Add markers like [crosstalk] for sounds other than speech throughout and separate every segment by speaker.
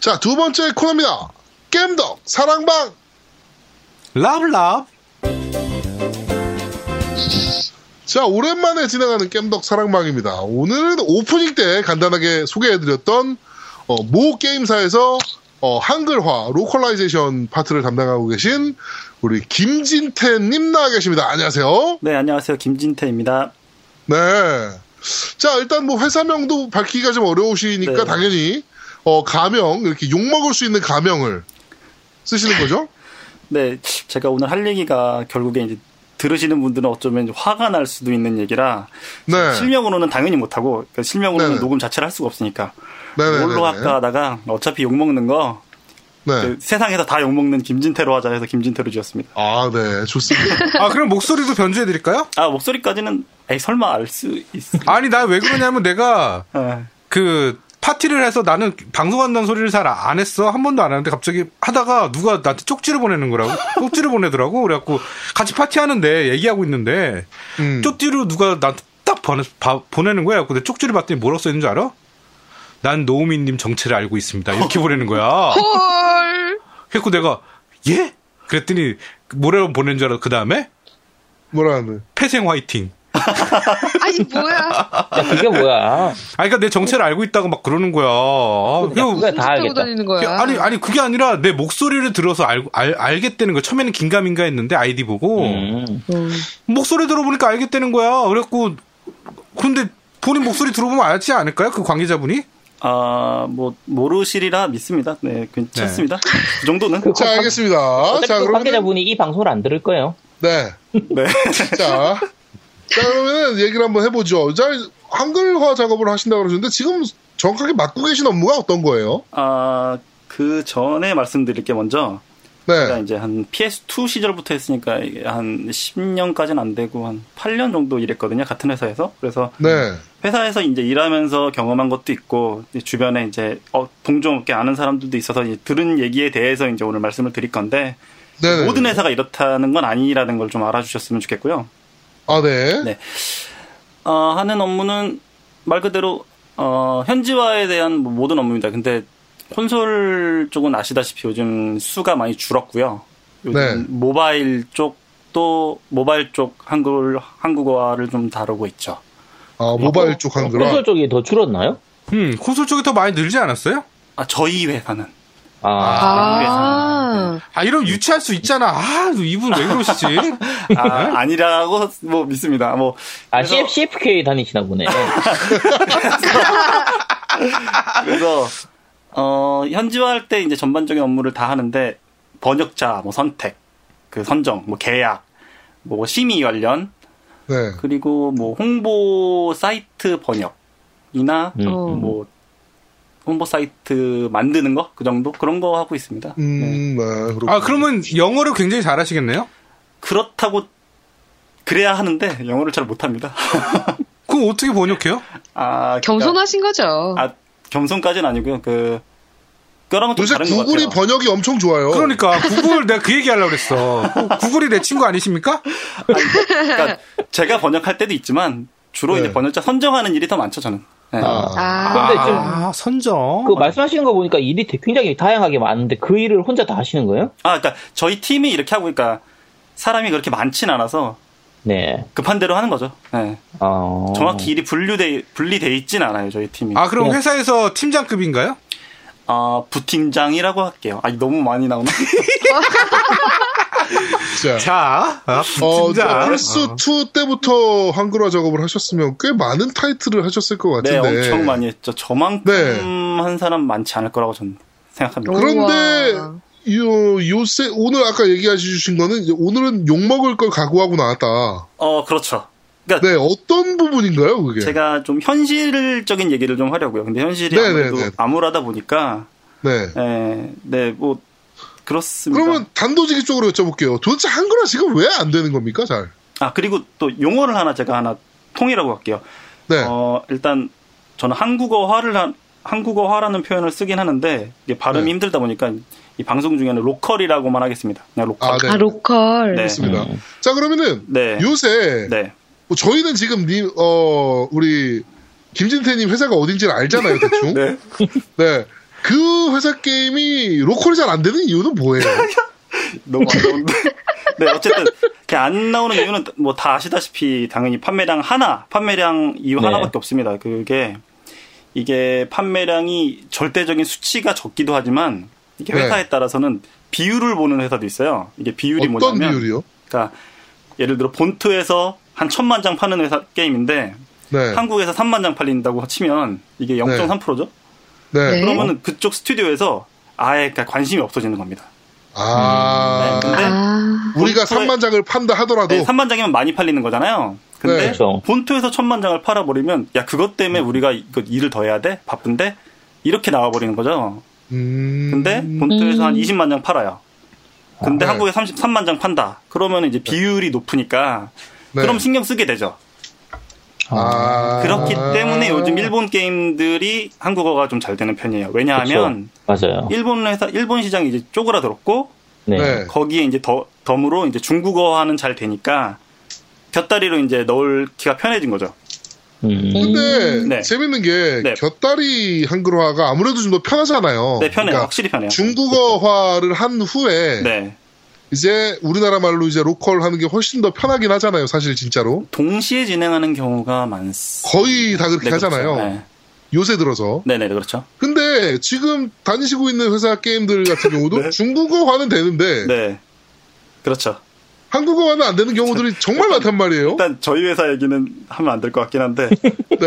Speaker 1: 자, 두 번째 코너입니다. 겜덕 사랑방.
Speaker 2: 랍랍.
Speaker 1: 자, 오랜만에 지나가는 겜덕 사랑방입니다. 오늘은 오프닝 때 간단하게 소개해드렸던 어, 모 게임사에서 어, 한글화 로컬라이제이션 파트를 담당하고 계신 우리 김진태님 나와 계십니다. 안녕하세요.
Speaker 3: 네, 안녕하세요. 김진태입니다.
Speaker 1: 네. 자, 일단 뭐 회사명도 밝히기가 좀 어려우시니까
Speaker 3: 네.
Speaker 1: 당연히 어, 가명 이렇게 욕 먹을 수 있는 가명을 쓰시는 거죠?
Speaker 3: 네, 제가 오늘 할 얘기가 결국에 이제 들으시는 분들은 어쩌면 이제 화가 날 수도 있는 얘기라
Speaker 1: 네.
Speaker 3: 실명으로는 당연히 못하고 그러니까 실명으로는
Speaker 1: 네네.
Speaker 3: 녹음 자체를 할 수가 없으니까
Speaker 1: 네네네네.
Speaker 3: 뭘로 할까 하다가 어차피 욕먹는 거
Speaker 1: 네.
Speaker 3: 그 세상에서 다 욕먹는 김진태로 하자 해서 김진태로 지었습니다.
Speaker 1: 아, 네. 좋습니다.
Speaker 2: 아, 그럼 목소리도 변주해드릴까요?
Speaker 3: 아, 목소리까지는 에이, 설마 알 수 있어.
Speaker 2: 아니, 나 왜 그러냐면 내가
Speaker 3: 아,
Speaker 2: 그 파티를 해서 나는 방송한다는 소리를 잘 안 했어. 한 번도 안 하는데 갑자기 하다가 누가 나한테 쪽지를 보내는 거라고. 쪽지를 보내더라고. 그래갖고 같이 파티하는데 얘기하고 있는데
Speaker 1: 음.
Speaker 2: 쪽지로 누가 나한테 딱 보내, 는 거야. 근데 쪽지를 봤더니 뭐라고 써있는 줄 알아? 난 노우미님 정체를 알고 있습니다. 이렇게 보내는 거야.
Speaker 4: 헐.
Speaker 2: 그래갖고 내가 예? 그랬더니 뭐라고 보낸 줄 알아. 그 다음에
Speaker 1: 뭐라는.
Speaker 2: 폐생 화이팅.
Speaker 4: 아니 뭐야.
Speaker 5: 야, 그게 뭐야?
Speaker 2: 아, 그러니까 내 정체를 알고 있다고 막 그러는 거야. 아,
Speaker 5: 야,
Speaker 2: 그거-
Speaker 5: 그거 다
Speaker 4: 타고
Speaker 5: 알겠다.
Speaker 4: 다니는 거야.
Speaker 2: 아니 아니 그게 아니라 내 목소리를 들어서 알, 알 알겠다는 거야. 처음에는 긴가민가 했는데 아이디 보고
Speaker 5: 음.
Speaker 2: 목소리 들어보니까 알겠다는 거야. 그래갖고 근데 본인 목소리 들어보면 알지 않을까요? 그 관계자분이?
Speaker 3: 아, 뭐 모르시리라 믿습니다. 네, 괜찮습니다. 그 정도는.
Speaker 1: 자, 알겠습니다.
Speaker 5: 어차피
Speaker 1: 아, 자,
Speaker 5: 그
Speaker 1: 그러면.
Speaker 5: 관계자분이 이 방송을 안 들을 거예요.
Speaker 1: 네.
Speaker 3: 네.
Speaker 5: [laughs]
Speaker 1: 자. 자, 그러면 얘기를 한번 해보죠. 자, 한글화 작업을 하신다고 그러셨는데 지금 정확하게 맡고 계신 업무가 어떤 거예요?
Speaker 3: 아, 그 전에 말씀드릴 게 먼저 제가
Speaker 1: 네.
Speaker 3: 그러니까 이제 한 PS2 시절부터 했으니까 이게 한 10년까지는 안 되고 한 8년 정도 일했거든요. 같은 회사에서. 그래서
Speaker 1: 네.
Speaker 3: 회사에서 이제 일하면서 경험한 것도 있고 이제 주변에 이제 어, 동종업계 아는 사람들도 있어서 이제 들은 얘기에 대해서 이제 오늘 말씀을 드릴 건데
Speaker 1: 네.
Speaker 3: 모든 회사가 이렇다는 건 아니라는 걸 좀 알아주셨으면 좋겠고요.
Speaker 1: 아, 네.
Speaker 3: 네. 어, 하는 업무는 말 그대로 어, 현지화에 대한 뭐 모든 업무입니다. 근데 콘솔 쪽은 아시다시피 요즘 수가 많이 줄었고요. 요즘
Speaker 1: 네.
Speaker 3: 모바일 쪽도 모바일 쪽 한글 한국어를 좀 다루고 있죠. 뭐,
Speaker 1: 아, 모바일 쪽 한글화.
Speaker 5: 콘솔 쪽이 더 줄었나요?
Speaker 2: 음 콘솔 쪽이 더 많이 늘지 않았어요?
Speaker 3: 아 저희 회사는
Speaker 5: 아,
Speaker 4: 아.
Speaker 2: 아 이러면 유치할 수 있잖아. 아 이분 왜 그러시지?
Speaker 3: 아, 아니라고 뭐 믿습니다. 뭐
Speaker 5: 아
Speaker 3: 그래서- 아.
Speaker 5: CF, CFK 다니시나 보네.
Speaker 3: 그래서 어, 현지화할 때 이제 전반적인 업무를 다 하는데 번역자 뭐 선택, 그 선정, 뭐 계약, 뭐 심의 관련
Speaker 1: 네.
Speaker 3: 그리고 뭐 홍보 사이트 번역이나
Speaker 5: 음.
Speaker 4: 어.
Speaker 3: 뭐 홍보 사이트 만드는 거 그 정도 그런 거 하고 있습니다.
Speaker 1: 음, 네. 그렇군요.
Speaker 2: 아 그러면 영어를 굉장히 잘하시겠네요?
Speaker 3: 그렇다고 그래야 하는데 영어를 잘 못합니다. [laughs]
Speaker 2: 그럼 어떻게 번역해요?
Speaker 3: 아 그러니까-
Speaker 4: 겸손하신 거죠.
Speaker 3: 아 겸손까지는 아니고요. 그 그거랑은 좀
Speaker 1: 요새
Speaker 3: 다른 것 같아요.
Speaker 1: 구글이 번역이 엄청 좋아요.
Speaker 2: 그러니까 구글 내가 그 얘기하려고 그랬어. 구- 구글이 내 친구 아니십니까?
Speaker 3: 그러니까 제가 번역할 때도 있지만 주로
Speaker 1: 네.
Speaker 3: 이제 번역자 선정하는 일이 더 많죠 저는. 네.
Speaker 1: 아.
Speaker 4: 아.
Speaker 5: 근데 좀-
Speaker 2: 아 선정.
Speaker 5: 그 말씀하시는 거 보니까 일이 되게 굉장히 다양하게 많은데 그 일을 혼자 다 하시는 거예요?
Speaker 3: 아, 그러니까 저희 팀이 이렇게 하고 그러니까 사람이 그렇게 많진 않아서
Speaker 5: 네.
Speaker 3: 급한 대로 하는 거죠. 네.
Speaker 1: 어.
Speaker 5: 아.
Speaker 3: 정확히 일이 분류돼 분리돼 있진 않아요 저희 팀이.
Speaker 2: 아
Speaker 1: 예.
Speaker 2: 그럼 회사에서 팀장급인가요?
Speaker 3: 아, 부팀장이라고 할게요. 아니, 너무
Speaker 1: [laughs]
Speaker 3: 많이 나오나?
Speaker 1: 자.
Speaker 2: 자, 아,
Speaker 1: 어,
Speaker 2: 팀장.
Speaker 1: 플스
Speaker 2: 어.
Speaker 1: 2 때부터 한글화 작업을 하셨으면 꽤 많은 타이틀을 하셨을 것
Speaker 3: 네,
Speaker 1: 같은데.
Speaker 3: 엄청 많이 했죠. 저만큼
Speaker 1: 네. 어.
Speaker 3: 한 사람 많지 않을 거라고 저는 생각합니다.
Speaker 1: 그런데
Speaker 4: 우와.
Speaker 1: 요 요새 오늘 아까 얘기해 주신 거는 이제 오늘은 욕 먹을 걸 각오하고 나왔다.
Speaker 3: 어, 그렇죠. 그러니까
Speaker 1: 네, 어떤 부분인가요, 그게?
Speaker 3: 제가 좀 현실적인 얘기를 좀 하려고요. 근데 현실이
Speaker 1: 네,
Speaker 3: 아무래도
Speaker 1: 네, 네.
Speaker 3: 암울하다 보니까
Speaker 1: 네.
Speaker 3: 네, 네, 뭐 그렇습니다.
Speaker 1: 그러면 단도직입 적으로 여쭤볼게요. 도대체 한글화 지금 왜 안 되는 겁니까, 잘?
Speaker 3: 아, 그리고 또 용어를 하나 제가 하나 통이라고 할게요.
Speaker 1: 네.
Speaker 3: 어, 일단 저는 한국어화를 한 한국어화라는 표현을 쓰긴 하는데 이게 발음이
Speaker 1: 네.
Speaker 3: 힘들다 보니까 이 방송 중에는 로컬이라고만 하겠습니다. 그냥 로컬.
Speaker 1: 아, 네.
Speaker 4: 아, 로컬.
Speaker 3: 네.
Speaker 1: 그렇습니다.
Speaker 5: 음.
Speaker 1: 자, 그러면은
Speaker 3: 네.
Speaker 1: 요새
Speaker 3: 네.
Speaker 1: 뭐 저희는 지금 님,
Speaker 3: [laughs]
Speaker 1: 어, 우리 김진태님 회사가 어딘지를 알잖아요, 대충.
Speaker 3: 네.
Speaker 1: 네. 그 회사 게임이 로컬이 잘 안 되는 이유는 뭐예요?
Speaker 3: 너무 어려운데. [laughs] 네, 어쨌든 그냥 안 나오는 이유는 뭐 다 아시다시피 당연히 판매량 하나, 판매량 이유
Speaker 5: 네.
Speaker 3: 하나밖에 없습니다. 그게 이게 판매량이 절대적인 수치가 적기도 하지만 이게
Speaker 1: 네.
Speaker 3: 회사에 따라서는 비율을 보는 회사도 있어요. 이게 [laughs] 비율이
Speaker 1: 어떤
Speaker 3: 뭐냐면
Speaker 1: 비율이요?
Speaker 3: 그러니까 예를 들어 본트에서 한 천만 장 파는 회사 게임인데
Speaker 1: 네.
Speaker 3: 한국에서 3만 장 팔린다고 치면 이게 0.3%죠.
Speaker 1: 네.
Speaker 4: 네.
Speaker 3: 그러면 그쪽 스튜디오에서 아예 그러니까 관심이 없어지는 겁니다.
Speaker 1: 아.
Speaker 3: 네, 근데
Speaker 4: 아,
Speaker 1: 우리가
Speaker 3: 본토에-
Speaker 1: 3만 장을 판다 하더라도
Speaker 3: 네, 3만 장이면 많이 팔리는 거잖아요. 근데
Speaker 1: 네.
Speaker 5: 그렇죠.
Speaker 3: 본토에서 천만 장을 팔아버리면 야 그것 때문에 우리가 이거 일을 더 해야 돼 바쁜데 이렇게 나와버리는 거죠.
Speaker 1: 음.
Speaker 3: 근데 본토에서
Speaker 4: 음.
Speaker 3: 한 20만 장 팔아요. 근데
Speaker 1: 아, 네.
Speaker 3: 한국에 33만 장 판다. 그러면 이제 비율이 높으니까
Speaker 1: 네.
Speaker 3: 그럼 신경 쓰게 되죠.
Speaker 1: 아.
Speaker 3: 그렇기 때문에 요즘 일본 게임들이 한국어가 좀 잘 되는 편이에요. 왜냐하면
Speaker 5: 맞아요.
Speaker 3: 일본 회사 일본 시장이 이제 쪼그라들었고
Speaker 5: 네.
Speaker 1: 그렇죠. 네.
Speaker 3: 거기에 이제 더, 덤으로 이제 중국어화는 잘 되니까 곁다리로 이제 넣을기가 편해진 거죠.
Speaker 5: 음.
Speaker 1: 근데
Speaker 3: 네.
Speaker 1: 재밌는 게
Speaker 3: 네.
Speaker 1: 곁다리 한글화가 아무래도 좀 더 편하잖아요.
Speaker 3: 네, 편해요.
Speaker 1: 그러니까
Speaker 3: 확실히 편해요.
Speaker 1: 중국어화를 한 후에
Speaker 3: 네.
Speaker 1: 이제 우리나라 말로 이제 로컬 하는 게 훨씬 더 편하긴 하잖아요. 사실 진짜로
Speaker 3: 동시에 진행하는 경우가 많습니다.
Speaker 1: 거의 다 그렇게
Speaker 3: 그렇죠.
Speaker 1: 하잖아요. 요새 들어서.
Speaker 3: 네, 네, 그렇죠.
Speaker 1: 근데 지금 다니시고 있는 회사 게임들 같은 경우도
Speaker 3: [laughs] 네.
Speaker 1: 중국어화는 되는데
Speaker 3: 네. 그렇죠.
Speaker 1: 한국어화는 안 되는 경우들이 정말 많단 말이에요.
Speaker 3: 일단 저희 회사 얘기는 하면 안 될 것 같긴 한데 [laughs]
Speaker 1: 네.
Speaker 3: 그게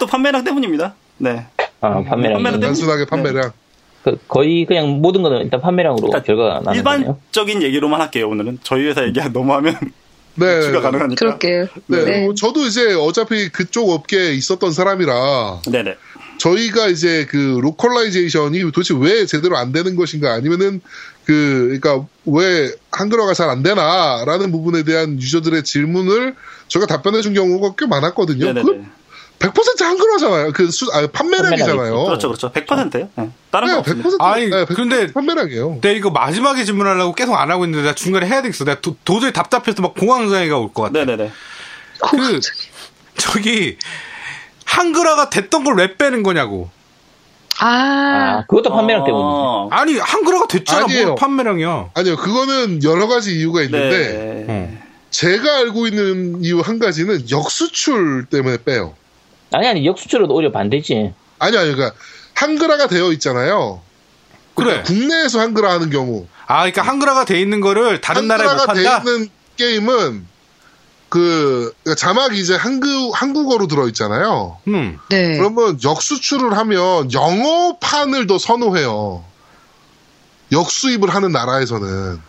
Speaker 3: 또 판매량 때문입니다. 네.
Speaker 5: 아, 판매량.
Speaker 3: 판매량 때문에-
Speaker 1: 단순하게 판매량.
Speaker 5: 그, 거의 그냥 모든 거는 일단 판매량으로
Speaker 3: 그러니까
Speaker 5: 결과가 나는 거네요.
Speaker 3: 일반적인 얘기로만 할게요, 오늘은. 저희 회사 얘기 [laughs] 너무 하면
Speaker 1: 네.
Speaker 3: 추가 가능하니까.
Speaker 4: 그럴게요.
Speaker 1: 네.
Speaker 4: 네.
Speaker 1: 뭐 저도 이제 어차피 그쪽 업계에 있었던 사람이라
Speaker 3: 네, 네.
Speaker 1: 저희가 이제 그 로컬라이제이션이 도대체 왜 제대로 안 되는 것인가 아니면은 그 그러니까 왜 한글화가 잘 안 되나라는 부분에 대한 유저들의 질문을 저희가 답변해 준 경우가 꽤 많았거든요.
Speaker 3: 네, 네,
Speaker 1: 그
Speaker 3: 네.
Speaker 1: 100% 한글화잖아요. 그 수, 아, 판매량이잖아요.
Speaker 3: 그렇죠, 그렇죠. 100%예요. 네. 다른 거
Speaker 1: 네,
Speaker 3: 없습니다.
Speaker 1: 100%.
Speaker 2: 어. 아니,
Speaker 1: 네, 100%
Speaker 2: 근데-
Speaker 1: 판매량이에요.
Speaker 2: 내가 이거 마지막에 질문하려고 계속 안 하고 있는데 나 중간에 해야 되겠어. 내가 도, 도저히 답답해서 막 공황장애가 올 것 같아.
Speaker 3: 네, 네, 네.
Speaker 2: 그 저기 한글화가 됐던 걸 왜 빼는 거냐고.
Speaker 4: 아,
Speaker 5: 아, 그것도 판매량
Speaker 3: 어,
Speaker 2: 아니
Speaker 5: 때문이네.
Speaker 2: 한글화가 됐잖아.
Speaker 1: 아니에요.
Speaker 2: 뭐 판매량이야.
Speaker 1: 아니요, 그거는 여러 가지 이유가 있는데
Speaker 3: 네.
Speaker 2: 응.
Speaker 1: 제가 알고 있는 이유 한 가지는 역수출 때문에 빼요.
Speaker 5: 아니, 아니, 역수출은 오히려 반대지.
Speaker 1: 아니요, 아니요. 그러니까 한글화가 되어 있잖아요.
Speaker 2: 그래.
Speaker 1: 국내에서 한글화 하는 경우.
Speaker 2: 아, 그러니까 한글화가 돼 있는 거를 다른 나라에 못
Speaker 1: 한글화가 되
Speaker 2: 판다.
Speaker 1: 있는 게임은 그 그러니까 자막이 이제 한국 한국어로 들어 있잖아요.
Speaker 2: 음.
Speaker 4: 네.
Speaker 1: 그러면 역수출을 하면 영어판을 더 선호해요. 역수입을 하는 나라에서는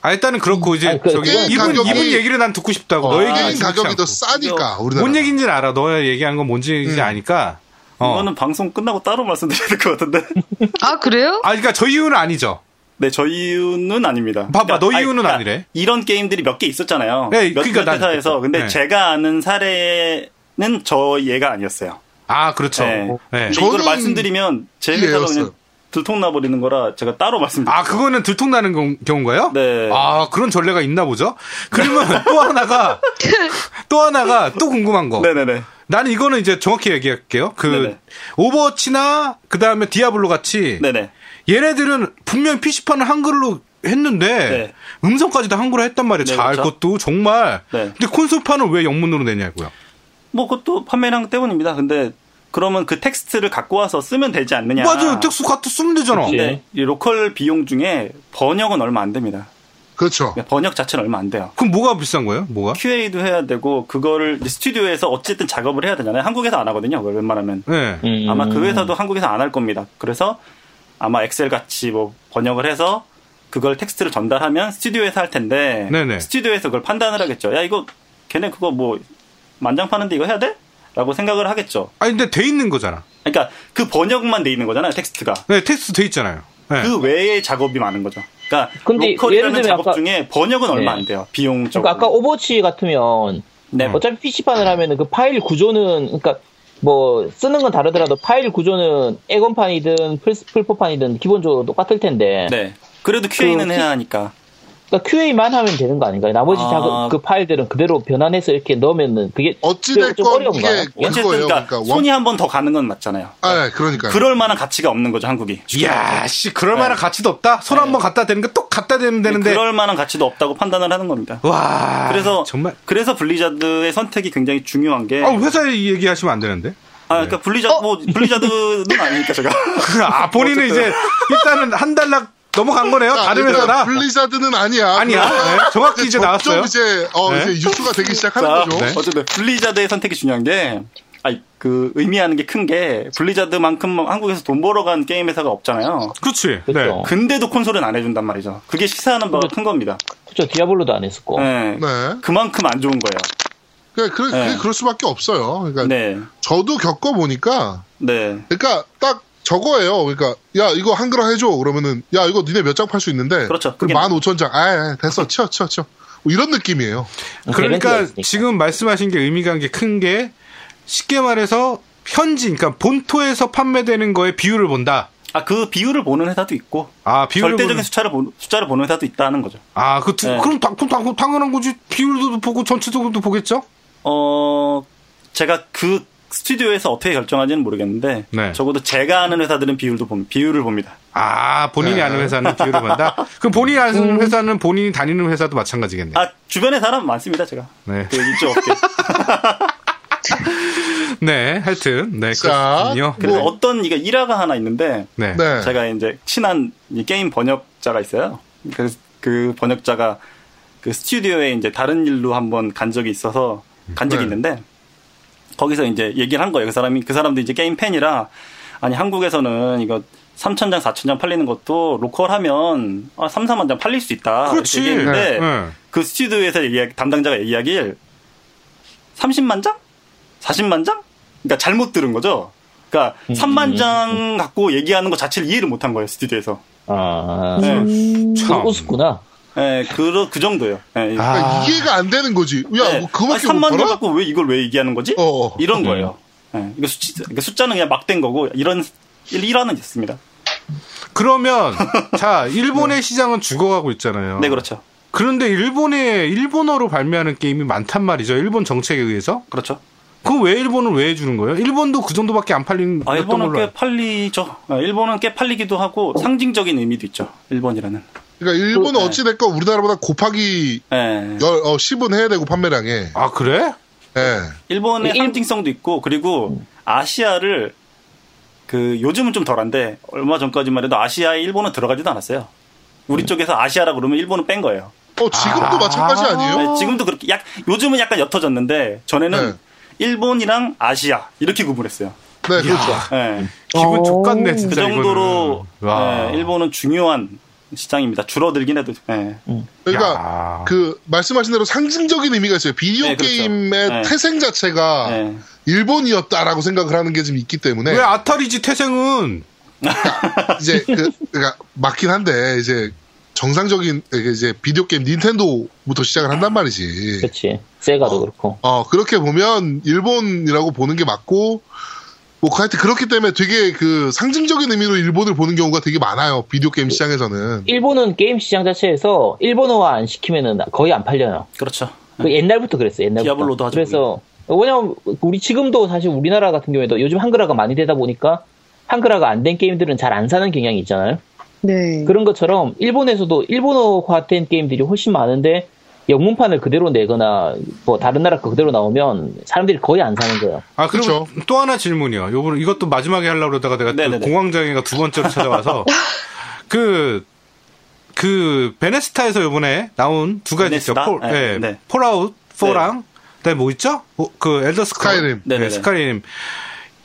Speaker 2: 아 일단은 그렇고 이제
Speaker 5: 아니, 그-
Speaker 2: 저기
Speaker 1: 게임
Speaker 2: 이분
Speaker 1: 가격이-
Speaker 2: 이분 얘기를 난 듣고 싶다고. 너
Speaker 1: 어,
Speaker 2: 얘기
Speaker 1: 게임 가격이 더 싸니까 우리나라.
Speaker 2: 뭔 얘기인지는 알아. 너가 얘기한 건 뭔지
Speaker 1: 음.
Speaker 2: 아니까. 어.
Speaker 3: 이거는 방송 끝나고 따로 말씀드려야 될 것 같은데. [laughs]
Speaker 4: 아, 그래요?
Speaker 2: 아, 그러니까 저 이유는 아니죠.
Speaker 3: 네, 저 이유는 아닙니다.
Speaker 2: 봐봐, 너 이유는
Speaker 3: 그러니까
Speaker 2: 아니래.
Speaker 3: 이런 게임들이 몇 개 있었잖아요.
Speaker 2: 네,
Speaker 3: 몇
Speaker 2: 그러니까
Speaker 3: 몇
Speaker 2: 난-
Speaker 3: 회사에서. 근데
Speaker 2: 네.
Speaker 3: 제가 아는 사례는 저 얘가 아니었어요.
Speaker 2: 아, 그렇죠.
Speaker 3: 네.
Speaker 2: 네.
Speaker 3: 근데
Speaker 1: 저는
Speaker 3: 이걸 말씀드리면 제 회사가
Speaker 1: 이해였어요.
Speaker 3: 그냥 들통나버리는 거라 제가 따로 말씀드릴게요.
Speaker 2: 아, 그거는 들통나는 경- 경우인가요?
Speaker 3: 네.
Speaker 2: 아, 그런 전례가 있나 보죠? 그러면 [laughs] 또 하나가, 또 하나가 또 궁금한 거.
Speaker 3: 네네네.
Speaker 2: 나는 이거는 이제 정확히 얘기할게요. 그,
Speaker 3: 네네.
Speaker 2: 오버워치나, 그 다음에 디아블로 같이,
Speaker 3: 네네.
Speaker 2: 얘네들은 분명히 PC판을 한글로 했는데,
Speaker 3: 네.
Speaker 2: 음성까지 다 한글로 했단 말이에요.
Speaker 3: 네,
Speaker 2: 잘
Speaker 3: 그렇죠.
Speaker 2: 것도 정말.
Speaker 3: 네.
Speaker 2: 근데 콘솔판을 왜 영문으로 내냐고요.
Speaker 3: 뭐 그것도 판매량 때문입니다. 근데 그러면 그 텍스트를 갖고 와서 쓰면 되지 않느냐.
Speaker 2: 맞아요. 텍스 카트 쓰면 되잖아.
Speaker 5: 그치.
Speaker 3: 근데 이 로컬 비용 중에 번역은 얼마 안 됩니다. 그러니까
Speaker 1: 그렇죠.
Speaker 3: 번역 자체는 얼마 안 돼요.
Speaker 2: 그럼 뭐가 비싼 거예요? 뭐가?
Speaker 3: QA도 해야 되고 그거를 이제 스튜디오에서 어쨌든 작업을 해야 되잖아요. 한국에서 안 하거든요. 그걸 웬만하면
Speaker 2: 네.
Speaker 5: 음.
Speaker 3: 아마 그 회사도 한국에서 안 할 겁니다. 그래서 아마 엑셀 같이 뭐 번역을 해서 그걸 텍스트를 전달하면 스튜디오에서 할 텐데
Speaker 2: 네네.
Speaker 3: 스튜디오에서 그걸 판단을 하겠죠. 야 이거 걔네 그거 뭐 만장 파는데 이거 해야 돼? 라고 생각을 하겠죠.
Speaker 2: 아니, 근데 돼 있는 거잖아.
Speaker 3: 그러니까 그 번역만 돼 있는 거잖아요. 텍스트가
Speaker 2: 네, 텍스트 돼 있잖아요. 네.
Speaker 3: 그 외에 작업이 많은 거죠. 그러니까
Speaker 5: 근데
Speaker 3: 로컬이라는
Speaker 5: 예를 들면
Speaker 3: 작업
Speaker 5: 아까-
Speaker 3: 중에 번역은 얼마
Speaker 5: 네.
Speaker 3: 안 돼요. 비용적으로.
Speaker 5: 그러니까 아까 오버워치 같으면
Speaker 3: 네.
Speaker 5: 어차피 PC판을 하면은 그 파일 구조는 그러니까 뭐 쓰는 건 다르더라도 파일 구조는 에건판이든 풀, 풀포판이든 기본적으로 똑같을 텐데
Speaker 3: 네. 그래도 QA는
Speaker 5: 그
Speaker 3: 해야 하니까.
Speaker 5: 그러니까 QA만 하면 되는 거 아닌가요? 나머지
Speaker 3: 아.
Speaker 5: 작은 그 파일들은 그대로 변환해서 이렇게 넣으면은 그게 좀
Speaker 1: 어찌됐건
Speaker 5: 어려운가요?
Speaker 1: 이게
Speaker 3: 어쨌든
Speaker 1: 그거예요.
Speaker 3: 그러니까,
Speaker 1: 그러니까 원-
Speaker 3: 손이 한 번 더 가는 건 맞잖아요.
Speaker 1: 아, 그러니까.
Speaker 3: 그럴 만한 가치가 없는 거죠 한국이.
Speaker 2: 이야, 씨, 그럴 만한 가치도 없다? 손 한 번 갖다 대는 게 똑 갖다 대면 되는데.
Speaker 3: 그럴 만한 가치도 없다고 판단을 하는 겁니다.
Speaker 2: 와.
Speaker 1: 아,
Speaker 3: 그래서
Speaker 2: 정말.
Speaker 3: 그래서 블리자드의 선택이 굉장히 중요한 게
Speaker 2: 아, 회사 얘기하시면 안 되는데.
Speaker 3: 아, 그러니까 블리자드
Speaker 1: 어?
Speaker 3: 뭐 블리자드는 아니니까 제가
Speaker 1: [laughs]
Speaker 2: [laughs] 아, 본인은 이제 일단은 한 달락 넘어간 거네요.
Speaker 1: 아,
Speaker 2: 다른
Speaker 1: 그러니까
Speaker 2: 회사라.
Speaker 1: 블리자드는 아니야.
Speaker 2: 아니야. 네, 정확히 이제 나왔어요.
Speaker 1: 좀 이제 어
Speaker 2: 네.
Speaker 1: 이제 뉴스가 되기 시작하는
Speaker 3: 자,
Speaker 1: 거죠.
Speaker 3: 어쨌든 블리자드의 선택이 중요한 게 아니 그 의미하는 게 큰 게 블리자드만큼 한국에서 돈 벌어간 게임 회사가 없잖아요.
Speaker 2: 그렇지. 네.
Speaker 5: 그렇죠.
Speaker 3: 근데도 콘솔은 안 해준단 말이죠. 그게 시사하는 바가 큰 겁니다.
Speaker 5: 그렇죠. 디아블로도 안 했었고.
Speaker 3: 네.
Speaker 1: 네.
Speaker 3: 그만큼 안 좋은 거예요.
Speaker 1: 그러니까 그,
Speaker 3: 네.
Speaker 1: 그, 럴 수밖에 없어요.
Speaker 2: 아.
Speaker 1: 그러니까
Speaker 3: 네.
Speaker 1: 저도 겪어 보니까
Speaker 3: 네.
Speaker 1: 그러니까 딱 저거예요. 그러니까 야 이거 한글화 해줘. 그러면은 야 이거 니네 몇 장 팔 수 있는데
Speaker 3: 그렇죠. 그게-
Speaker 1: 그럼 15,000장. 아, 아, 됐어. 치워 치워 치워. 뭐 이런 느낌이에요.
Speaker 5: 어,
Speaker 2: 그러니까
Speaker 5: 밸런스가 있으니까.
Speaker 2: 지금 말씀하신 게 의미가 게 큰 게 쉽게 말해서 현지, 그러니까 본토에서 판매되는 거에 비율을 본다.
Speaker 3: 아, 그 비율을 보는 회사도 있고
Speaker 2: 아, 비율을
Speaker 3: 절대적인
Speaker 2: 보는-
Speaker 3: 숫자를 보는 숫자를 보는 회사도 있다는 거죠.
Speaker 2: 아, 그, 두-
Speaker 3: 네.
Speaker 2: 그럼 당, 그럼 당, 당연한 거지. 비율도 보고 전체적으로 보겠죠?
Speaker 3: 어, 제가 그 스튜디오에서 어떻게 결정하지는 모르겠는데,
Speaker 2: 네.
Speaker 3: 적어도 제가 아는 회사들은 비율도 봄, 비율을 봅니다.
Speaker 2: 아, 본인이
Speaker 1: 네.
Speaker 2: 아는 회사는 비율을 본다? 그럼 본인이 아는
Speaker 3: 음.
Speaker 2: 회사는 본인이 다니는 회사도 마찬가지겠네. 요
Speaker 3: 아, 주변에 사람 많습니다, 제가.
Speaker 2: 네.
Speaker 3: 그 있죠, 없게.
Speaker 2: 네, 하여튼. 네,
Speaker 1: 자,
Speaker 2: 그렇군요.
Speaker 3: 그리고
Speaker 2: 네.
Speaker 3: 어떤, 이게 일화가 하나 있는데,
Speaker 2: 네.
Speaker 1: 네.
Speaker 3: 제가 이제 친한 이 게임 번역자가 있어요. 그, 그 번역자가 그 스튜디오에 이제 다른 일로 한번 간 적이 있어서 간 적이
Speaker 1: 네.
Speaker 3: 있는데 거기서 이제 얘기를 한 거예요. 그 사람이 그 사람도 이제 게임 팬이라 아니 한국에서는 이거 3,000장, 4,000장 팔리는 것도 로컬하면 아, 3, 4만 장 팔릴 수 있다.
Speaker 2: 그렇지.
Speaker 3: 이렇게 얘기했는데
Speaker 2: 네.
Speaker 3: 그 스튜디오에서 얘기하, 담당자가 얘기하길 30만 장? 40만 장? 그러니까 잘못 들은 거죠. 그러니까 3만 장 갖고 얘기하는 것 자체를 이해를 못한 거예요 스튜디오에서.
Speaker 5: 아,
Speaker 3: 네.
Speaker 1: 음.
Speaker 2: 참.
Speaker 5: 우습구나.
Speaker 3: 예, 그, 그 정도예요. 예.
Speaker 1: 그러니까
Speaker 2: 아.
Speaker 1: 이해가 안 되는 거지. 야,
Speaker 3: 예.
Speaker 1: 뭐 그거밖에
Speaker 3: 아니,
Speaker 1: 못
Speaker 3: 3만 장
Speaker 1: 팔아?
Speaker 3: 갖고 왜 이걸 왜 얘기하는 거지?
Speaker 1: 어, 어.
Speaker 3: 이런 거예요.
Speaker 2: 음.
Speaker 3: 예, 이거 숫자, 그러니까 숫자는 그냥 막된 거고 이런 일- 일화는 있습니다. [laughs]
Speaker 2: 그러면, 자, 일본의 시장은 죽어가고 있잖아요.
Speaker 3: 네, 그렇죠.
Speaker 2: 그런데 일본에, 일본어로 발매하는 게임이 많단 말이죠. 일본 정책에 의해서.
Speaker 3: 그렇죠.
Speaker 2: 그럼 왜 일본을 왜 해주는 거예요? 일본도 그 정도밖에 안 팔린
Speaker 3: 아,
Speaker 2: 렸던
Speaker 3: 일본은
Speaker 2: 걸로.
Speaker 3: 꽤
Speaker 2: 알고.
Speaker 3: 팔리죠. 예, 일본은 꽤 팔리기도 하고
Speaker 1: 어.
Speaker 3: 상징적인 의미도 있죠. 일본이라는.
Speaker 1: 그러니까
Speaker 3: 네.
Speaker 1: 일본은 어찌 됐건 우리나라보다 곱하기
Speaker 3: 예.
Speaker 1: 열, 어, 10은 해야 되고 판매량에. 네. 예.
Speaker 2: 아, 그래?
Speaker 1: 어,
Speaker 3: 일본의
Speaker 5: 일-
Speaker 3: 상징성도 있고 그리고 아시아를 그 요즘은 좀 덜한데 얼마 전까지만 해도 아시아에 일본은 들어가지도 않았어요.
Speaker 1: 음.
Speaker 3: 우리 쪽에서 아시아라 그러면 일본은 뺀 거예요.
Speaker 1: 어, 지금도
Speaker 2: 아.
Speaker 1: 마찬가지 아니에요?
Speaker 3: 네, 지금도 그렇게 약 요즘은 약간 옅어졌는데 전에는
Speaker 1: 네.
Speaker 3: 일본이랑 아시아 이렇게 구분했어요.
Speaker 1: 네, 그렇죠.
Speaker 3: 예.
Speaker 2: 기분
Speaker 4: 어.
Speaker 2: 족같네, 진짜.
Speaker 3: 그 정도로
Speaker 2: 이거는. 와.
Speaker 3: 예, 일본은 중요한 시장입니다. 줄어들긴 해도 예.
Speaker 1: 그러니까
Speaker 2: 야.
Speaker 1: 그 말씀하신 대로 상징적인 의미가 있어요. 비디오
Speaker 3: 네, 그렇죠.
Speaker 1: 게임의
Speaker 3: 네.
Speaker 1: 태생
Speaker 2: 아.
Speaker 1: 자체가
Speaker 3: 네.
Speaker 1: 일본이었다라고 생각을 하는 게 좀 있기 때문에
Speaker 2: 왜 아타리지 태생은
Speaker 1: 이제 그 그러니까 맞긴 한데 이제 정상적인 이게 이제 비디오 게임 닌텐도부터 시작을 한단 말이지.
Speaker 5: 그렇지. 세가도 그렇고.
Speaker 1: 어 그렇게 보면 일본이라고 보는 게 맞고 뭐 하여튼 그렇기 때문에 되게 그 상징적인 의미로 일본을 보는 경우가 되게 많아요. 비디오
Speaker 3: 네.
Speaker 1: 게임 시장에서는.
Speaker 5: 일본은 게임 시장 자체에서 일본어화 안 시키면은 거의 안 팔려요.
Speaker 3: 그렇죠.
Speaker 5: 그 옛날부터 그랬어요. 옛날부터.
Speaker 3: 디아블로도 하죠,
Speaker 5: 그래서 왜냐면 우리 지금도 사실 우리나라 같은 경우에도 요즘 한글화가 많이 되다 보니까 한글화가 안 된 게임들은 잘 안 사는 경향이 있잖아요.
Speaker 4: 네.
Speaker 5: 그런 것처럼 일본에서도 일본어화된 게임들이 훨씬 많은데 영문판을 그대로 내거나 뭐 다른 나라 거 그대로 나오면 사람들이 거의 안 사는 거예요.
Speaker 2: 아 그리고 또 하나 질문이요. 요번 이것도 마지막에 하려고 그러다가 내가 또
Speaker 3: 그렇죠. 네네네.
Speaker 2: 공황장애가 두 번째로
Speaker 3: [laughs]
Speaker 2: 찾아와서 그. 그 베네스타에서 요번에 나온 두 가지 있죠.
Speaker 3: 베네스타?
Speaker 2: 폴,
Speaker 3: 네,
Speaker 2: 예,
Speaker 3: 네.
Speaker 2: 폴아웃 4랑 그다음에 뭐 있죠? 뭐, 그 엘더 스크롤.
Speaker 1: 스카이림.
Speaker 2: 네,
Speaker 3: 네네네.
Speaker 2: 스카이림.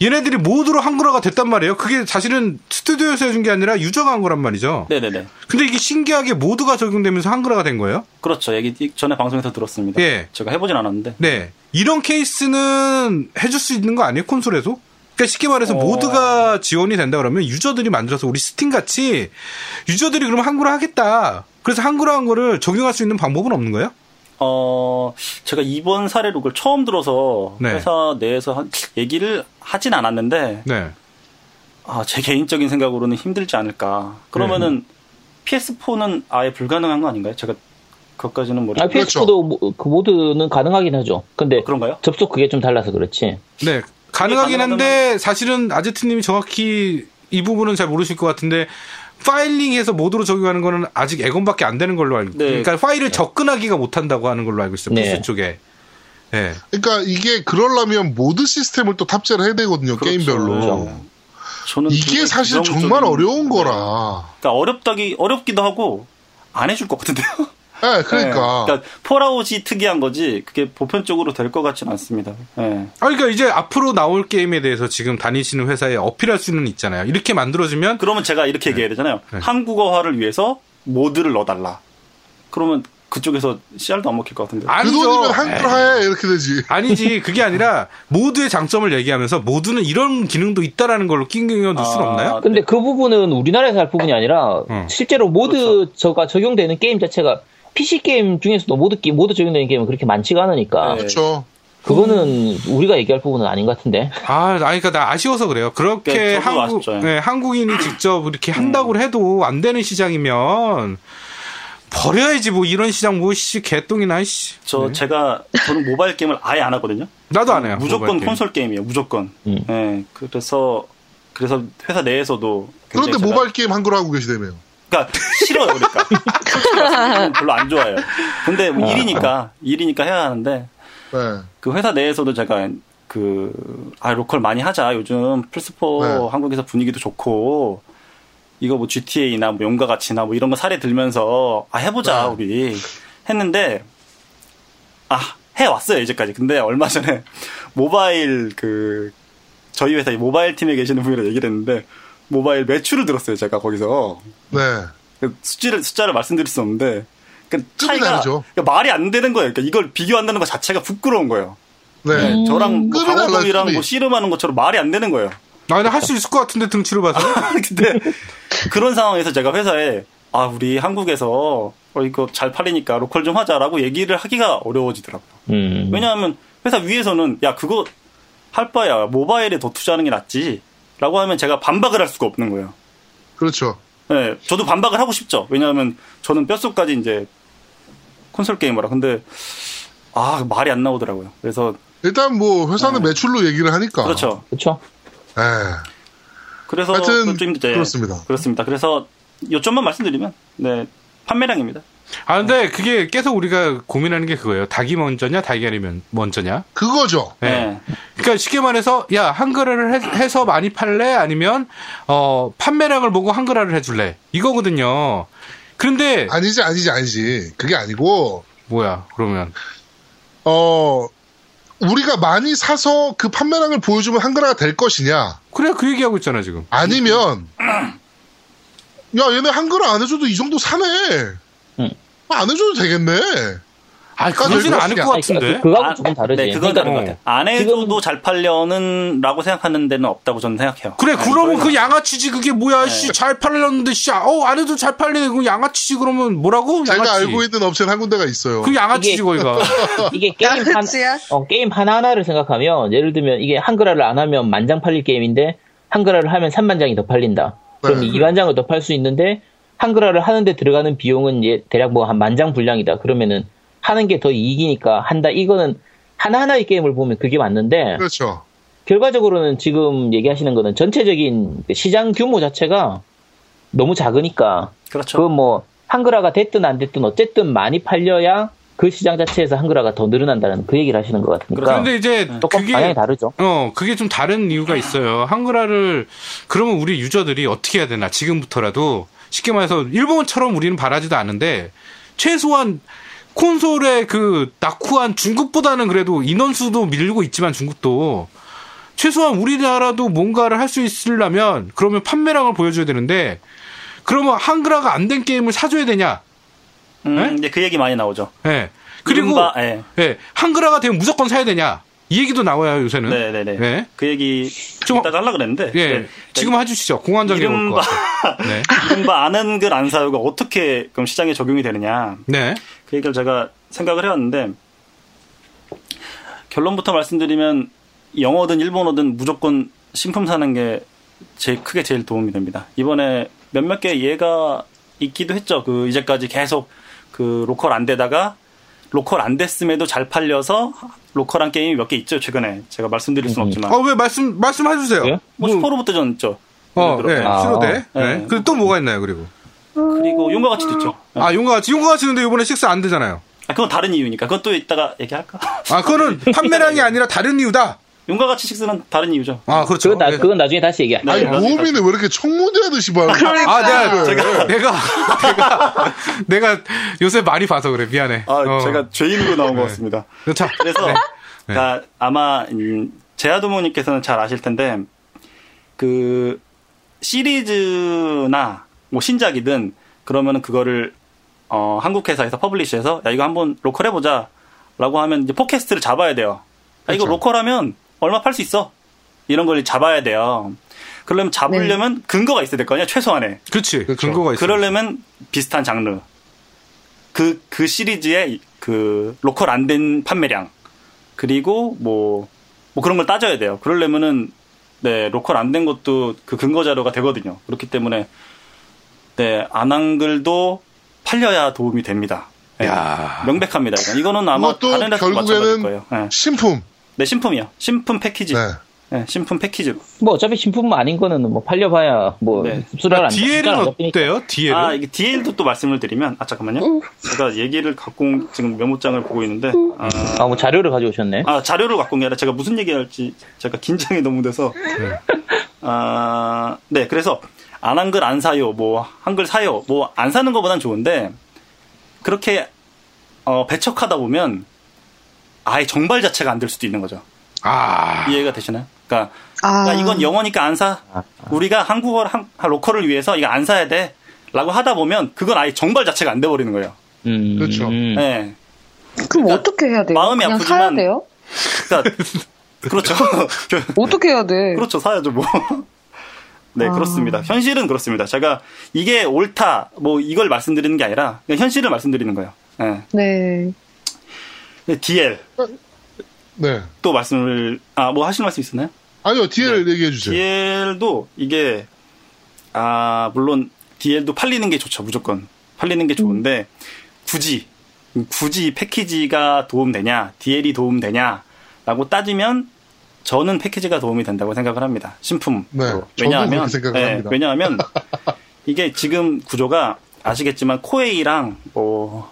Speaker 2: 얘네들이 모두로 한글화가 됐단 말이에요. 그게 사실은 스튜디오에서 해준 게 아니라 유저가 한 거란 말이죠.
Speaker 3: 네네네.
Speaker 2: 근데 이게 신기하게 모두가 적용되면서 한글화가 된 거예요.
Speaker 3: 그렇죠. 얘기 전에 방송에서 들었습니다.
Speaker 2: 예.
Speaker 3: 제가 해보진 않았는데.
Speaker 2: 네. 이런 케이스는 해줄 수 있는 거 아니에요? 콘솔에도? 그러니까 쉽게 말해서
Speaker 5: 어.
Speaker 2: 모두가 지원이 된다 그러면 유저들이 만들어서 우리 스팀 같이 유저들이 그럼 한글화 하겠다. 그래서 한글화 한 거를 적용할 수 있는 방법은 없는 거예요?
Speaker 3: 어, 제가 이번 사례로 그걸 처음 들어서
Speaker 2: 네.
Speaker 3: 회사 내에서 한- 얘기를 하진 않았는데,
Speaker 2: 네.
Speaker 3: 아, 제 개인적인
Speaker 1: 네,
Speaker 3: 생각으로는 힘들지 않을까. 그러면은 PS4는 아예 불가능한 거 아닌가요? 제가 그것까지는
Speaker 5: 아,
Speaker 3: 모르겠.
Speaker 1: 그렇죠.
Speaker 5: PS도 그 모드는 가능하긴 하죠. 근데
Speaker 3: 그렇죠. 아, 그런가요?
Speaker 5: 접속 그게 좀 달라서 그렇지.
Speaker 2: 네. 가능하긴
Speaker 3: 그러니까
Speaker 2: 한데 사실은 아제트님이 정확히 이 부분은 잘 모르실 것 같은데 파일링해서 모드로 적용하는 거는 아직 애건밖에 안 되는 걸로 알고
Speaker 3: 네.
Speaker 2: 그러니까 파일을 접근하기가 못한다고 하는 걸로 알고 있어요.
Speaker 5: 네.
Speaker 2: PC 쪽에. 네.
Speaker 1: 그러니까 이게 그러려면 모드 시스템을 또 탑재를 해야 되거든요
Speaker 3: 그렇죠.
Speaker 1: 게임별로.
Speaker 3: 네. 저는
Speaker 1: 이게
Speaker 3: 굉장히
Speaker 1: 사실
Speaker 3: 부정적인-
Speaker 1: 정말 어려운
Speaker 3: 네.
Speaker 1: 거라.
Speaker 3: 그러니까 어렵다기 어렵기도 하고 안 해줄 것 같은데요. [laughs]
Speaker 1: 예, 그러니까.
Speaker 3: 네. 그러니까 폴아웃이 특이한 거지 그게 보편적으로 될 것 같지는 않습니다. 네.
Speaker 2: 아, 그러니까 이제 앞으로 나올 게임에 대해서 지금 다니시는 회사에 어필할 수는 있잖아요. 이렇게 만들어지면
Speaker 3: 그러면 제가 이렇게 얘기해야 되잖아요.
Speaker 2: 네.
Speaker 3: 한국어화를 위해서 모드를 넣어달라. 그러면 그쪽에서 씨알도 안 먹힐 것 같은데. 요
Speaker 1: 그
Speaker 2: 아니죠. 네.
Speaker 1: 돈이면 한글화해 이렇게 되지.
Speaker 2: 아니지 그게 아니라 모두의 장점을 얘기하면서 모두는 이런 기능도 있다라는 걸로 낑낑겨 놓을 순
Speaker 3: 아,
Speaker 2: 없나요?
Speaker 5: 근데 그 부분은 우리나라에서 할 부분이 아니라
Speaker 2: 음.
Speaker 5: 실제로 모드 저가 적용되는 게임 자체가 PC 게임 중에서도 모드 게 모드 적용되는 게임은 그렇게 많지가 않으니까
Speaker 3: 네.
Speaker 1: 그렇죠.
Speaker 5: 그거는 우리가 얘기할 부분은 아닌 것 같은데.
Speaker 2: 아, 아니, 그니까, 나 아쉬워서 그래요. 그렇게
Speaker 3: 네, 저도
Speaker 2: 한국,
Speaker 3: 아쉽죠. 음.
Speaker 2: 네, 한국인이 직접 이렇게 한다고 해도 안 되는 시장이면, 버려야지, 뭐, 이런 시장, 뭐, 씨, 개똥이나, 씨.
Speaker 3: 저 제가 저는 모바일 게임을 아예 안 하거든요.
Speaker 2: 네. 나도 안 해요.
Speaker 3: 무조건
Speaker 2: 모바일 게임.
Speaker 3: 콘솔 게임이에요. 무조건.
Speaker 5: 음.
Speaker 3: 예, 그래서 그래서 회사 내에서도 굉장히
Speaker 1: 그런데
Speaker 3: 제가-
Speaker 1: 모바일 게임 한글화 하고 계시다며요.
Speaker 3: 그러니까 싫어요. 그러니까 [laughs] 솔직히 말씀드리면 저는 별로 안 좋아해요. 근데 뭐 일이니까 일이니까 해야 하는데
Speaker 1: 네.
Speaker 3: 그 회사 내에서도 제가 그, 아, 로컬 많이 하자. 요즘 플스4
Speaker 1: 네.
Speaker 3: 한국에서 분위기도 좋고, 이거 뭐 GTA나 뭐 용과 같이나 뭐 이런 거 사례 들면서, 아, 해보자,
Speaker 1: 네.
Speaker 3: 우리. 했는데, 아, 해왔어요, 이제까지. 근데 얼마 전에 [laughs] 모바일 그, 저희 회사 이 모바일 팀에 계시는 분이랑 얘기를 했는데, 모바일 매출을 들었어요, 제가 거기서.
Speaker 1: 네.
Speaker 3: 그 숫자를, 숫자를 말씀드릴 수 없는데, 그
Speaker 1: 급이
Speaker 3: 차이가
Speaker 1: 다르죠.
Speaker 3: 그러니까 말이 안 되는 거예요. 그러니까 이걸 비교한다는 것 자체가 부끄러운 거예요.
Speaker 1: 네.
Speaker 3: 네, 저랑 뭐
Speaker 1: 끈이 달라요,
Speaker 3: 강호동이랑
Speaker 1: 끈이.
Speaker 3: 뭐 씨름하는 것처럼 말이 안 되는 거예요. [laughs]
Speaker 2: 아, 근데 할수 있을 것 같은데, 등치로 봐서.
Speaker 3: 근데 그런 상황에서 제가 회사에 아 우리 한국에서 어, 이거 잘 팔리니까 로컬 좀 하자라고 얘기를 하기가 어려워지더라고요.
Speaker 5: 음.
Speaker 3: 왜냐하면 회사 위에서는 야 그거 할 바야 모바일에 더 투자하는 게 낫지라고 하면 제가 반박을 할 수가 없는 거예요.
Speaker 1: 그렇죠.
Speaker 3: 네, 저도 반박을 하고 싶죠. 왜냐하면 저는 뼛속까지 이제 콘솔 게이머라. 근데 아 말이 안 나오더라고요. 그래서
Speaker 1: 일단 뭐 회사는 매출로 얘기를 하니까.
Speaker 3: 그렇죠.
Speaker 5: 그렇죠.
Speaker 1: 예.
Speaker 3: 그래서
Speaker 1: 하여튼
Speaker 3: 그건 좀 힘들죠. 예.
Speaker 1: 그렇습니다.
Speaker 3: 그렇습니다. 그래서 요점만 말씀드리면 네 판매량입니다.
Speaker 2: 아, 근데 그게 계속 우리가 고민하는 게 그거예요. 닭이 먼저냐, 닭이 아니면 먼저냐.
Speaker 1: 그거죠.
Speaker 2: 예.
Speaker 3: 네.
Speaker 2: 그러니까 쉽게 말해서, 야, 한글화를 해- 해서 많이 팔래? 아니면, 어, 판매량을 보고 한글화를 해줄래? 이거거든요. 그런데,
Speaker 1: 아니지 아니지 아니지. 그게 아니고
Speaker 2: 뭐야, 그러면.
Speaker 1: 어 우리가 많이 사서 그 판매량을 보여주면 한글화가 될 것이냐
Speaker 2: 그래, 그 얘기하고 있잖아, 지금.
Speaker 1: 아니면 야 얘네 한글화 안 해줘도 이 정도 사네.
Speaker 5: 응.
Speaker 1: 안 해줘도 되겠네.
Speaker 2: 아,
Speaker 1: 그러니까
Speaker 2: 그러지는
Speaker 1: 저희
Speaker 2: 않을 것
Speaker 1: 그렇지
Speaker 2: 같은데.
Speaker 5: 그거하고
Speaker 3: 아,
Speaker 5: 조금 다르지.
Speaker 3: 네,
Speaker 5: 그러니까 뭐
Speaker 3: 그건 다른 것 같아요. 안 해도
Speaker 5: 지금-
Speaker 3: 잘 팔려는라고 생각하는 데는 없다고 저는 생각해요.
Speaker 2: 그래,
Speaker 3: 네,
Speaker 2: 그러면
Speaker 3: 저희가-
Speaker 2: 그 양아치지, 그게 뭐야, 씨,
Speaker 1: 네.
Speaker 2: 잘 팔렸는데, 씨, 아, 어, 안 해도 잘 팔리네, 그 양아치지, 그러면 뭐라고?
Speaker 1: 제가
Speaker 2: 양아치.
Speaker 1: 알고 있는 업체는 한 군데가 있어요.
Speaker 2: 그 양아치지,
Speaker 5: 이게-
Speaker 2: 거기가.
Speaker 1: [laughs]
Speaker 5: 이게 게임
Speaker 1: 아,
Speaker 5: 한,
Speaker 4: 그치야?
Speaker 5: 어, 게임 하나하나를 생각하면, 예를 들면, 이게 한글화를 안 하면 만장 팔릴 게임인데, 한글화를 하면 3만 장이 더 팔린다. 그럼
Speaker 1: 네.
Speaker 5: 2만 장을 더 팔 수 있는데, 한글화를 하는데 들어가는 비용은 예- 대략 뭐 한 만장 분량이다. 그러면은, 하는 게 더 이익이니까 한다. 이거는, 하나하나의 게임을 보면 그게 맞는데,
Speaker 1: 그렇죠.
Speaker 5: 결과적으로는 지금 얘기하시는 거는 전체적인 그 시장 규모 자체가 너무 작으니까,
Speaker 3: 그렇죠.
Speaker 5: 그건 뭐, 한글화가 됐든 안 됐든 어쨌든 많이 팔려야 그 시장 자체에서 한글화가 더 늘어난다는 [laughs] 그 얘기를 하시는 것 같으니까.
Speaker 2: 그런데 이제,
Speaker 5: 조금 방향이
Speaker 2: 그렇죠. 그게,
Speaker 5: 다르죠.
Speaker 2: 어, 그게 좀 다른
Speaker 3: 아.
Speaker 2: 이유가 있어요. 한글화를, 그러면 우리 유저들이 어떻게 해야 되나, 지금부터라도. 쉽게 말해서, 일본처럼 우리는 바라지도 않은데, 최소한, 콘솔의 그, 낙후한 중국보다는 그래도 인원수도 밀고 있지만, 중국도. 최소한 우리나라도 뭔가를 할 수 있으려면, 그러면 판매량을 보여줘야 되는데, 그러면 한글화가 안 된 게임을 사줘야 되냐?
Speaker 3: 음,
Speaker 2: 네?
Speaker 3: 이제 그 얘기 많이 나오죠.
Speaker 2: 예. 그리고,
Speaker 3: 이른바, 예.
Speaker 2: 예, 한글화가 되면 무조건 사야 되냐? 이 얘기도 나와요, 요새는.
Speaker 3: 네, 네, 네.
Speaker 2: 예.
Speaker 3: 그 얘기
Speaker 2: 좀-
Speaker 3: 이따가 하려 그랬는데.
Speaker 2: 예.
Speaker 3: 네.
Speaker 2: 지금 해주시죠. 공안장애 올것
Speaker 3: 이른바, [laughs]
Speaker 2: 같아요. 네.
Speaker 3: 이른바 아는 글 안 사요가 어떻게 그럼 시장에 적용이 되느냐.
Speaker 2: 네.
Speaker 3: 그 얘기를 제가 생각을 해왔는데 결론부터 말씀드리면 영어든 일본어든 무조건 신품 사는 게 제일 크게 제일 도움이 됩니다. 이번에 몇몇 개 예가 있기도 했죠. 그 이제까지 계속 그 로컬 안 되다가 로컬 안 됐음에도 잘 팔려서 로컬한 게임이 몇 개 있죠 최근에 제가 말씀드릴 순 없지만
Speaker 2: 아, 왜 말씀, 말씀해주세요.
Speaker 5: 예?
Speaker 3: 뭐 슈퍼로봇도 전 있죠
Speaker 2: 어, 예,
Speaker 3: 들어요.
Speaker 5: 아.
Speaker 2: 수로대. 예.
Speaker 3: 네.
Speaker 2: 그리고 또 뭐가 있나요, 그리고?
Speaker 3: 그리고 용과 같이도 있죠
Speaker 2: 아, 용과 같이, 용과 같이 는데 이번에 식사 안 되잖아요.
Speaker 3: 아, 그건 다른 이유니까 그건 또 이따가 얘기할까 [laughs]
Speaker 2: 아, 그거는 판매량이 아니라 다른 이유다.
Speaker 3: 용과 같이 식스는 다른 이유죠
Speaker 2: 아, 그렇죠.
Speaker 5: 그건, 나,
Speaker 2: 예.
Speaker 5: 그건 나중에 다시 얘기할게요.
Speaker 1: 아니,
Speaker 3: 네, 맞습니다.
Speaker 1: 모험이는 왜 이렇게 청문회하듯이 말
Speaker 2: 아, 내가,
Speaker 3: 제가-
Speaker 2: 내가, 내가, 내가 요새 많이 봐서 그래. 미안해.
Speaker 3: 아
Speaker 2: 어.
Speaker 3: 제가 죄인으로 나온 것 같습니다
Speaker 2: 자,
Speaker 3: 그래서
Speaker 2: 네.
Speaker 3: 다 아마 음, 제아도모님께서는 잘 아실 텐데 그 시리즈나 뭐 신작이든 그러면 그거를 어, 한국 회사에서 퍼블리시해서 야 이거 한번 로컬 해보자라고 하면 이제 포캐스트를 잡아야 돼요. 야,
Speaker 2: 그렇죠.
Speaker 3: 이거 로컬하면 얼마 팔 수 있어? 이런 걸 잡아야 돼요. 그러면 잡으려면 근거가 있어야 될 거 아니야 최소한에.
Speaker 2: 그치.
Speaker 1: 그렇죠.
Speaker 2: 근거가 있어.
Speaker 3: 그러려면 비슷한 장르. 그, 그 시리즈의 그 로컬 안 된 판매량. 그리고 뭐, 뭐 그런 걸 따져야 돼요. 그러려면은, 네, 로컬 안 된 것도 그 근거 자료가 되거든요. 그렇기 때문에, 네, 안 한 글도 팔려야 도움이 됩니다. 네,
Speaker 2: 야.
Speaker 3: 명백합니다. 이건. 이거는 아마
Speaker 1: 그것도
Speaker 3: 다른 데서 마찬가지일
Speaker 1: 뭐 결국에는
Speaker 3: 거예요. 네.
Speaker 1: 신품.
Speaker 3: 네, 신품이요. 신품 패키지.
Speaker 1: 네.
Speaker 3: 네, 신품 패키지로.
Speaker 5: 뭐 어차피 신품 아닌 거는 뭐 팔려봐야 뭐
Speaker 3: 네.
Speaker 5: 수달 안
Speaker 2: DL은
Speaker 5: 수달 안 잡히니까.
Speaker 2: 어때요? DL은?
Speaker 3: 아, 이게 DL도 또 말씀을 드리면, 아, 잠깐만요. 제가 얘기를 갖고 온 지금 메모장을 보고 있는데, 아,
Speaker 5: 아, 뭐 자료를 가져오셨네.
Speaker 3: 아, 자료를 갖고 온 게 아니라 제가 무슨 얘기 할지 제가 긴장이 너무 돼서, 아, 네, 그래서, 안 한글 안 사요, 뭐, 한글 사요, 뭐, 안 사는 것보단 좋은데, 그렇게, 어, 배척하다 보면, 아예 정발 자체가 안 될 수도 있는 거죠.
Speaker 2: 아.
Speaker 3: 이해가 되시나요? 그러니까,
Speaker 4: 아.
Speaker 3: 그러니까 이건 영어니까 안 사. 우리가 한국어를 한, 한 로컬을 위해서 이거 안 사야 돼. 라고 하다 보면 그건 아예 정발 자체가 안 돼 버리는 거예요.
Speaker 5: 음,
Speaker 1: 그렇죠.
Speaker 5: 음.
Speaker 3: 예.
Speaker 4: 그럼
Speaker 3: 그러니까
Speaker 4: 어떻게 해야 돼요?
Speaker 3: 마음이
Speaker 4: 그냥
Speaker 3: 아프지만-
Speaker 4: 사야 돼요?
Speaker 3: 그러니까 그렇죠. [laughs]
Speaker 4: 어떻게 해야 돼?
Speaker 3: 그렇죠. 사야죠, 뭐. [laughs] 네, 그렇습니다. 현실은 그렇습니다. 제가 이게 옳다 뭐 이걸 말씀드리는 게 아니라 그냥 현실을 말씀드리는 거예요. 예.
Speaker 4: 네.
Speaker 3: 근데 DL
Speaker 1: 네.
Speaker 3: 또 말씀을 아, 뭐 하시는 말씀 있었나요?
Speaker 1: 아니요,
Speaker 3: 네.
Speaker 1: DL 얘기해 주세요.
Speaker 3: DL도 이게 아 물론 DL도 팔리는 게 좋죠 무조건 팔리는 게 좋은데 굳이 굳이 이 패키지가 도움되냐 DL이 도움되냐라고 따지면 저는 패키지가 도움이 된다고 생각을 합니다 신품 네,
Speaker 1: 네, 저도 그렇게 생각을 합니다. [laughs]
Speaker 3: 왜냐하면 이게 지금 구조가 아시겠지만 코에이랑 뭐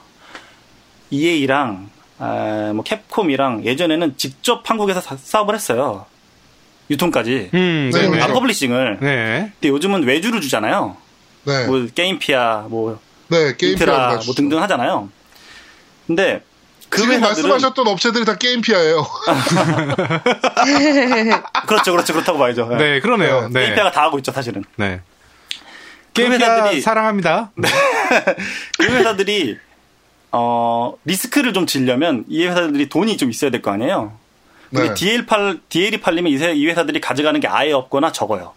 Speaker 3: EA랑 뭐 캡콤이랑 예전에는 직접 한국에서 사- 사업을 했어요 유통까지
Speaker 2: 음,
Speaker 1: 네,
Speaker 2: 네네.
Speaker 3: 아,
Speaker 1: 그렇죠.
Speaker 3: 퍼블리싱을.
Speaker 2: 네.
Speaker 3: 근데 요즘은 외주로 주잖아요.
Speaker 1: 네.
Speaker 3: 뭐 게임피아, 뭐
Speaker 1: 네, 게임
Speaker 3: 인트라, 뭐
Speaker 1: 피아입니다.
Speaker 3: 등등 하잖아요. 근데 그
Speaker 1: 지금
Speaker 3: 회사들은
Speaker 1: 말씀하셨던 업체들이 다 게임
Speaker 3: [laughs]
Speaker 1: 피아예요.
Speaker 3: 그렇죠, 그렇죠, 그렇다고 봐야죠. 예.
Speaker 2: 네, 그러네요. 네.
Speaker 3: 게임피아가 다 하고 있죠, 사실은. 그
Speaker 2: 네. 게임 회사
Speaker 3: 회사들이-
Speaker 2: 사랑합니다.
Speaker 3: 그 회사들이 어 리스크를 좀 지려면 이 회사들이 돈이 좀 있어야 될 거 아니에요. 근데
Speaker 1: 네.
Speaker 3: DL 팔 DL이 팔리면 이, 회, 이 회사들이 가져가는 게 아예 없거나 적어요.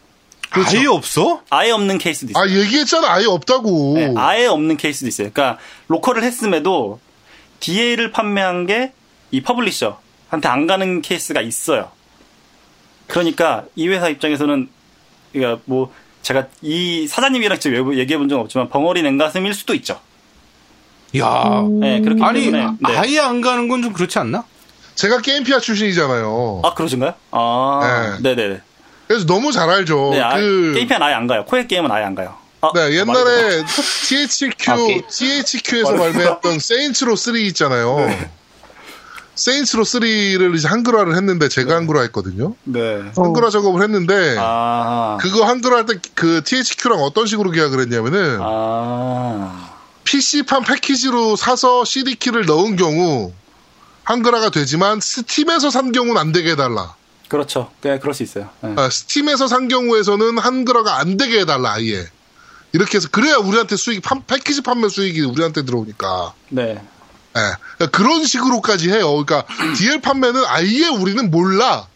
Speaker 2: 아예 없어?
Speaker 3: 아예 없는 케이스도 있어요.
Speaker 1: 아, 얘기했잖아. 아예 없다고.
Speaker 3: 네, 아예 없는 케이스도 있어요. 그러니까 로컬을 했음에도 DA를 판매한 게 이 퍼블리셔한테 안 가는 케이스가 있어요. 그러니까 이 회사 입장에서는 그러니까 뭐 제가 이 사장님이랑 지금 얘기해 본 적은 없지만 벙어리 냉가슴일 수도 있죠.
Speaker 2: 야.
Speaker 3: 네, 그렇기
Speaker 2: 음. 아니,
Speaker 3: 때문에 네.
Speaker 2: 아예 안 가는 건 좀 그렇지 않나?
Speaker 1: 제가 게임 피아 출신이잖아요.
Speaker 3: 아 그러신가요? 아, 네, 네, 네.
Speaker 1: 그래서 너무 잘 알죠.
Speaker 3: 아,
Speaker 1: 그
Speaker 3: 게임편 아예 안 가요. 코엑 게임은 아예 안 가요. 아,
Speaker 1: 네,
Speaker 3: 아, 말이 되나?
Speaker 1: 옛날에 THQ,
Speaker 5: 아, 게임.
Speaker 1: THQ에서 발매했던 세인츠로 3 있잖아요.
Speaker 3: 네.
Speaker 1: 세인츠로 3를 이제 한글화를 했는데 제가 한글화 했거든요.
Speaker 3: 네.
Speaker 1: 한글화 작업을 했는데
Speaker 3: 아,
Speaker 1: 그거 한글화 할 때 그 THQ랑 어떤 식으로 계약을 했냐면은
Speaker 3: 아,
Speaker 1: PC판 패키지로 사서 CD키를 넣은 경우 한글화가 되지만 스팀에서 산 경우는 안 되게 해달라.
Speaker 3: 그렇죠. 네, 그럴 수 있어요. 네.
Speaker 1: 아, 스팀에서 산 경우에서는 한글화가 안 되게 해달라 아예. 이렇게 해서 그래야 우리한테 수익 판- 패키지 판매 수익이 우리한테 들어오니까.
Speaker 3: 네.
Speaker 1: 예. 그런 식으로까지 해요. 그러니까 DL 판매는 아예 우리는 몰라.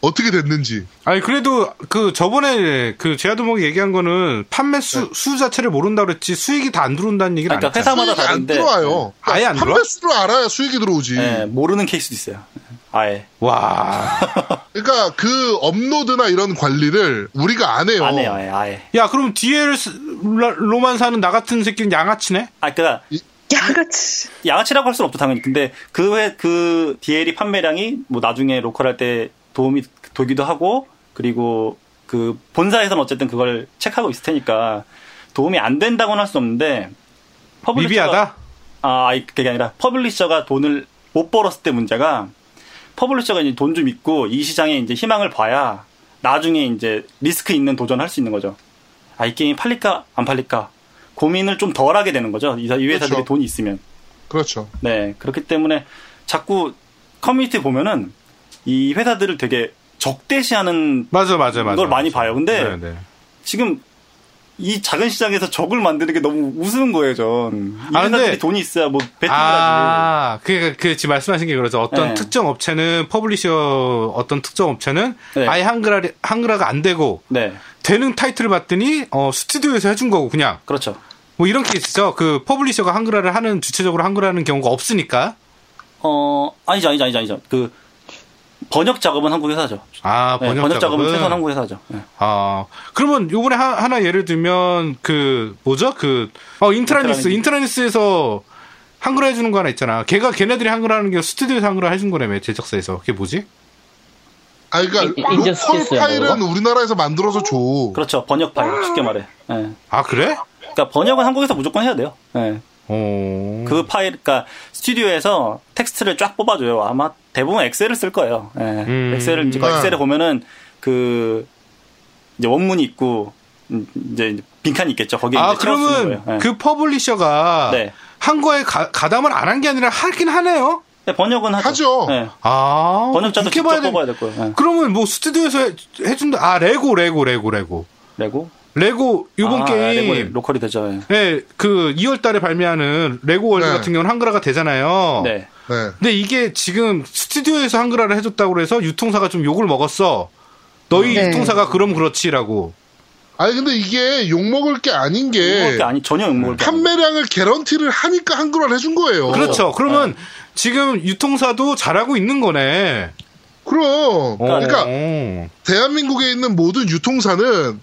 Speaker 1: 어떻게 됐는지.
Speaker 2: 아니 그래도 그 저번에 그 제아도목이 얘기한 거는 판매 수, 수 자체를 모른다 그랬지 수익이 다 안 들어온다는 얘기는
Speaker 3: 네. 그러니까
Speaker 2: 안 했잖아.
Speaker 3: 회사- 사마다
Speaker 1: 수익이 안
Speaker 3: 다른데.
Speaker 1: 들어와요. 그러니까
Speaker 2: 아예 안 들어와?
Speaker 1: 판매 수를 알아야 수익이 들어오지.
Speaker 3: 네,
Speaker 2: 음.
Speaker 3: 모르는 케이스도 있어요. 아예.
Speaker 2: 와.
Speaker 3: [laughs]
Speaker 1: 그러니까 그 업로드나 이런 관리를 우리가 안
Speaker 2: 어.
Speaker 1: 해요.
Speaker 3: 안 해요, 아예, 아예.
Speaker 2: 야 그럼 DL로만 사는 나 같은 새끼는 양아치네?
Speaker 3: 아, 그니까,
Speaker 4: 야같이.
Speaker 3: 양아치라고 할 수는 없죠 당연히. 근데 그회그 DL이 판매량이 뭐 나중에 로컬할 때 도움이 되기도 하고 그리고 그 본사에서는 어쨌든 그걸 체크하고 있을 테니까 도움이 안 된다고는 할 수 없는데 퍼블리셔가-
Speaker 2: 미비하다?
Speaker 3: 아, 아니, 그게 아니라 퍼블리셔가 돈을 못 벌었을 때 문제가 퍼블리셔가 이제 돈 좀 있고 이 시장에 이제 희망을 봐야 나중에 이제 리스크 있는 도전을 할 수 있는 거죠. 아, 이 게임이 팔릴까 안 팔릴까 고민을 좀 덜 하게 되는 거죠. 이, 사- 이 회사들이
Speaker 1: 그렇죠.
Speaker 3: 돈이 있으면.
Speaker 1: 그렇죠.
Speaker 3: 네, 그렇기 때문에 자꾸 커뮤니티 보면은 이 회사들을 되게 적대시하는
Speaker 2: 맞아, 네, 맞아, 맞아.
Speaker 3: 걸 많이 봐요. 근데
Speaker 2: 네, 네.
Speaker 3: 지금 이 작은 시장에서 적을 만드는 게 너무 우스운 거예요, 전. 이
Speaker 2: 아, 근데-
Speaker 3: 회사들이 돈이 있어야 뭐 배팅을 하지.
Speaker 2: 아, 그, 그, 지금 말씀하신 게 그렇죠. 어떤
Speaker 3: 네.
Speaker 2: 특정 업체는, 퍼블리셔 어떤 특정 업체는
Speaker 3: 네.
Speaker 2: 아예 한글화, 한글화가 안 되고,
Speaker 3: 네,
Speaker 2: 되는 타이틀을 봤더니, 어, 스튜디오에서 해준 거고, 그냥.
Speaker 3: 그렇죠.
Speaker 2: 뭐 이런 케이스죠. 그 퍼블리셔가 한글화를 하는, 주체적으로 한글화하는 경우가 없으니까.
Speaker 3: 어, 아니죠, 아니죠, 아니죠, 아니죠. 그 번역 작업은 한국 회사죠.
Speaker 2: 아,
Speaker 3: 네,
Speaker 2: 번역,
Speaker 3: 작업은
Speaker 2: 작업은.
Speaker 3: 최소한 한국 회사죠. 네.
Speaker 2: 아, 그러면 요번에 하, 나 예를 들면 그 뭐죠? 그 어, 인트라니스,
Speaker 3: 인트라니스.
Speaker 2: 인트라니스에서 한글화 해주는 거 하나 있잖아. 걔가 걔네들이 한글화 하는 게 스튜디오에서 한글화 해준 거라며 제작사에서. 그게 뭐지?
Speaker 1: 아,
Speaker 5: 이-
Speaker 1: 그러니까
Speaker 5: 이-
Speaker 1: 로컬
Speaker 5: 인저스티스야,
Speaker 1: 파일은
Speaker 5: 그거?
Speaker 1: 우리나라에서 만들어서 줘.
Speaker 3: 그렇죠. 번역 파일 쉽게 말해. 네.
Speaker 2: 아 그래?
Speaker 3: 그러니까 번역은 한국에서 무조건 해야 돼요. 네.
Speaker 2: 어.
Speaker 3: 그 파일, 그러니까 스튜디오에서 텍스트를 쫙 뽑아줘요. 아마 대부분 엑셀을 쓸 거예요. 예.
Speaker 2: 음.
Speaker 3: 엑셀을 이제 그
Speaker 1: 네.
Speaker 3: 엑셀에 보면은 그 이제 원문이 있고 음, 이제 빈칸이 있겠죠. 거기에
Speaker 2: 아
Speaker 3: 이제 채워 쓰는
Speaker 2: 그러면
Speaker 3: 거예요. 예.
Speaker 2: 그 퍼블리셔가
Speaker 3: 네.
Speaker 2: 한 거에 가, 가담을 안 한 게 아니라 하긴 하네요.
Speaker 3: 근데 번역은 하죠.
Speaker 1: 하죠.
Speaker 3: 예.
Speaker 2: 아
Speaker 3: 번역자도
Speaker 2: 그렇게
Speaker 3: 직접
Speaker 2: 봐야 돼.
Speaker 3: 뽑아야 될 거예요. 예.
Speaker 2: 그러면 뭐 스튜디오에서 해, 해준다. 아 레고 레고 레고 레고
Speaker 3: 레고
Speaker 2: 레고 요번
Speaker 3: 아,
Speaker 2: 게임
Speaker 3: 레고 로컬이 되죠. 예.
Speaker 2: 네, 그 2월 달에 발매하는 레고 월드
Speaker 1: 네.
Speaker 2: 같은 경우는 한글화가 되잖아요.
Speaker 3: 네.
Speaker 1: 네.
Speaker 2: 근데 이게 지금 스튜디오에서 한글화를 해줬다고 그래서 유통사가 좀 욕을 먹었어. 너희
Speaker 4: 네.
Speaker 2: 유통사가 그럼 그렇지라고.
Speaker 1: 아니 근데 이게 욕먹을 게 아닌
Speaker 3: 욕먹을
Speaker 1: 게
Speaker 3: 게 아니 전혀 욕먹을 게 아니.
Speaker 1: 판매량을 개런티를 하니까 한글화를 해준 거예요.
Speaker 2: 그렇죠. 그러면
Speaker 3: 네.
Speaker 2: 지금 유통사도 잘하고 있는 거네.
Speaker 1: 그럼 그러니까
Speaker 2: 어.
Speaker 1: 대한민국에 있는 모든 유통사는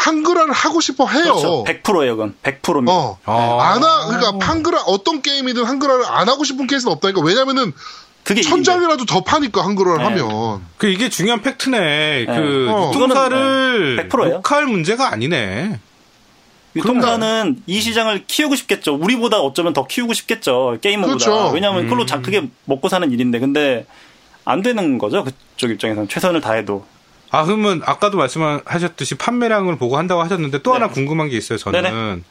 Speaker 1: 한글화를 하고 싶어 해요.
Speaker 3: 그렇죠. 100%예요, 그건. 100%입니다.
Speaker 1: 어.
Speaker 2: 아.
Speaker 1: 안 하, 그러니까 한글화 어떤 게임이든 한글화를 안 하고 싶은 케이스는 없다니까. 왜냐면은
Speaker 3: 그게 이긴데.
Speaker 1: 천장이라도 더 파니까 한글화를
Speaker 3: 네.
Speaker 1: 하면.
Speaker 2: 그 이게 중요한 팩트네. 그
Speaker 1: 어.
Speaker 2: 유통사를
Speaker 3: 그거는, 네, 100% 예요.
Speaker 2: 욕할 문제가 아니네.
Speaker 3: 유통사는 이 시장을 키우고 싶겠죠. 우리보다 어쩌면 더 키우고 싶겠죠. 게이머보다.
Speaker 1: 그렇죠.
Speaker 3: 왜냐하면 그걸로
Speaker 2: 음.
Speaker 3: 자 크게 먹고 사는 일인데 근데 안 되는 거죠. 그쪽 입장에서는 최선을 다해도.
Speaker 2: 아 그러면 아까도 말씀하셨듯이 판매량을 보고 한다고 하셨는데 또 하나
Speaker 3: 네.
Speaker 2: 궁금한 게 있어요. 저는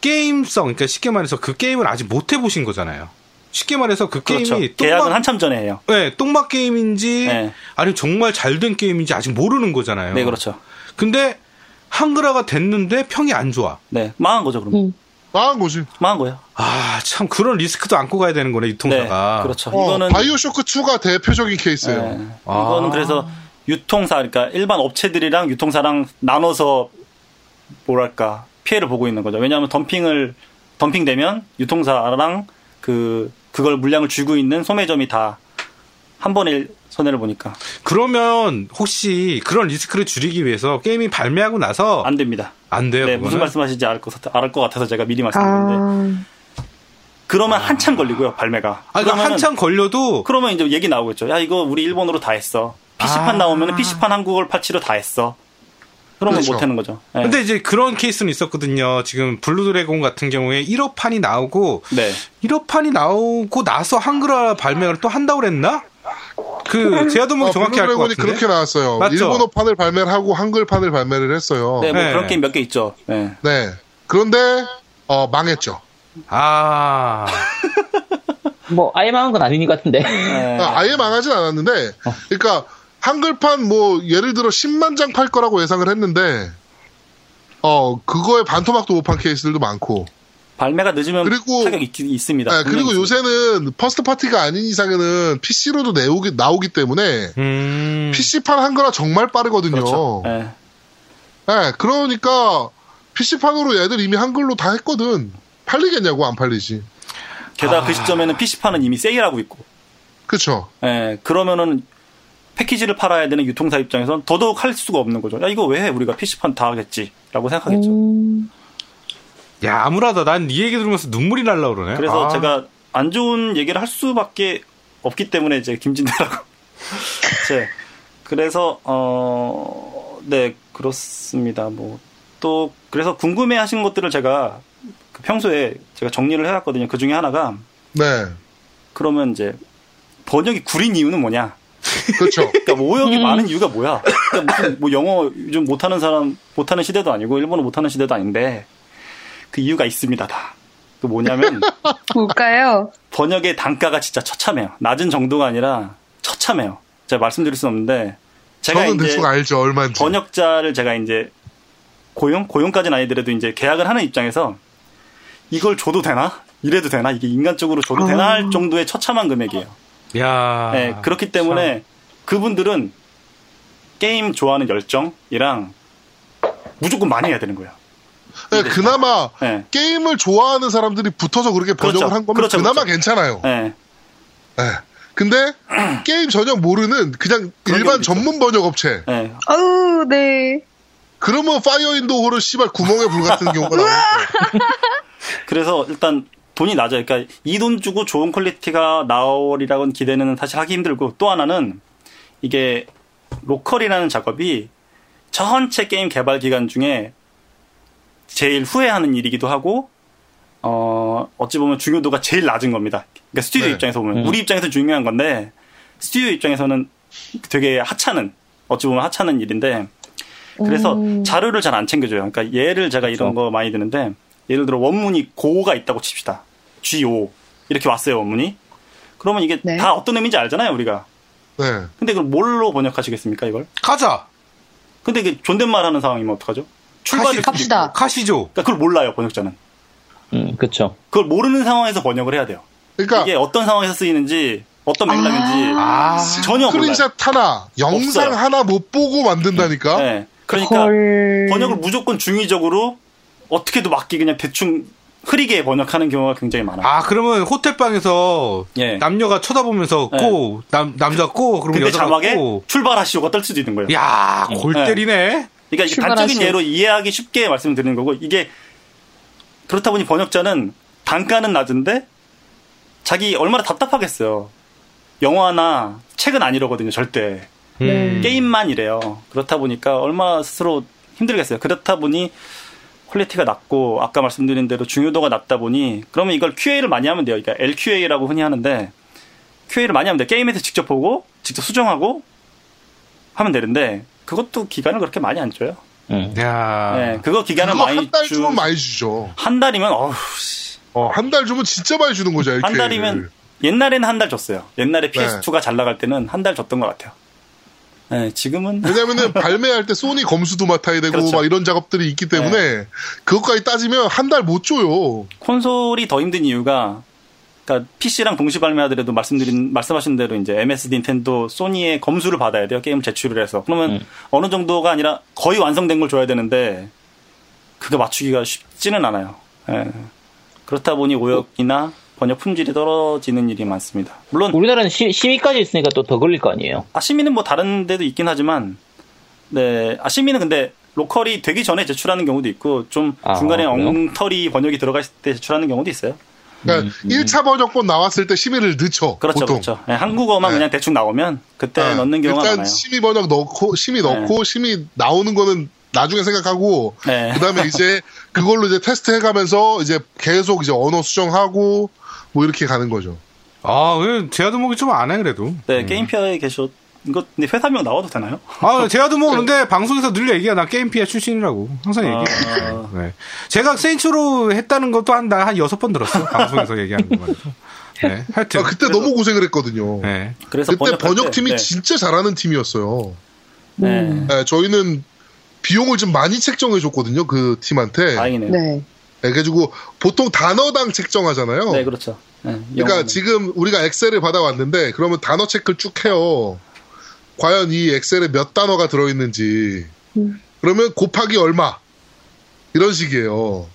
Speaker 2: 게임성 그러니까 쉽게 말해서 그 게임을 아직 못 해보신 거잖아요. 쉽게 말해서 그
Speaker 3: 그렇죠.
Speaker 2: 게임이
Speaker 3: 계약은
Speaker 2: 똥맛
Speaker 3: 한참 전에 해요.
Speaker 2: 네, 똥맛 게임인지
Speaker 3: 네.
Speaker 2: 아니면 정말 잘 된 게임인지 아직 모르는 거잖아요.
Speaker 3: 네, 그렇죠.
Speaker 2: 근데 한글화가 됐는데 평이 안 좋아.
Speaker 3: 네, 망한 거죠.
Speaker 2: 음.
Speaker 3: 그럼
Speaker 1: 망한 거지.
Speaker 3: 망한 거예요.
Speaker 2: 아 참 그런 리스크도 안고 가야 되는 거네
Speaker 3: 네,
Speaker 2: 유통사가.
Speaker 3: 그렇죠.
Speaker 1: 어,
Speaker 3: 이거는
Speaker 1: 바이오쇼크 2가 대표적인 케이스예요.
Speaker 3: 네,
Speaker 2: 아.
Speaker 3: 이거는 그래서 유통사 그러니까 일반 업체들이랑 유통사랑 나눠서 뭐랄까 피해를 보고 있는 거죠. 왜냐하면 덤핑을 덤핑되면 유통사랑 그 그걸 물량을 주고 있는 소매점이 다 한 번에 손해를 보니까
Speaker 2: 그러면 혹시 그런 리스크를 줄이기 위해서 게임이 발매하고 나서 안,
Speaker 3: 안 됩니다.
Speaker 2: 돼요.
Speaker 3: 네,
Speaker 2: 그거는?
Speaker 3: 무슨 말씀하시는지 알 것 같아서 제가 미리 말씀드렸는데
Speaker 4: 아.
Speaker 3: 그러면 한참 걸리고요 발매가.
Speaker 2: 아, 그러니까
Speaker 3: 그러면은-
Speaker 2: 한참 걸려도
Speaker 3: 그러면 이제 얘기 나오겠죠. 야, 이거 우리 일본으로 다 했어. PC판
Speaker 2: 아.
Speaker 3: 나오면 PC판 한국어 파치로 다 했어. 그러면
Speaker 1: 그렇죠.
Speaker 3: 못 하는 거죠. 예.
Speaker 2: 근데 이제 그런 케이스는 있었거든요. 지금 블루드래곤 같은 경우에 1호판이 나오고
Speaker 3: 네.
Speaker 2: 1호판이 나오고 나서 한글화 발매를 또 한다고 그랬나? 그 제아도목이
Speaker 1: 어,
Speaker 2: 정확히 알 것
Speaker 1: 블루드래곤이
Speaker 2: 같은데.
Speaker 1: 그렇게 나왔어요.
Speaker 2: 맞죠?
Speaker 1: 일본어판을 발매를 하고 한글판을 발매를 했어요.
Speaker 3: 네,
Speaker 1: 네.
Speaker 3: 뭐
Speaker 2: 네.
Speaker 3: 그런 게임 몇 개 있죠. 예.
Speaker 1: 그런데 어, 망했죠.
Speaker 2: 아.
Speaker 5: 뭐 아예 망한 건 아닌 것 같은데.
Speaker 3: 예.
Speaker 1: 아, 아예 망하진 않았는데,
Speaker 3: 어.
Speaker 1: 그러니까 한글판 뭐 예를 들어 10만 장 팔 거라고 예상을 했는데, 어 그거에 반토막도 못 판 케이스들도 많고,
Speaker 3: 발매가 늦으면
Speaker 1: 그리고-
Speaker 3: 타격이 있, 있습니다.
Speaker 1: 아, 그리고
Speaker 3: 네, 분명히
Speaker 1: 요새는 퍼스트 파티가 아닌 이상에는 PC로도 내오기 나오기 때문에
Speaker 2: 음.
Speaker 1: PC판 한글화 정말 빠르거든요.
Speaker 3: 그렇죠. 예.
Speaker 1: 예, 그러니까 PC판으로 얘들 이미 한글로 다 했거든. 팔리겠냐고 안 팔리지.
Speaker 3: 게다가 그 시점에는 PC판은 이미 세일하고 있고.
Speaker 1: 그쵸?
Speaker 3: 예. 그러면은 패키지를 팔아야 되는 유통사 입장에선 더더욱 할 수가 없는 거죠. 야, 이거 왜 해? 우리가 PC판 다 하겠지. 라고 생각하겠죠.
Speaker 4: 음.
Speaker 2: 야 암울하다. 난 네 얘기 들으면서 눈물이 날라 그러네.
Speaker 3: 그래서
Speaker 2: 아,
Speaker 3: 제가 안 좋은 얘기를 할 수밖에 없기 때문에 이제 김진대라고. [laughs] 제 그래서 어, 어네 그렇습니다. 뭐 또 그래서 궁금해하신 것들을 제가 그 평소에 제가 정리를 해놨거든요. 그 중에 하나가
Speaker 1: 네.
Speaker 3: 그러면 이제 번역이 구린 이유는 뭐냐?
Speaker 1: 그렇죠.
Speaker 3: 그러니까 뭐 오역이 많은 이유가 뭐야? 그러니까 무슨 뭐 영어 요즘 못하는 사람 못하는 시대도 아니고 일본어 못하는 시대도 아닌데 그 이유가 있습니다 다. 그 뭐냐면
Speaker 4: 뭘까요?
Speaker 3: 번역의 단가가 진짜 처참해요. 낮은 정도가 아니라 처참해요. 제가 말씀드릴 수 없는데 [laughs] 제가
Speaker 1: 저는
Speaker 3: 이제
Speaker 1: 대충 알죠. 얼마인지.
Speaker 3: 번역자를 제가 이제 고용 고용까지는 아니더라도 이제 계약을 하는 입장에서 이걸 줘도 되나? 이래도 되나? 이게 인간적으로 줘도
Speaker 1: 아.
Speaker 3: 되나 할 정도의 처참한 금액이에요.
Speaker 2: 야.
Speaker 3: 네, 그렇기 때문에 그분들은 게임 좋아하는 열정이랑 무조건 많이 해야 되는 거예요.
Speaker 1: 네, 그나마
Speaker 3: 네.
Speaker 1: 게임을 좋아하는 사람들이 붙어서 그렇게 번역을
Speaker 3: 그렇죠.
Speaker 1: 한 거면
Speaker 3: 그렇죠,
Speaker 1: 그나마
Speaker 3: 그렇죠.
Speaker 1: 괜찮아요.
Speaker 3: 네.
Speaker 1: 네.
Speaker 3: [clears throat]
Speaker 1: 근데 게임 전혀 모르는 그냥
Speaker 3: 그런
Speaker 1: 일반
Speaker 3: 경우도
Speaker 1: 전문 번역 업체
Speaker 3: 네.
Speaker 4: 아우, 네.
Speaker 1: 그러면 파이어 인도호를 씨발 구멍에 불
Speaker 3: [laughs]
Speaker 1: 같은 경우가 나올 거예요.
Speaker 3: 그래서 일단 돈이 낮아요. 그러니까 이 돈 주고 좋은 퀄리티가 나올이라고는 기대는 사실 하기 힘들고 또 하나는 이게 로컬이라는 작업이 전체 게임 개발 기간 중에 제일 후회하는 일이기도 하고 어 어찌 보면 중요도가 제일 낮은 겁니다. 그러니까 스튜디오
Speaker 1: 네.
Speaker 3: 입장에서 보면
Speaker 5: 음.
Speaker 3: 우리 입장에서 중요한 건데 스튜디오 입장에서는 되게 하찮은 어찌 보면 하찮은 일인데 그래서 자료를 잘 안 챙겨줘요. 그러니까 예를 제가 이런
Speaker 1: 그렇죠.
Speaker 3: 거 많이 드는데 예를 들어 원문이 고가 있다고 칩시다. GO 이렇게 왔어요 원문이. 그러면 이게
Speaker 4: 네.
Speaker 3: 다 어떤 의미인지 알잖아요 우리가.
Speaker 1: 네.
Speaker 3: 근데 그걸 뭘로 번역하시겠습니까 이걸?
Speaker 2: 가자.
Speaker 3: 근데 이게 존댓말하는 상황이면 어떡하죠? 출발을
Speaker 2: 가시-
Speaker 4: 갑시다.
Speaker 2: 가시죠.
Speaker 3: 그러니까 그걸 몰라요 번역자는.
Speaker 5: 음, 그쵸.
Speaker 3: 그걸 모르는 상황에서 번역을 해야 돼요. 이게
Speaker 1: 그러니까
Speaker 3: 어떤 상황에서 쓰이는지 어떤 맥락인지
Speaker 2: 아.
Speaker 3: 전혀 몰라요.
Speaker 1: 스크린샷 어? 하나, 영상
Speaker 3: 없어요.
Speaker 1: 하나 못 보고 만든다니까.
Speaker 3: 네. 그러니까
Speaker 4: 헐.
Speaker 3: 번역을 무조건 중의적으로 어떻게든 맞게 그냥 대충 흐리게 번역하는 경우가 굉장히 많아요.
Speaker 2: 아 그러면 호텔 방에서
Speaker 3: 예.
Speaker 2: 남녀가 쳐다보면서
Speaker 3: 예.
Speaker 2: 꼬남 남자 꼬 그러면
Speaker 3: 근데
Speaker 2: 여자
Speaker 3: 자막에
Speaker 2: 꼬.
Speaker 3: 출발하시오가 뜰 수도 있는 거예요.
Speaker 2: 야, 골
Speaker 3: 네.
Speaker 2: 때리네.
Speaker 3: 그러니까 이게 단적인
Speaker 4: 출발하시오.
Speaker 3: 예로 이해하기 쉽게 말씀드리는 거고 이게 그렇다 보니 번역자는 단가는 낮은데 자기 얼마나 답답하겠어요. 영화나 책은 아니러거든요, 절대.
Speaker 1: 네.
Speaker 2: 음.
Speaker 3: 게임만 이래요. 그렇다 보니까 얼마나 스스로 힘들겠어요. 그렇다 보니 퀄리티가 낮고 아까 말씀드린 대로 중요도가 낮다 보니 그러면 이걸 QA를 많이 하면 돼요. 그러니까 LQA라고 흔히 하는데 QA를 많이 하면 돼요. 게임에서 직접 보고 직접 수정하고 하면 되는데 그것도 기간을 그렇게 많이 안 줘요.
Speaker 5: 음.
Speaker 2: 야.
Speaker 3: 네, 그거 기간을
Speaker 1: 그거
Speaker 3: 많이
Speaker 1: 한 달
Speaker 3: 주...
Speaker 1: 주면 많이 주죠.
Speaker 3: 한 달이면 어우 씨.
Speaker 1: 어, 한 달 주면 진짜 많이 주는 거죠.
Speaker 3: 한
Speaker 1: LK를. 네.
Speaker 3: 달이면 옛날에는 한 달 줬어요. 옛날에 PS2가 잘 나갈 때는 한 달 줬던 것 같아요. 네, 지금은
Speaker 1: 왜냐면은 [laughs] 발매할 때 소니 검수도 맡아야 되고
Speaker 3: 그렇죠. 네.
Speaker 1: 막 이런 작업들이 있기 때문에 그것까지 따지면 한 달 못 줘요.
Speaker 3: 콘솔이 더 힘든 이유가 그러니까 PC랑 동시 발매하더라도 말씀드린 말씀하신 대로 이제 MS 닌텐도 소니의 검수를 받아야 돼요 게임 제출을 해서 그러면
Speaker 5: 음.
Speaker 3: 어느 정도가 아니라 거의 완성된 걸 줘야 되는데 그게 맞추기가 쉽지는 않아요. 예. 그렇다 보니 오역이나 번역 품질이 떨어지는 일이 많습니다. 물론
Speaker 5: 우리나라는 시, 시위까지 있으니까 또 더 걸릴 거 아니에요.
Speaker 3: 아시미는 뭐 다른 데도 있긴 하지만 네 아시미는 근데 로컬이 되기 전에 제출하는 경우도 있고 좀
Speaker 5: 아,
Speaker 3: 중간에
Speaker 5: 그래요?
Speaker 3: 엉터리 번역이 들어갔을 때 제출하는 경우도 있어요.
Speaker 1: 그러니까 1차 번역본 나왔을 때 심의를 늦춰.
Speaker 3: 음, 그렇죠,
Speaker 1: 보통.
Speaker 3: 그렇죠. 예, 한국어만
Speaker 1: 네.
Speaker 3: 그냥 대충 나오면 그때
Speaker 1: 네.
Speaker 3: 넣는 경우가
Speaker 1: 일단
Speaker 3: 많아요.
Speaker 1: 심의 번역 넣고 심의 넣고 심의 나오는 거는 나중에 생각하고
Speaker 3: 네. [laughs]
Speaker 1: 그다음에 이제 그걸로 이제 테스트 해가면서 이제 계속 이제 언어 수정하고 뭐 이렇게 가는 거죠.
Speaker 2: 아, 왜 제아드목이 좀 안 해 그래도.
Speaker 1: 음.
Speaker 3: 네, 게임피아에 계셔. 이거 근데 회사명 나와도 되나요?
Speaker 2: 아, 제아드목 근데 방송에서 늘 얘기야. 나 게임피아 출신이라고. 항상
Speaker 3: 아,
Speaker 2: 얘기해. [laughs] 네. 제가 센츄로 했다는 것도 한, 나한 여섯 번 들었어. 방송에서 얘기하는 것만. 해도. 네. 하여튼.
Speaker 1: 아, 그때 너무 고생을 했거든요.
Speaker 2: 네.
Speaker 3: [laughs] 그래서
Speaker 1: 그때
Speaker 3: 번역할 때,
Speaker 1: 번역팀이
Speaker 3: 네.
Speaker 1: 진짜 잘하는 팀이었어요.
Speaker 3: 네.
Speaker 1: 네, 저희는 비용을 좀 많이 책정해 줬거든요. 그 팀한테.
Speaker 3: 다행이네요. 네,
Speaker 4: 네.
Speaker 1: 네, 그래가지고 보통 단어당 책정하잖아요.
Speaker 3: 그렇죠. 네,
Speaker 1: 그러니까
Speaker 3: 영어는.
Speaker 1: 지금 우리가 엑셀을 받아왔는데 그러면 단어 체크를 쭉 해요. 과연 이 엑셀에 몇 단어가 들어있는지. 그러면 곱하기 얼마 이런 식이에요.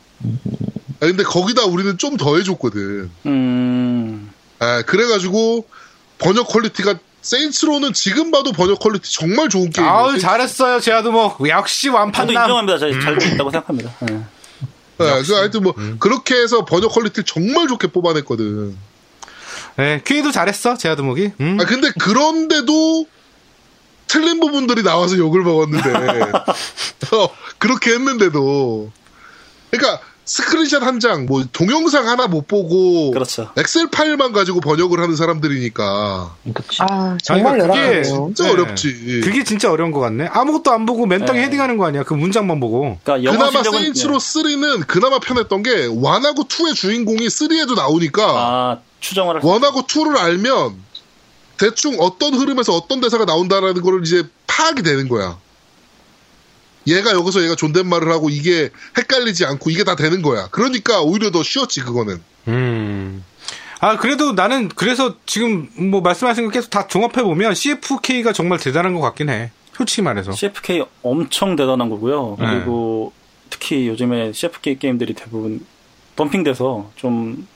Speaker 1: 아, 근데 거기다 우리는 좀 더 해줬거든.
Speaker 3: 음,
Speaker 1: 아, 그래가지고 번역 퀄리티가 세인츠로는 지금 봐도 번역 퀄리티 정말 좋은
Speaker 3: 그
Speaker 1: 게임이에요.
Speaker 2: 아우, 잘했어요. 제아드목. 역시
Speaker 3: 저도
Speaker 2: 완판남.
Speaker 1: 음.
Speaker 3: 인정합니다. 저희 잘돼 있다고 생각합니다. 네.
Speaker 1: 네, 그 하여튼 뭐
Speaker 3: 음.
Speaker 1: 그렇게 해서 번역 퀄리티를 정말 좋게 뽑아냈거든.
Speaker 2: 네, 퀴도 잘했어, 제아드목이. 음.
Speaker 1: 아 근데 그런데도 틀린 부분들이 나와서 욕을
Speaker 3: [laughs]
Speaker 1: 먹었는데 어, 그렇게 했는데도 그러니까 스크린샷 한 장 뭐 동영상 하나 못 보고
Speaker 3: 그렇죠.
Speaker 1: 엑셀 파일만 가지고 번역을 하는 사람들이니까
Speaker 5: 그치.
Speaker 4: 아,
Speaker 2: 아니,
Speaker 4: 정말
Speaker 2: 그게
Speaker 3: 어.
Speaker 4: 열악하네요.
Speaker 3: 음.
Speaker 1: 진짜
Speaker 2: 네.
Speaker 1: 어렵지.
Speaker 2: 그게 진짜 어려운 것 같네. 아무것도 안 보고 맨땅에
Speaker 3: 네.
Speaker 2: 헤딩하는 거 아니야. 그 문장만 보고.
Speaker 3: 그러니까 영어
Speaker 1: 그나마
Speaker 3: 실력은
Speaker 1: 세인치로 3는 그나마 편했던 게 1하고 2의 주인공이 3에도 나오니까
Speaker 3: 아 추정을 할-
Speaker 1: 1하고 2를 알면 대충 어떤 흐름에서 어떤 대사가 나온다라는 걸 이제 파악이 되는 거야. 얘가 여기서 얘가 존댓말을 하고 이게 헷갈리지 않고 이게 다 되는 거야. 그러니까 오히려 더 쉬웠지 그거는.
Speaker 2: 음. 아, 그래도 나는 그래서 지금 뭐 말씀하신 거 계속 다 종합해보면 CFK가 정말 대단한 것 같긴 해. 솔직히 말해서.
Speaker 3: CFK 엄청 대단한 거고요.
Speaker 2: 네.
Speaker 3: 그리고 특히 요즘에 CFK 게임들이 대부분 덤핑돼서 좀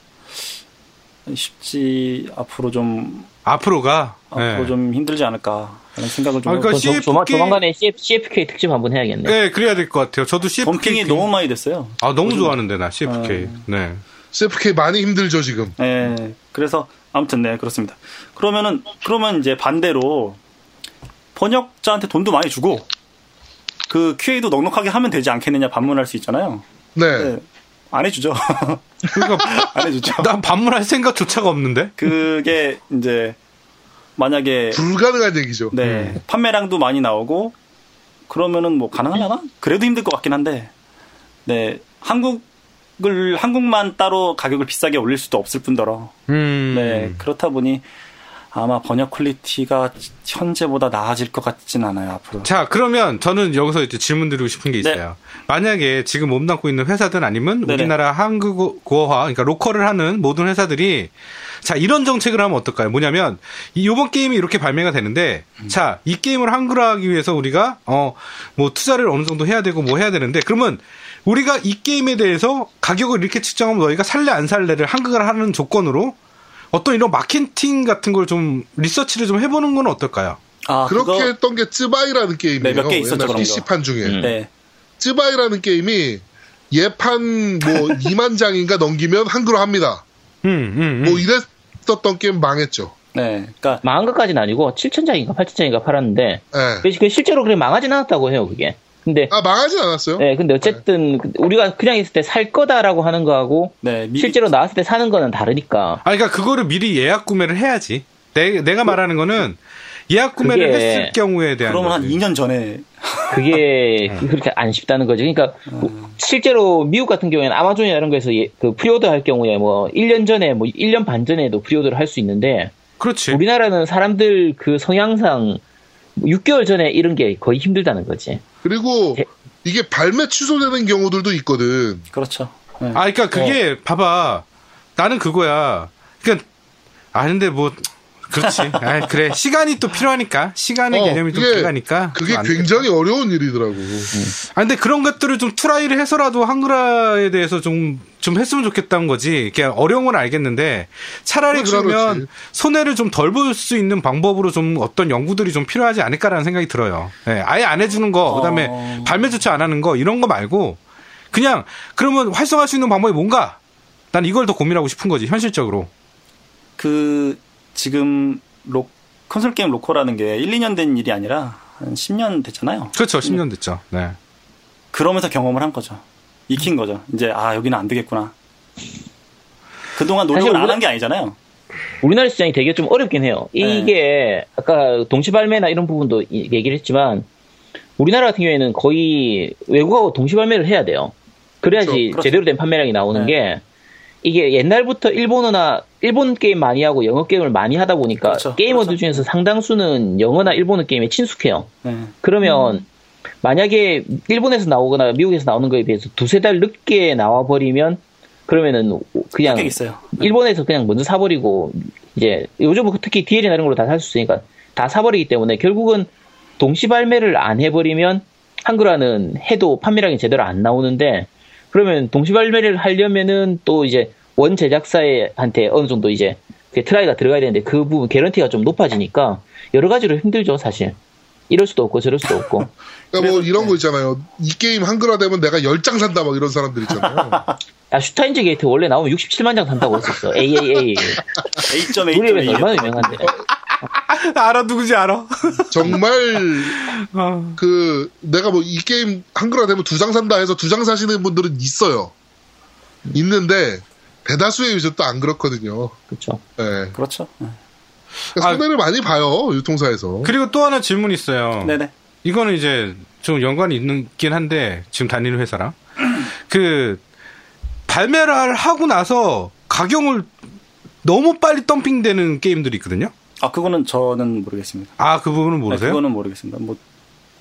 Speaker 3: 쉽지 앞으로 좀
Speaker 2: 앞으로가.
Speaker 3: 앞으로
Speaker 2: 네.
Speaker 3: 아, 좀 힘들지 않을까 하는 생각을 좀
Speaker 2: 아, 그러니까
Speaker 5: 그
Speaker 3: 해봤어요.
Speaker 5: 조-
Speaker 2: CFK
Speaker 5: 조마- 조만간에 CF, CFK 특집 한번 해야겠네.
Speaker 2: 네, 그래야 될 것 같아요. 저도 CFK.
Speaker 3: 덤핑이 너무 많이 됐어요.
Speaker 2: 아, 너무 좋아하는데, 나, CFK. 네.
Speaker 1: CFK 많이 힘들죠 지금.
Speaker 3: 네, 그래서 아무튼 네 그렇습니다. 그러면은 그러면 이제 반대로 번역자한테 돈도 많이 주고 그 QA도 넉넉하게 하면 되지 않겠느냐 반문할 수 있잖아요.
Speaker 1: 네.
Speaker 3: 네, 안 해주죠.
Speaker 2: 그러니까,
Speaker 3: [laughs] 안 해주죠.
Speaker 2: 난 반문할 생각조차가 없는데?
Speaker 3: 그게 이제 만약에
Speaker 1: 불가능한 얘기죠.
Speaker 3: 네 판매량도 많이 나오고 그러면은 뭐 가능하려나? 그래도 힘들 것 같긴 한데 네 한국을 한국만 따로 가격을 비싸게 올릴 수도 없을 뿐더러
Speaker 2: 음.
Speaker 3: 네 그렇다 보니 아마 번역 퀄리티가 현재보다 나아질 것 같진 않아요 앞으로.
Speaker 2: 자, 그러면 저는 여기서 이제 질문 드리고 싶은 게 있어요. 만약에 지금 몸담고 있는 회사든 아니면
Speaker 3: 네. 네네.
Speaker 2: 우리나라 한국어화, 그러니까 로컬을 하는 모든 회사들이 자, 이런 정책을 하면 어떨까요? 뭐냐면, 이, 요번 게임이 이렇게 발매가 되는데,
Speaker 3: 음.
Speaker 2: 자, 이 게임을 한글화하기 위해서 우리가, 어, 뭐, 투자를 어느 정도 해야 되고 뭐 해야 되는데, 그러면 우리가 이 게임에 대해서 가격을 이렇게 측정하면 너희가 살래 안 살래를 한글화 하는 조건으로 어떤 이런 마케팅 같은 걸 좀 리서치를 좀 해보는 건 어떨까요?
Speaker 3: 아
Speaker 1: 그렇게
Speaker 3: 그거-
Speaker 1: 했던 게 쯔바이라는 게임이에요.
Speaker 3: 네, 몇개 있었죠,
Speaker 1: 옛날
Speaker 3: 그런 거.
Speaker 1: PC판 중에.
Speaker 5: 음.
Speaker 3: 네
Speaker 1: 쯔바이라는 게임이 예판 뭐
Speaker 3: [laughs]
Speaker 1: 2만 장인가 넘기면 한글화 합니다.
Speaker 2: 음, 음, 음.
Speaker 1: 뭐 이랬었던 게임 망했죠.
Speaker 3: 네. 그러니까
Speaker 5: 망한 것까지는 아니고 7천장인가 8천장인가 팔았는데
Speaker 1: 예.
Speaker 5: 그- 그 실제로 그래 망하진 않았다고 해요 그게. 근데
Speaker 1: 아 망하진 않았어요.
Speaker 5: 네, 근데 어쨌든 우리가 그냥 있을 때 살 거다라고 하는 거하고
Speaker 3: 네 미-
Speaker 5: 실제로 나왔을 때 사는 거는 다르니까.
Speaker 2: 아, 그러니까 그거를 미리 예약 구매를 해야지. 내, 내가 말하는 거는 예약 구매를
Speaker 5: 그게-
Speaker 2: 했을 경우에 대한.
Speaker 3: 그러면 한
Speaker 2: 거지.
Speaker 3: 2년 전에
Speaker 5: 그게
Speaker 1: 음.
Speaker 5: 그렇게 안 쉽다는 거죠. 그러니까
Speaker 3: 음.
Speaker 5: 실제로 미국 같은 경우에는 아마존이나 이런 거에서 예- 그 프리오더 할 경우에 뭐 1년 전에 뭐 1년 반 전에도 프리오더를 할 수 있는데
Speaker 2: 그렇지.
Speaker 5: 우리나라는 사람들 그 성향상 6개월 전에 이런 게 거의 힘들다는 거지.
Speaker 1: 그리고
Speaker 5: 예.
Speaker 1: 이게 발매 취소되는 경우들도 있거든.
Speaker 3: 그렇죠. 네.
Speaker 2: 아, 그러니까 그게 봐봐. 나는 그거야. 그러니까 아는데 뭐 그렇지. 아, 그래. 시간이 또 필요하니까. 시간의
Speaker 1: 어,
Speaker 2: 개념이 좀
Speaker 1: 그게-
Speaker 2: 필요하니까.
Speaker 1: 그게
Speaker 2: 안 돼.
Speaker 1: 굉장히 어려운 일이더라고. 그러니까
Speaker 2: 아, 근데 그런 것들을 좀 트라이를 해서라도 한글화에 대해서 좀, 좀 했으면 좋겠다는 거지. 그냥 어려운 건 알겠는데 차라리
Speaker 1: 그렇지,
Speaker 2: 그러면
Speaker 1: 그렇지.
Speaker 2: 손해를 좀 덜 볼 수 있는 방법으로 좀 어떤 연구들이 좀 필요하지 않을까라는 생각이 들어요. 예, 아예 안 해주는 거, 그 다음에
Speaker 3: 어.
Speaker 2: 발매조차 안 하는 거, 이런 거 말고 그냥 그러면 활성화할 수 있는 방법이 뭔가? 난 이걸 더 고민하고 싶은 거지, 현실적으로.
Speaker 3: 그 지금 로, 콘솔 게임 로코라는 게 1, 2년 된 일이 아니라 한 10년 됐잖아요.
Speaker 2: 그렇죠. 10년 됐죠. 네.
Speaker 3: 그러면서 경험을 한 거죠. 익힌 거죠. 이제 아 여기는 안 되겠구나. 그동안 노력을
Speaker 5: 사실
Speaker 3: 안
Speaker 5: 우리가-
Speaker 3: 한 게 아니잖아요.
Speaker 5: 우리나라 시장이 되게 좀 어렵긴 해요.
Speaker 3: 네.
Speaker 5: 이게 아까 동시 발매나 이런 부분도 이- 얘기를 했지만 우리나라 같은 경우에는 거의 외국하고 동시 발매를 해야 돼요. 그래야지
Speaker 1: 그렇죠.
Speaker 3: 그렇죠.
Speaker 5: 제대로 된 판매량이 나오는
Speaker 3: 네.
Speaker 5: 게 이게 옛날부터 일본어나 일본 게임 많이 하고 영어 게임을 많이 하다 보니까
Speaker 3: 그렇죠.
Speaker 5: 게이머들
Speaker 3: 그렇죠.
Speaker 5: 중에서 상당수는 영어나 일본어 게임에 친숙해요.
Speaker 3: 네.
Speaker 5: 그러면 만약에 일본에서 나오거나 미국에서 나오는 거에 비해서 두세 달 늦게 나와 버리면 그러면은 그냥
Speaker 3: 성격이 있어요. 네.
Speaker 5: 일본에서 그냥 먼저 사버리고 이제 요즘은 특히 DL이나 이런 걸로 다 살 수 있으니까 다 사버리기 때문에 결국은 동시 발매를 안 해버리면 한글화는 해도 판매량이 제대로 안 나오는데 그러면 동시 발매를 하려면은 또 이제 원 제작사한테 어느 정도 이제 그 트라이가 들어가야 되는데 그 부분 개런티가 좀 높아지니까 여러 가지로 힘들죠 사실. 이럴 수도 없고 저럴
Speaker 3: [laughs]
Speaker 5: 수도 없고
Speaker 1: 그러니까 뭐 이런 거 있잖아요. 이 게임 한글화 되면 내가 10장 산다 막 이런 사람들
Speaker 2: [laughs]
Speaker 1: 있잖아요.
Speaker 5: 야 슈타인즈 게이트 원래 나오면 67만 장 산다고 했었어
Speaker 3: [laughs]
Speaker 5: AAA
Speaker 3: 네,
Speaker 5: 우리에서
Speaker 3: 8.8.2.
Speaker 5: 얼마나 유명한데
Speaker 3: 네.
Speaker 2: 알아 누구지 [laughs] 알아.
Speaker 1: 정말
Speaker 2: 아,
Speaker 1: 그 내가 뭐 이 게임 한글화 되면 두 장 산다 해서 두 장 사시는 분들은 있어요. 있는데 대다수의 유저도 안 그렇거든요.
Speaker 5: 그렇죠
Speaker 1: 예.
Speaker 3: 그렇죠.
Speaker 2: 아,
Speaker 1: 그러니까 손해를 많이 봐요 유통사에서.
Speaker 2: 그리고 또 하나 질문 있어요.
Speaker 3: 네네.
Speaker 2: 이거는 이제 좀 연관이 있긴 한데 지금 다니는 회사랑 [clears throat] 그 발매를 하고 나서 가격을 너무 빨리 덤핑되는 게임들이 있거든요.
Speaker 3: 아, 그거는 저는 모르겠습니다.
Speaker 2: 아 그 부분은
Speaker 3: 네,
Speaker 2: 모르세요?
Speaker 3: 그거는 모르겠습니다. 뭐,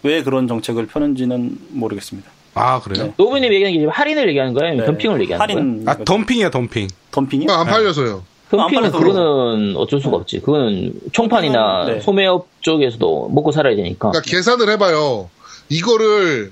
Speaker 3: 왜 그런 정책을 펴는지는 모르겠습니다.
Speaker 2: 아 그래요?
Speaker 3: 네.
Speaker 5: 노부님 얘기하는 게 지금 할인을 얘기하는 거예요?
Speaker 3: 네.
Speaker 5: 아니면 덤핑을 얘기하는 거예요?
Speaker 3: 할인.
Speaker 2: 아 덤핑이야 아. 덤핑. 그-
Speaker 3: 덤핑이요?
Speaker 1: 안 팔려서요.
Speaker 3: 안
Speaker 5: 덤핑은
Speaker 3: 팔아서
Speaker 5: 그거는 어쩔 수가 없지 그거는 총판이나
Speaker 3: 네.
Speaker 5: 소매업 쪽에서도 먹고 살아야 되니까
Speaker 1: 그러니까 계산을 해봐요. 이거를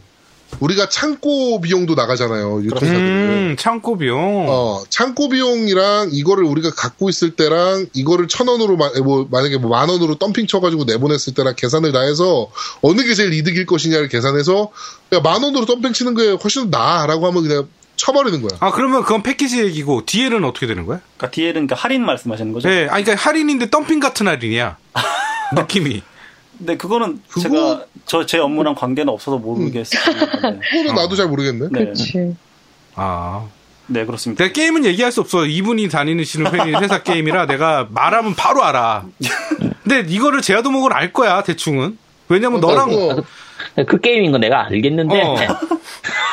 Speaker 1: 우리가 창고 비용도 나가잖아요 유통사들은.
Speaker 2: 음 창고 비용.
Speaker 1: 어 창고 비용이랑 이거를 우리가 갖고 있을 때랑 이거를 천 원으로 마- 뭐 만약에 뭐만 원으로 덤핑 쳐가지고 내보냈을 때랑 계산을 다 해서 어느 게 제일 이득일 것이냐를 계산해서 야 만 원으로 덤핑 치는 게 훨씬 나아라고 하면 그냥 쳐버리는 거야.
Speaker 2: 아 그러면 그건 패키지 얘기고 뒤에는 어떻게 되는 거야?
Speaker 3: 그러니까 뒤에는 그러니까 할인 말씀하시는 거죠?
Speaker 2: 네, 아 그러니까 할인인데 덤핑 같은 할인이야. 느낌이.
Speaker 3: 근데 그거는
Speaker 1: 그거-
Speaker 3: 제가 저 제 업무랑 관계는 없어서
Speaker 2: [laughs]
Speaker 3: 모르겠습니다. 네.
Speaker 1: 그거는 나도 잘 모르겠네.
Speaker 3: 네.
Speaker 4: 그치.
Speaker 2: 아,
Speaker 3: 네, 그렇습니다.
Speaker 2: 내가 게임은 얘기할 수 없어. 이분이 다니시는 회- 회사 게임이라 내가 말하면 바로 알아. 근데 이거를 제아도목은 알 거야 대충은.
Speaker 1: 어,
Speaker 2: 왜냐면 너랑
Speaker 1: 그거
Speaker 3: 그러니까
Speaker 5: 그 게임인 건 내가 알겠는데
Speaker 2: 어.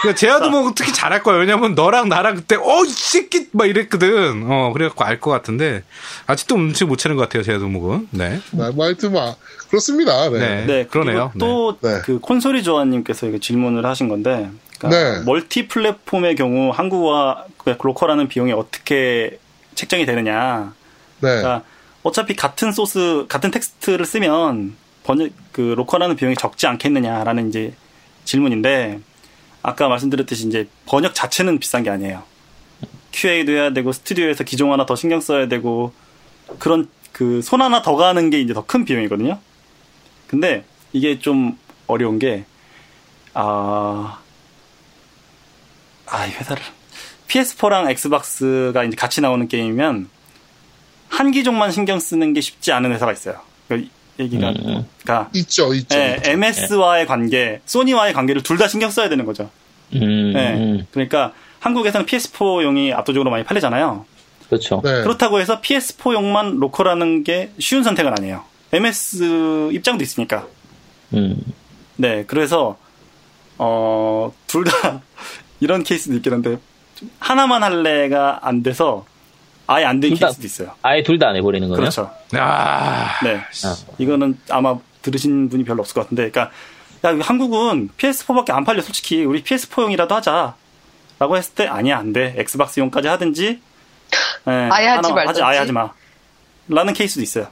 Speaker 2: 그러니까 제아도목은 특히 잘할 거야. 왜냐면 너랑 나랑 그때 어 이 새끼 막 이랬거든. 어 그래갖고 알 것 같은데 아직도 눈치 못 채는 것 같아요 제아도목은. 네.
Speaker 1: 나- 뭐 하여튼 뭐 그렇습니다. 네.
Speaker 2: 네.
Speaker 3: 네,
Speaker 2: 그러네요.
Speaker 3: 그리고 또
Speaker 1: 네.
Speaker 3: 그 콘솔이 조아님께서 이거 질문을 하신 건데, 그러니까
Speaker 1: 네.
Speaker 3: 멀티 플랫폼의 경우 한국화 그 로컬하는 비용이 어떻게 책정이 되느냐.
Speaker 1: 네.
Speaker 3: 그러니까 어차피 같은 소스, 같은 텍스트를 쓰면 번역 그 로컬하는 비용이 적지 않겠느냐라는 이제 질문인데, 아까 말씀드렸듯이 이제 번역 자체는 비싼 게 아니에요. QA도 해야 되고 스튜디오에서 기종 하나 더 신경 써야 되고 그런 그 손 하나 더 가는 게 이제 더 큰 비용이거든요. 근데 이게 좀 어려운 게 아, 아, 이 회사를 PS4랑 엑스박스가 이제 같이 나오는 게임이면 한 기종만 신경 쓰는 게 쉽지 않은 회사가 있어요. 그 얘기가
Speaker 5: 음.
Speaker 3: 그러니까
Speaker 1: 있죠, 있죠.
Speaker 3: 예, MS와의 관계, 소니와의 관계를 둘 다 신경 써야 되는 거죠.
Speaker 5: [laughs] 음,
Speaker 3: 예.
Speaker 5: 음,
Speaker 3: 그러니까 한국에서는 PS4용이 압도적으로 많이 팔리잖아요.
Speaker 5: 그렇죠
Speaker 1: 네.
Speaker 3: 그렇다고 해서 PS4용만 로컬하는 게 쉬운 선택은 아니에요. MS 입장도 있으니까.
Speaker 5: 음.
Speaker 3: 네, 그래서 어, 둘 다 [laughs] 이런 케이스도 있긴 한데 좀 하나만 할래가 안 돼서 아예 안 된
Speaker 5: 둘 다-
Speaker 3: 케이스도 있어요.
Speaker 5: 그러니까 아예 둘 다 안 해버리는 거예요?
Speaker 3: 그렇죠.
Speaker 2: 아,
Speaker 3: 네. 이거는 아마 들으신 분이 별로 없을 것 같은데, 그러니까 야, 한국은 PS4밖에 안 팔려. 솔직히 우리 PS4용이라도 하자라고 했을 때 아니야 안 돼. 엑스박스용까지 하든지, 예,
Speaker 4: 아예 하지
Speaker 3: 하나-
Speaker 4: 말든지.
Speaker 3: 아예 하지 마. 라는 케이스도 있어요.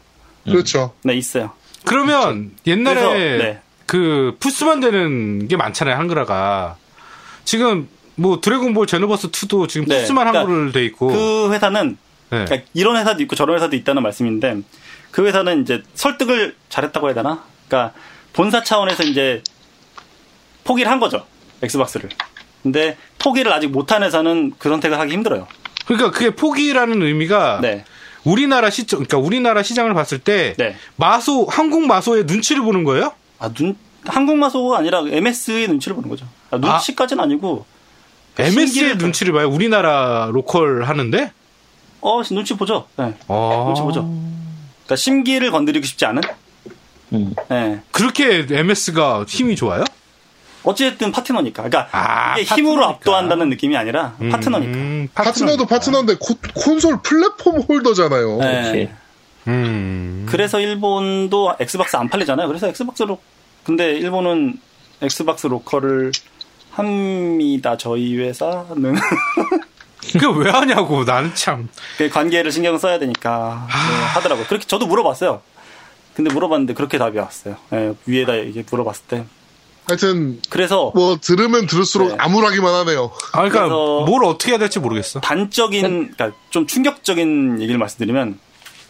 Speaker 1: 그렇죠.
Speaker 3: 네, 있어요.
Speaker 2: 그러면 옛날에
Speaker 3: 그래서, 네.
Speaker 2: 그 푸스만 되는 게 많잖아요 한글화가 지금 뭐 드래곤볼 제노버스 2도 지금
Speaker 3: 네,
Speaker 2: 푸스만
Speaker 3: 그러니까
Speaker 2: 한글로 돼 있고
Speaker 3: 그 회사는
Speaker 2: 네.
Speaker 3: 그러니까 이런 회사도 있고 저런 회사도 있다는 말씀인데 그 회사는 이제 설득을 잘했다고 해야 되나? 그러니까 본사 차원에서 이제 포기를 한 거죠. 엑스박스를. 근데 포기를 아직 못한 회사는 그 선택을 하기 힘들어요.
Speaker 2: 그러니까 그게 포기라는 의미가
Speaker 3: 네.
Speaker 2: 우리나라 시장 그러니까 우리나라 시장을 봤을 때
Speaker 3: 네.
Speaker 2: 마소 한국 마소의 눈치를 보는 거예요?
Speaker 3: 아, 눈, 한국만 소가 아니라 MS의 눈치를 보는 거죠. 아, 눈치까지는 아니고,
Speaker 2: MS의
Speaker 3: 그러니까 신기를
Speaker 2: 눈치를 봐요. 우리나라 로컬 하는데.
Speaker 3: 어, 눈치 보죠. 예.
Speaker 2: 어.
Speaker 3: 눈치 보죠. 그러니까 심기를 건드리고 싶지 않은?
Speaker 5: 음.
Speaker 3: 예.
Speaker 2: 그렇게 MS가 힘이 좋아요?
Speaker 3: 어쨌든 파트너니까. 그러니까,
Speaker 2: 아,
Speaker 3: 이게 힘으로
Speaker 2: 파트너니까.
Speaker 3: 압도한다는 느낌이 아니라, 파트너니까.
Speaker 2: 음,
Speaker 1: 파트너도 파트너인데 코- 콘솔 플랫폼 홀더잖아요.
Speaker 3: 예.
Speaker 5: 그렇지.
Speaker 2: 음.
Speaker 3: 그래서 일본도 엑스박스 안 팔리잖아요. 그래서 엑스박스로, 근데 일본은 엑스박스 로컬을 합니다. 저희 회사는. [laughs]
Speaker 2: 그게 왜 하냐고 나는 참.
Speaker 3: 그 관계를 신경 써야 되니까 네, 하더라고요. 그렇게 저도 물어봤어요. 근데 물어봤는데 그렇게 답이 왔어요. 예, 위에다 이게 물어봤을 때.
Speaker 1: 하여튼
Speaker 3: 그래서
Speaker 1: 뭐 들으면 들을수록
Speaker 3: 네.
Speaker 1: 암울하기만 하네요.
Speaker 2: 아, 그러니까
Speaker 3: 그래서-
Speaker 2: 뭘 어떻게 해야 될지 모르겠어.
Speaker 3: 단적인, 그러니까 좀 충격적인 얘기를 말씀드리면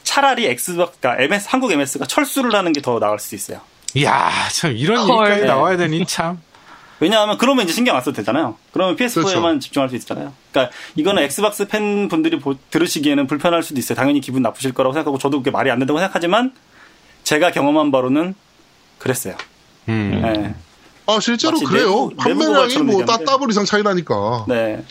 Speaker 3: 차라리 엑스박스, 그러니까 MS, 한국 MS가 철수를 하는 게 더 나을 수 있어요.
Speaker 2: 이야, 참, 이런
Speaker 4: 헐.
Speaker 3: 네.
Speaker 2: 얘기까지 나와야 되니, 참.
Speaker 3: 왜냐하면 그러면 이제 신경 안 써도 되잖아요. 그러면 PS4에만
Speaker 1: 그렇죠.
Speaker 3: 집중할 수 있잖아요. 그러니까 이거는 엑스박스 팬분들이 보- 들으시기에는 불편할 수도 있어요. 당연히 기분 나쁘실 거라고 생각하고 저도 그게 말이 안 된다고 생각하지만 제가 경험한 바로는 그랬어요.
Speaker 2: 음.
Speaker 3: 네.
Speaker 1: 아 실제로
Speaker 3: 마치
Speaker 1: 그래요.
Speaker 3: 내부-
Speaker 1: 판매량이
Speaker 3: 내부고발처럼
Speaker 1: 뭐
Speaker 3: 얘기하는데.
Speaker 1: 따따블 이상 차이 나니까.
Speaker 3: 네.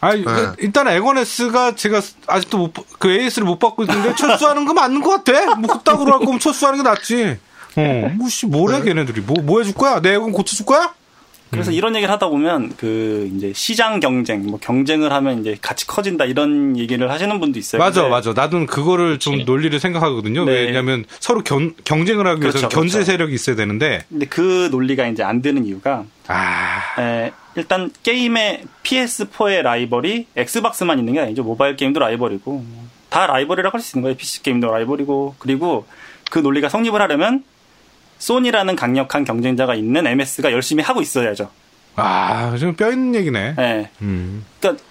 Speaker 2: 아,
Speaker 1: 네.
Speaker 2: 그, 일단 에건에스가 제가 아직도 못, 봐- 그 AS를 못 받고 있는데 철수하는 거 맞는 것 같아. 뭐 그따구로 할 거면 철수하는 게 낫지. 어, 뭐씨 뭐래 걔네들이 뭐 뭐 해줄 거야? 내 에건 고쳐줄 거야? 음.
Speaker 3: 그래서 이런 얘기를 하다 보면 그 이제 시장 경쟁, 뭐 경쟁을 하면 이제 같이 커진다 이런 얘기를 하시는 분도 있어요.
Speaker 2: 맞아,
Speaker 3: 근데
Speaker 2: 맞아. 나도 그거를 좀 논리를 생각하거든요.
Speaker 3: 네.
Speaker 2: 왜냐하면 서로 견, 경쟁을 하기 위해서 는
Speaker 3: 그렇죠,
Speaker 2: 견제
Speaker 3: 그렇죠.
Speaker 2: 세력이 있어야 되는데
Speaker 3: 근데 그 논리가 이제 안 되는 이유가
Speaker 2: 아,
Speaker 3: 에, 일단 게임의 PS4의 라이벌이 엑스박스만 있는 게 아니죠. 모바일 게임도 라이벌이고 뭐다 라이벌이라고 할 수 있는 거예요. PC 게임도 라이벌이고 그리고 그 논리가 성립을 하려면 소니라는 강력한 경쟁자가 있는 MS가 열심히 하고 있어야죠.
Speaker 2: 아, 좀 뼈 있는 얘기네.
Speaker 3: 예.
Speaker 2: 음,
Speaker 3: 그러니까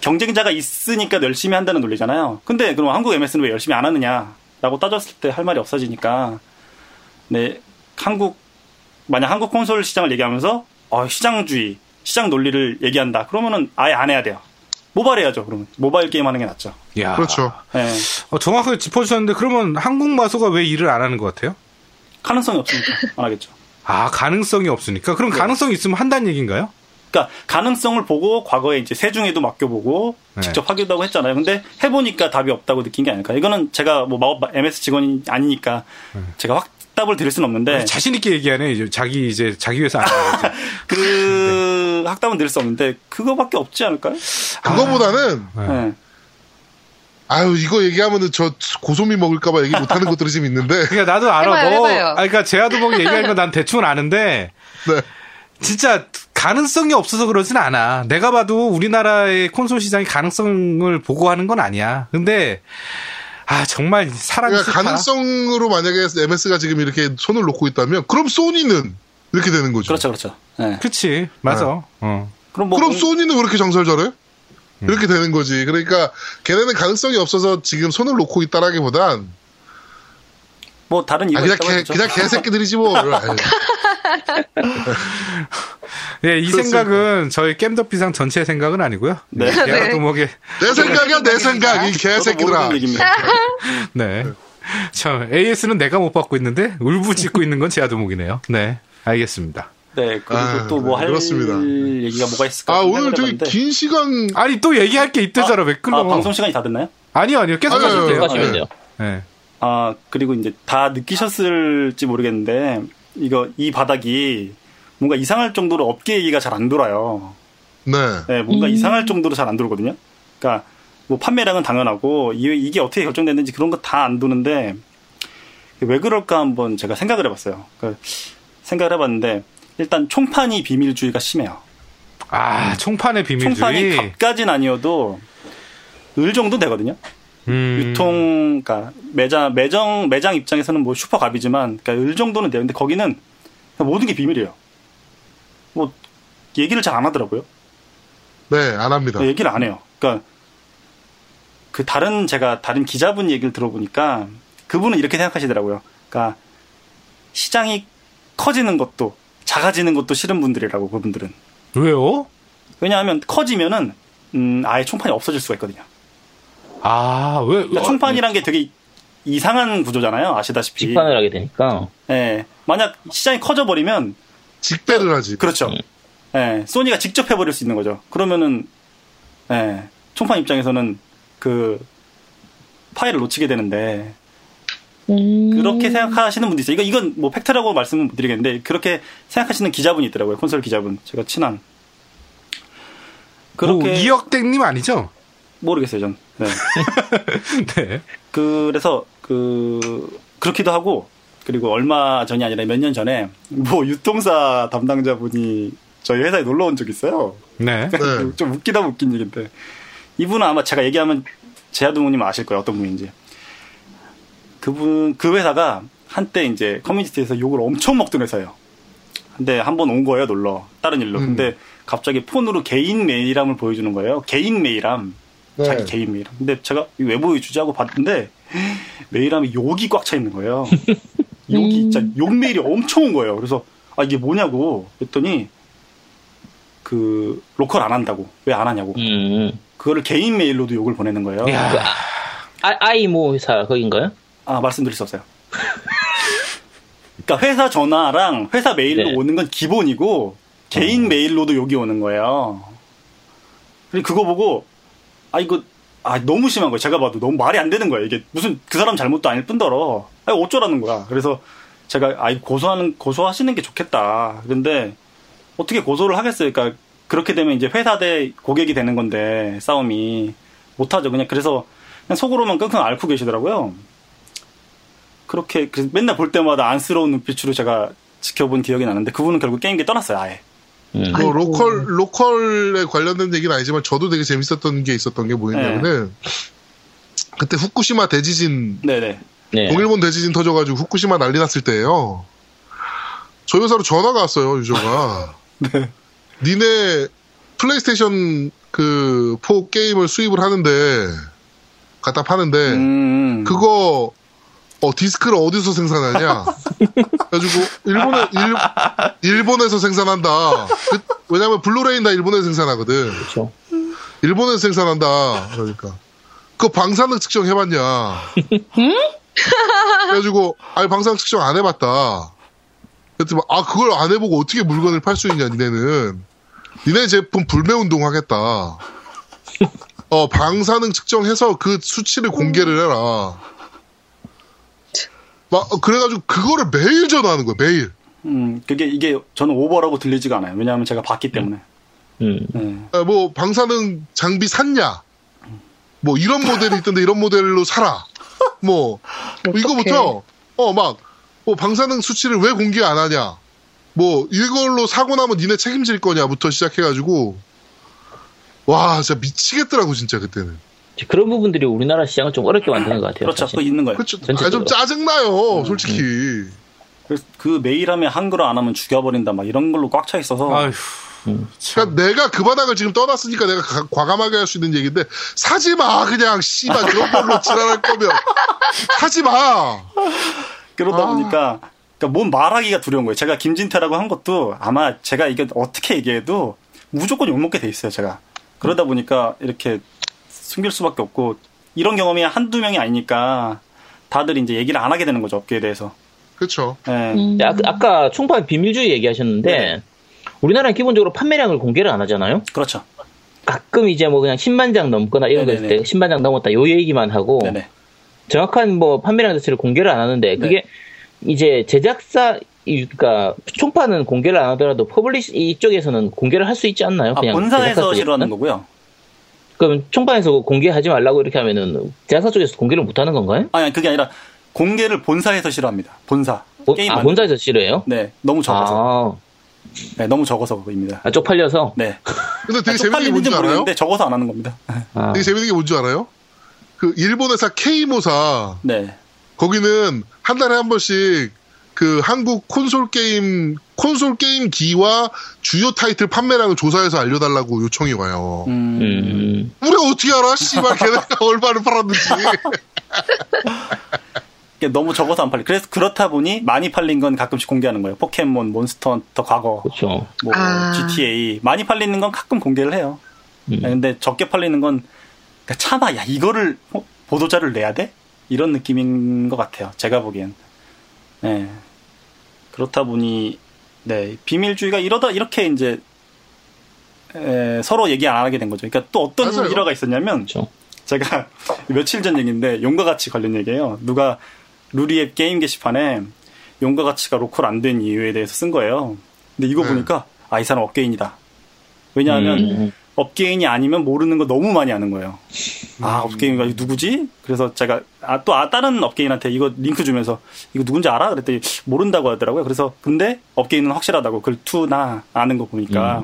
Speaker 3: 경쟁자가 있으니까 열심히 한다는 논리잖아요. 근데 그럼 한국 MS는 왜 열심히 안 하느냐라고 따졌을 때 할 말이 없어지니까 네 한국 만약 한국 콘솔 시장을 얘기하면서 어, 시장주의 시장 논리를 얘기한다 그러면은 아예 안 해야 돼요. 모바일 해야죠. 그러면 모바일 게임 하는 게 낫죠.
Speaker 2: 야,
Speaker 1: 그렇죠.
Speaker 3: 예.
Speaker 2: 어, 정확하게 짚어주셨는데 그러면 한국 마소가 왜 일을 안 하는 것 같아요?
Speaker 3: 가능성이 없으니까 안 하겠죠.
Speaker 2: 아, 가능성이 없으니까.
Speaker 3: 네.
Speaker 2: 그럼 가능성이 있으면 한다는 얘기인가요?
Speaker 3: 그러니까 가능성을 보고 과거에 이제 세중에도 맡겨보고
Speaker 2: 네.
Speaker 3: 직접 하기도 하고 했잖아요. 근데 해보니까 답이 없다고 느낀 게 아닐까. 이거는 제가 뭐 마법 MS 직원이 아니니까
Speaker 1: 네.
Speaker 3: 제가 확 답을 드릴 수는 없는데
Speaker 2: 자신 있게 얘기하네. 이제 자기 이제 자기 회사 안
Speaker 3: [laughs]
Speaker 2: 하고 이제.
Speaker 3: 그
Speaker 1: 네.
Speaker 3: 학답은 드릴 수 없는데 그거밖에 없지 않을까요? 아.
Speaker 1: 그거보다는
Speaker 2: 네.
Speaker 3: 네.
Speaker 1: 아유 이거 얘기하면은 저 고소미 먹을까봐 얘기 못하는 것들이 좀
Speaker 3: [laughs]
Speaker 1: 있는데.
Speaker 2: 그러니까 나도 알아.
Speaker 4: 해봐요,
Speaker 2: 너,
Speaker 4: 해봐요.
Speaker 2: 아, 그러니까 제아도복 얘기하는 거 난 대충은 아는데
Speaker 1: 네.
Speaker 2: 진짜 가능성이 없어서 그러진 않아. 내가 봐도 우리나라의 콘솔 시장이 가능성을 보고하는 건 아니야. 근데 아 정말 사람이
Speaker 1: 그러니까
Speaker 2: 슬프다.
Speaker 1: 가능성으로 만약에 MS가 지금 이렇게 손을 놓고 있다면 그럼 소니는 이렇게 되는 거죠.
Speaker 3: 그렇죠, 그렇죠. 네.
Speaker 2: 그치 맞아.
Speaker 1: 네.
Speaker 2: 어.
Speaker 3: 그럼 뭐 음.
Speaker 1: 그럼 소니는 왜 이렇게 장사를 잘해? 이렇게 되는 거지. 그러니까 걔네는 가능성이 없어서 지금 손을 놓고 있다라기보단
Speaker 3: 뭐 다른
Speaker 1: 아,
Speaker 3: 이유가
Speaker 1: 그냥
Speaker 3: 있다고
Speaker 1: 개,
Speaker 3: 했죠.
Speaker 1: 그냥 개새끼들이지 뭐. 아유,
Speaker 2: 예, 이
Speaker 1: 그렇습니다.
Speaker 2: 생각은 저희 겜더비상 전체 생각은 아니고요.
Speaker 3: 네.
Speaker 2: 예, [laughs] 제아도복의
Speaker 1: 내 생각이야 내 생각 이
Speaker 3: 저도
Speaker 1: 개새끼들아.
Speaker 3: 모르는 얘기입니다.
Speaker 1: [laughs]
Speaker 2: 네. 참 AS는 내가 못 받고 있는데 울부짖고 있는 건 제아도목이네요. 네, 알겠습니다.
Speaker 3: 네. 그리고
Speaker 1: 아,
Speaker 3: 또 뭐 할
Speaker 1: 그렇습니다.
Speaker 3: 얘기가 뭐가 있을까?
Speaker 1: 아
Speaker 3: 생각을
Speaker 1: 오늘 되게
Speaker 3: 해봤는데.
Speaker 1: 긴 시간
Speaker 2: 아니 또 얘기할 게 있대잖아 왜
Speaker 3: 아,
Speaker 2: 끊어?
Speaker 3: 방송 시간이 다 됐나요?
Speaker 2: 아니요 아니요 계속
Speaker 1: 아니, 아니,
Speaker 2: 하셔도
Speaker 1: 아니,
Speaker 2: 돼요.
Speaker 5: 하시면 돼요.
Speaker 2: 네.
Speaker 3: 아, 그리고 이제 다 느끼셨을지 모르겠는데, 이거, 이 바닥이 뭔가 이상할 정도로 업계 얘기가 잘 안 돌아요.
Speaker 1: 네.
Speaker 3: 네, 뭔가 이상할 정도로 잘 안 돌거든요. 그러니까, 뭐 판매량은 당연하고, 이- 이게 어떻게 결정됐는지 그런 거 다 안 도는데, 왜 그럴까 한번 제가 생각을 해봤어요. 그 생각을 해봤는데, 일단 총판이 비밀주의가 심해요.
Speaker 2: 아 총판의
Speaker 3: 총판이
Speaker 2: 비밀주의.
Speaker 3: 값까진 아니어도, 을 정도 되거든요.
Speaker 2: 음.
Speaker 3: 유통, 그러니까 매장 매장 매장 입장에서는 뭐 슈퍼갑이지만, 그러니까 을 정도는 돼요. 근데 거기는 그냥 모든 게 비밀이에요. 뭐 얘기를 잘 안 하더라고요.
Speaker 1: 네, 안 합니다.
Speaker 3: 얘기를 안 해요. 그러니까 그 다른 제가 다른 기자분 얘기를 들어보니까 그분은 이렇게 생각하시더라고요. 그러니까 시장이 커지는 것도 작아지는 것도 싫은 분들이라고 그분들은.
Speaker 2: 왜요?
Speaker 3: 왜냐하면 커지면은 음, 아예 총판이 없어질 수가 있거든요.
Speaker 2: 아, 왜?
Speaker 3: 그러니까 총판이란 게 되게 이상한 구조잖아요. 아시다시피.
Speaker 5: 직판을 하게 되니까
Speaker 3: 예. 만약 시장이 커져버리면,
Speaker 1: 직배를 하지.
Speaker 3: 그렇죠. 예. 소니가 직접 해버릴 수 있는 거죠. 그러면은, 예. 총판 입장에서는 그 파일을 놓치게 되는데,
Speaker 4: 음.
Speaker 3: 그렇게 생각하시는 분도 있어요. 이거, 이건 뭐 팩트라고 말씀은 못 드리겠는데, 그렇게 생각하시는 기자분이 있더라고요. 콘솔 기자분. 제가 친한. 그렇게.
Speaker 2: 뭐, 이혁땡님 아니죠? [laughs]
Speaker 3: 모르겠어요, 전. 네.
Speaker 2: 네.
Speaker 3: 그래서 그 그렇기도 하고 그리고 얼마 전이 아니라 몇 년 전에 뭐 유통사 담당자분이 저희 회사에 놀러 온 적 있어요.
Speaker 2: 네.
Speaker 1: 네.
Speaker 3: [laughs] 좀 웃기다 웃긴 얘기인데 이분은 아마 제가 얘기하면 제아도모님 아실 거예요 어떤 분인지. 그분 그 회사가 한때 이제 커뮤니티에서 욕을 엄청 먹던 회사예요. 근데 한 번 온 거예요 놀러 다른 일로.
Speaker 1: 음.
Speaker 3: 근데 갑자기 폰으로 개인 메일함을 보여주는 거예요. 개인 메일함.
Speaker 1: 네.
Speaker 3: 자기 개인 메일.
Speaker 1: [laughs]
Speaker 3: 근데 제가 이거 왜 보여주지 하고 봤는데 메일함이 욕이 꽉 차 있는 거예요. 욕이 진짜 욕메일이 엄청 온 거예요. 그래서 아 이게 뭐냐고 했더니 그 로컬 안 한다고 왜 안 하냐고
Speaker 5: 음.
Speaker 3: 그거를 개인 메일로도 욕을 보내는 거예요.
Speaker 2: 야,
Speaker 5: 아, 아이모 회사 거긴가요?
Speaker 3: 아 말씀드릴 수 없어요. 그러니까 회사 전화랑 회사 메일로
Speaker 5: 네.
Speaker 3: 오는 건 기본이고 개인 메일로도 여기 오는 거예요. 그리고 그거 보고 아 이거 아 너무 심한 거예요. 제가 봐도 너무 말이 안 되는 거예요. 이게 무슨 그 사람 잘못도 아닐 뿐더러 아 어쩌라는 거야. 그래서 제가 아이 고소하는 고소하시는 게 좋겠다. 근데 어떻게 고소를 하겠어요? 그러니까 그렇게 되면 이제 회사 대 고객이 되는 건데 싸움이 못하죠. 그냥 그래서 그냥 속으로만 끙끙 앓고 계시더라고요. 그렇게 그래서 맨날 볼 때마다 안쓰러운 눈빛으로 제가 지켜본 기억이 나는데 그분은 결국 게임기 떠났어요 아예.
Speaker 5: 음.
Speaker 1: 뭐 로컬 로컬에 관련된 얘기는 아니지만 저도 되게 재밌었던 게 있었던 게 뭐였냐면은
Speaker 3: 네.
Speaker 1: 그때 후쿠시마 대지진
Speaker 3: 네네.
Speaker 5: 네.
Speaker 1: 동일본 대지진 터져가지고 후쿠시마 난리 났을 때예요. 저희 회사로 전화가 왔어요 유저가. 니네 플레이스테이션 그 포 게임을 수입을 하는데 갖다 파는데
Speaker 3: 음.
Speaker 1: 그거 어 디스크를 어디서 생산하냐? 그래가지고 일본에 일, 본에서 생산한다. 그- 왜냐면 블루레이는 다 일본에서 생산하거든.
Speaker 5: 그렇죠.
Speaker 1: 일본에서 생산한다. 그러니까 그 방사능 측정 해봤냐? 그래가지고 아니 방사능 측정 안 해봤다. 그랬더니 아 그걸 안 해보고 어떻게 물건을 팔 수 있냐 니네는 니네 제품 불매 운동하겠다. 어 방사능 측정해서 그 수치를 공개를 해라. 막 어, 그래가지고 그거를 매일 전화하는 거야 매일.
Speaker 3: 음, 그게 이게 저는 오버라고 들리지가 않아요. 왜냐하면 제가 봤기 때문에.
Speaker 5: 음.
Speaker 3: 네.
Speaker 1: 아, 뭐 방사능 장비 샀냐? 뭐 이런 모델이 있던데 이런 모델로 사라. 뭐, 뭐 이거부터 어막뭐 방사능 수치를 왜 공개 안 하냐? 뭐 이걸로 사고 나면 니네 책임질 거냐부터 시작해가지고 와 진짜 미치겠더라고 진짜 그때는.
Speaker 5: 이제 그런 부분들이 우리나라 시장을 좀 어렵게 만드는 것 같아요.
Speaker 3: 그렇죠.
Speaker 5: 네, 사실.
Speaker 3: 그거 있는 거예요.
Speaker 1: 그렇죠. 아,
Speaker 5: 전체적으로.
Speaker 1: 좀
Speaker 5: 음,
Speaker 1: 짜증 나요 솔직히.
Speaker 3: 그래서 그 메일하면 한글어 안 하면 죽여버린다 막 이런 걸로 꽉 차 있어서.
Speaker 2: 아휴,
Speaker 1: 그러니까 내가 그 바닥을 지금 떠났으니까 내가 가- 과감하게 할 수 있는 얘기인데 사지 마 그냥 씨발 그런 걸로 지랄할 거면 사지 마.
Speaker 3: 그러다 보니까 그러니까 뭔 말하기가 두려운 거예요. 제가 김진태라고 한 것도 아마 제가 이게 어떻게 얘기해도 무조건 욕먹게 돼 있어요. 제가 그러다 보니까 이렇게 숨길 수밖에 없고 이런 경험이 한두 명이 아니니까 다들 이제 얘기를 안 하게 되는 거죠 업계에 대해서.
Speaker 1: 그렇죠.
Speaker 3: 예.
Speaker 5: 네, 아, 아까 총판 비밀주의 얘기하셨는데
Speaker 3: 네.
Speaker 5: 우리나라는 기본적으로 판매량을 공개를 안 하잖아요.
Speaker 3: 그렇죠.
Speaker 5: 가끔 이제 뭐 그냥 10만 장 넘거나 이런 거 있을 때
Speaker 3: 네네네.
Speaker 5: 10만 장 넘었다 요 얘기만 하고
Speaker 3: 네네. 네.
Speaker 5: 정확한 뭐 판매량 자체를 공개를 안 하는데 그게 이제 제작사 이- 그러니까 총판은 공개를 안 하더라도 퍼블리시 이쪽에서는 공개를 할 수 있지 않나요?
Speaker 3: 아,
Speaker 5: 그냥
Speaker 3: 본사에서 싫어하는
Speaker 5: 거.
Speaker 3: 거고요.
Speaker 5: 그럼 총판에서 공개하지 말라고 이렇게 하면은 제작사 쪽에서 공개를 못 하는 건가요?
Speaker 3: 아니 그게 아니라 공개를 본사에서 싫어합니다. 본사.
Speaker 5: 본-
Speaker 3: 게임
Speaker 5: 아
Speaker 3: 만드는-
Speaker 5: 본사에서 싫어해요?
Speaker 3: 네, 너무 적어서.
Speaker 5: 아,
Speaker 3: 네, 너무 적어서입니다.
Speaker 5: 아, 쪽팔려서.
Speaker 3: 네.
Speaker 1: 근데 되게
Speaker 3: 아,
Speaker 1: 재밌는 게 뭔지
Speaker 3: 쪽팔리는지
Speaker 1: 알아요?
Speaker 3: 모르겠는데 적어서 안 하는 겁니다. [laughs]
Speaker 5: 아,
Speaker 1: 되게 재밌는 게 뭔지 알아요? 그 일본 회사 K모사
Speaker 3: 네.
Speaker 1: 거기는 한 달에 한 번씩 그 한국 콘솔 게임 콘솔 게임기와 주요 타이틀 판매량을 조사해서 알려달라고 요청이 와요.
Speaker 3: 음.
Speaker 5: 음,
Speaker 1: 우리가 어떻게 알아? 씨발 걔네가 [laughs] 얼마를 팔았는지. [laughs]
Speaker 3: 이게 너무 적어서 안 팔려. 그래서 그렇다 보니 많이 팔린 건 가끔씩 공개하는 거예요. 포켓몬, 몬스터 헌터, 과거,
Speaker 5: 그렇죠.
Speaker 3: 뭐
Speaker 4: 아.
Speaker 3: GTA 많이 팔리는 건 가끔 공개를 해요. 아,
Speaker 5: 음.
Speaker 3: 근데 적게 팔리는 건 그러니까 차마 야 이거를 어, 보- 보도자를 내야 돼? 이런 느낌인 것 같아요. 제가 보기엔. 네. 그렇다 보니 네 비밀주의가 이러다 이렇게 이제 에, 서로 얘기 안 하게 된 거죠. 그러니까 또 어떤
Speaker 1: 맞아요.
Speaker 3: 일화가 있었냐면
Speaker 5: 그렇죠.
Speaker 3: 제가 [laughs] 며칠 전 얘기인데 용과 같이 관련 얘기예요. 누가 루리앱 게임 게시판에 용과 같이가 로컬 안 된 이유에 대해서 쓴 거예요. 근데 이거
Speaker 1: 네.
Speaker 3: 보니까 아 이 사람 업계인이다. 왜냐하면
Speaker 5: 음.
Speaker 3: 업계인이 아니면 모르는 거 너무 많이 아는 거예요. 아 업계인이 이거 누구지? 그래서 제가 아, 또 아, 다른 업계인한테 이거 링크 주면서 이거 누군지 알아? 그랬더니 모른다고 하더라고요. 그래서 근데 업계인은 확실하다고 글투나 아는 거 보니까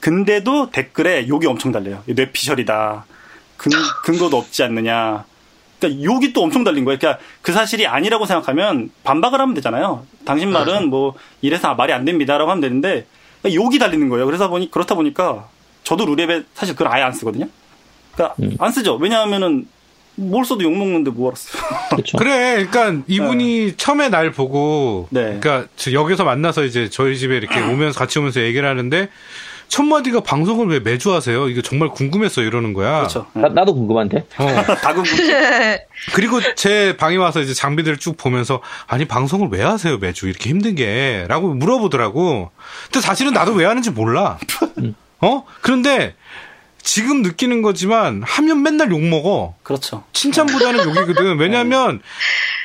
Speaker 3: 근데도 댓글에 욕이 엄청 달려요. 이 뇌피셜이다. 근, 근거도 없지 않느냐. 그러니까 욕이 또 엄청 달린 거예요. 그러니까 그 사실이 아니라고 생각하면 반박을 하면 되잖아요. 당신 말은 뭐 이래서 말이 안 됩니다라고 하면 되는데 그러니까 욕이 달리는 거예요. 그래서 보니 그렇다 보니까 저도 루랩에 사실 그걸 아예 안 쓰거든요. 그러니까 안 쓰죠. 왜냐하면은 뭘 써도 욕먹는데 뭐 알았어.
Speaker 5: 그렇죠.
Speaker 2: 그래, 그러니까 이분이 처음에 날 보고,
Speaker 3: 네.
Speaker 2: 그러니까 저- 역에서 만나서 이제 저희 집에
Speaker 3: [clears throat]
Speaker 2: 이렇게 오면서 같이 오면서 얘기를 하는데 첫 마디가 방송을 왜 매주 하세요? 이거 정말 궁금했어 이러는 거야.
Speaker 3: [laughs] 그렇죠.
Speaker 1: 네.
Speaker 5: 나, 나도 궁금한데.
Speaker 2: 어.
Speaker 3: 다금
Speaker 2: 그리고 제 방에 와서 이제 장비들을 쭉 보면서 아니 방송을 왜 하세요 매주 이렇게 힘든 게라고 물어보더라고. 근데 사실은 나도 왜 하는지 몰라. 어? 그런데 지금 느끼는 거지만 하면 맨날 욕 먹어.
Speaker 3: 그렇죠.
Speaker 2: 칭찬보다는 욕이거든. 왜냐하면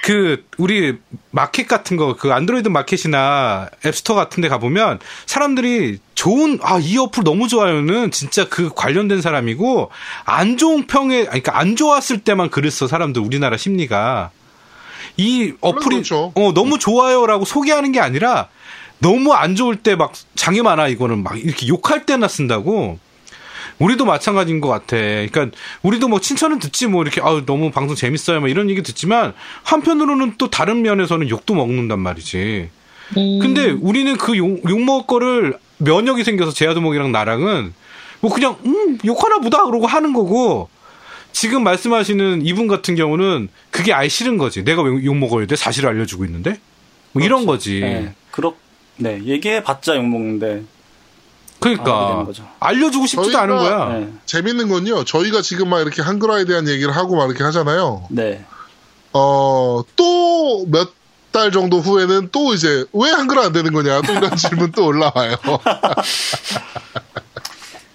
Speaker 2: 그 우리 마켓 같은 거 그 안드로이드 마켓이나 앱스토어 같은데 가 보면 사람들이 좋은 아 이 어플 너무 좋아요는 진짜 그 관련된 사람이고 안 좋은 평에 아니, 그러니까 안 좋았을 때만 글을 써 사람들 우리나라 심리가 이 어플이
Speaker 1: 그렇죠.
Speaker 2: 어 너무 좋아요라고 소개하는 게 아니라 너무 안 좋을 때 막 장애 많아 이거는 막 이렇게 욕할 때나 쓴다고 우리도 마찬가지인 것 같아. 그러니까 우리도 뭐 칭찬은 듣지 뭐 이렇게 아 너무 방송 재밌어요 막 이런 얘기 듣지만 한편으로는 또 다른 면에서는 욕도 먹는단 말이지. 근데 우리는 그 욕 먹을 거를 면역이 생겨서 제아도목이랑 나랑은 뭐 그냥 음 욕하나 보다 그러고 하는 거고 지금 말씀하시는 이분 같은 경우는 그게 아예 싫은 거지. 내가 왜 욕 먹어야 돼? 사실을 알려주고 있는데 뭐 이런 거지.
Speaker 3: 네. 그렇 네. 얘기해봤자 욕먹는데. 알게
Speaker 2: 그러니까
Speaker 3: 되는 거죠.
Speaker 2: 알려주고 싶지도
Speaker 1: 저희가-
Speaker 2: 않은 거야.
Speaker 3: 네.
Speaker 1: 재밌는 건요. 저희가 지금 막 이렇게 한글화에 대한 얘기를 하고 막 이렇게 하잖아요.
Speaker 3: 네.
Speaker 1: 어, 또 몇 달 정도 후에는 또 이제 왜 한글화 안 되는 거냐 또 이런 [laughs] 질문 또 올라와요.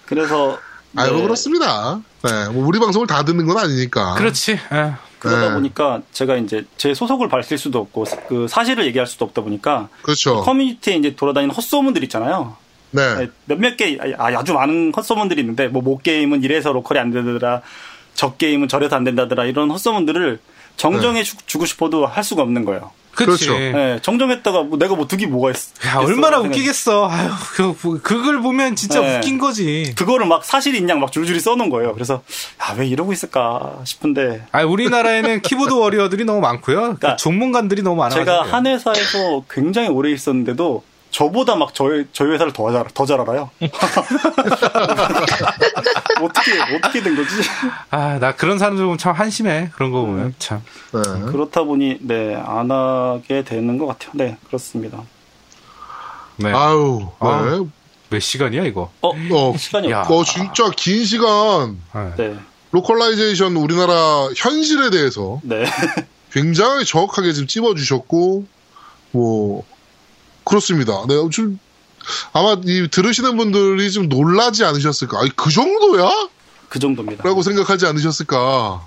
Speaker 3: 그래서.
Speaker 1: 아유 뭐
Speaker 3: 네.
Speaker 1: 그렇습니다. 네, 뭐 우리 방송을 다 듣는 건 아니니까.
Speaker 2: 그렇지. 예.
Speaker 3: 그러다
Speaker 1: 네.
Speaker 3: 보니까 제가 이제 제 소속을 밝힐 수도 없고 그 사실을 얘기할 수도 없다 보니까
Speaker 1: 그렇죠.
Speaker 3: 커뮤니티에 이제 돌아다니는 헛소문들 있잖아요.
Speaker 1: 네.
Speaker 3: 몇몇 개, 아, 아주 많은 헛소문들이 있는데, 뭐, 모 게임은 이래서 로컬이 안 되더라, 저 게임은 저래서 안 된다더라, 이런 헛소문들을 정정해
Speaker 2: 네.
Speaker 3: 주, 주고 싶어도 할 수가 없는 거예요.
Speaker 2: 그렇지.
Speaker 1: 그렇죠.
Speaker 3: 예, 정정했다가 뭐 내가 뭐 득이 뭐가 있,
Speaker 2: 네. 야,
Speaker 3: 있어,
Speaker 2: 얼마나
Speaker 3: 생각-
Speaker 2: 웃기겠어. 아유, 그, 그걸 보면 진짜
Speaker 3: 네.
Speaker 2: 웃긴 거지.
Speaker 3: 그거를 막 사실이 있냐 막 줄줄이 써놓은 거예요. 그래서, 야, 왜 이러고 있을까 싶은데,
Speaker 2: 아, 우리나라에는 키보드 워리어들이 너무 많고요. 그
Speaker 3: 그러니까
Speaker 2: 전문가들이 너무 많아서.
Speaker 3: 제가
Speaker 2: 그래요.
Speaker 3: 한 회사에서 굉장히 오래 있었는데도, 저보다 막 저희, 저희 회사를 더 잘, 더 잘 알아요. [laughs] 어떻게, 어떻게 된 거지?
Speaker 2: 아, 나 그런 사람들 보면 참 한심해. 그런 거 보면
Speaker 3: 음.
Speaker 2: 참.
Speaker 1: 네.
Speaker 3: 그렇다 보니, 네, 안 하게 되는 것 같아요. 네, 그렇습니다.
Speaker 2: 네.
Speaker 1: 아유,
Speaker 2: 아우.
Speaker 1: 네.
Speaker 2: 몇 시간이야, 이거?
Speaker 3: 어,
Speaker 1: 어,
Speaker 3: 시간이
Speaker 2: 야.
Speaker 3: 없고.
Speaker 1: 어, 진짜 긴 시간
Speaker 2: 아,
Speaker 3: 네.
Speaker 1: 로컬라이제이션 우리나라 현실에 대해서
Speaker 3: 네. [laughs]
Speaker 1: 굉장히 정확하게 지금 찝어주셨고, 뭐, 그렇습니다. 네, 좀, 아마 이 들으시는 분들이 좀 놀라지 않으셨을까. 아니, 그 정도야?
Speaker 3: 그 정도입니다.
Speaker 1: 라고 생각하지 않으셨을까.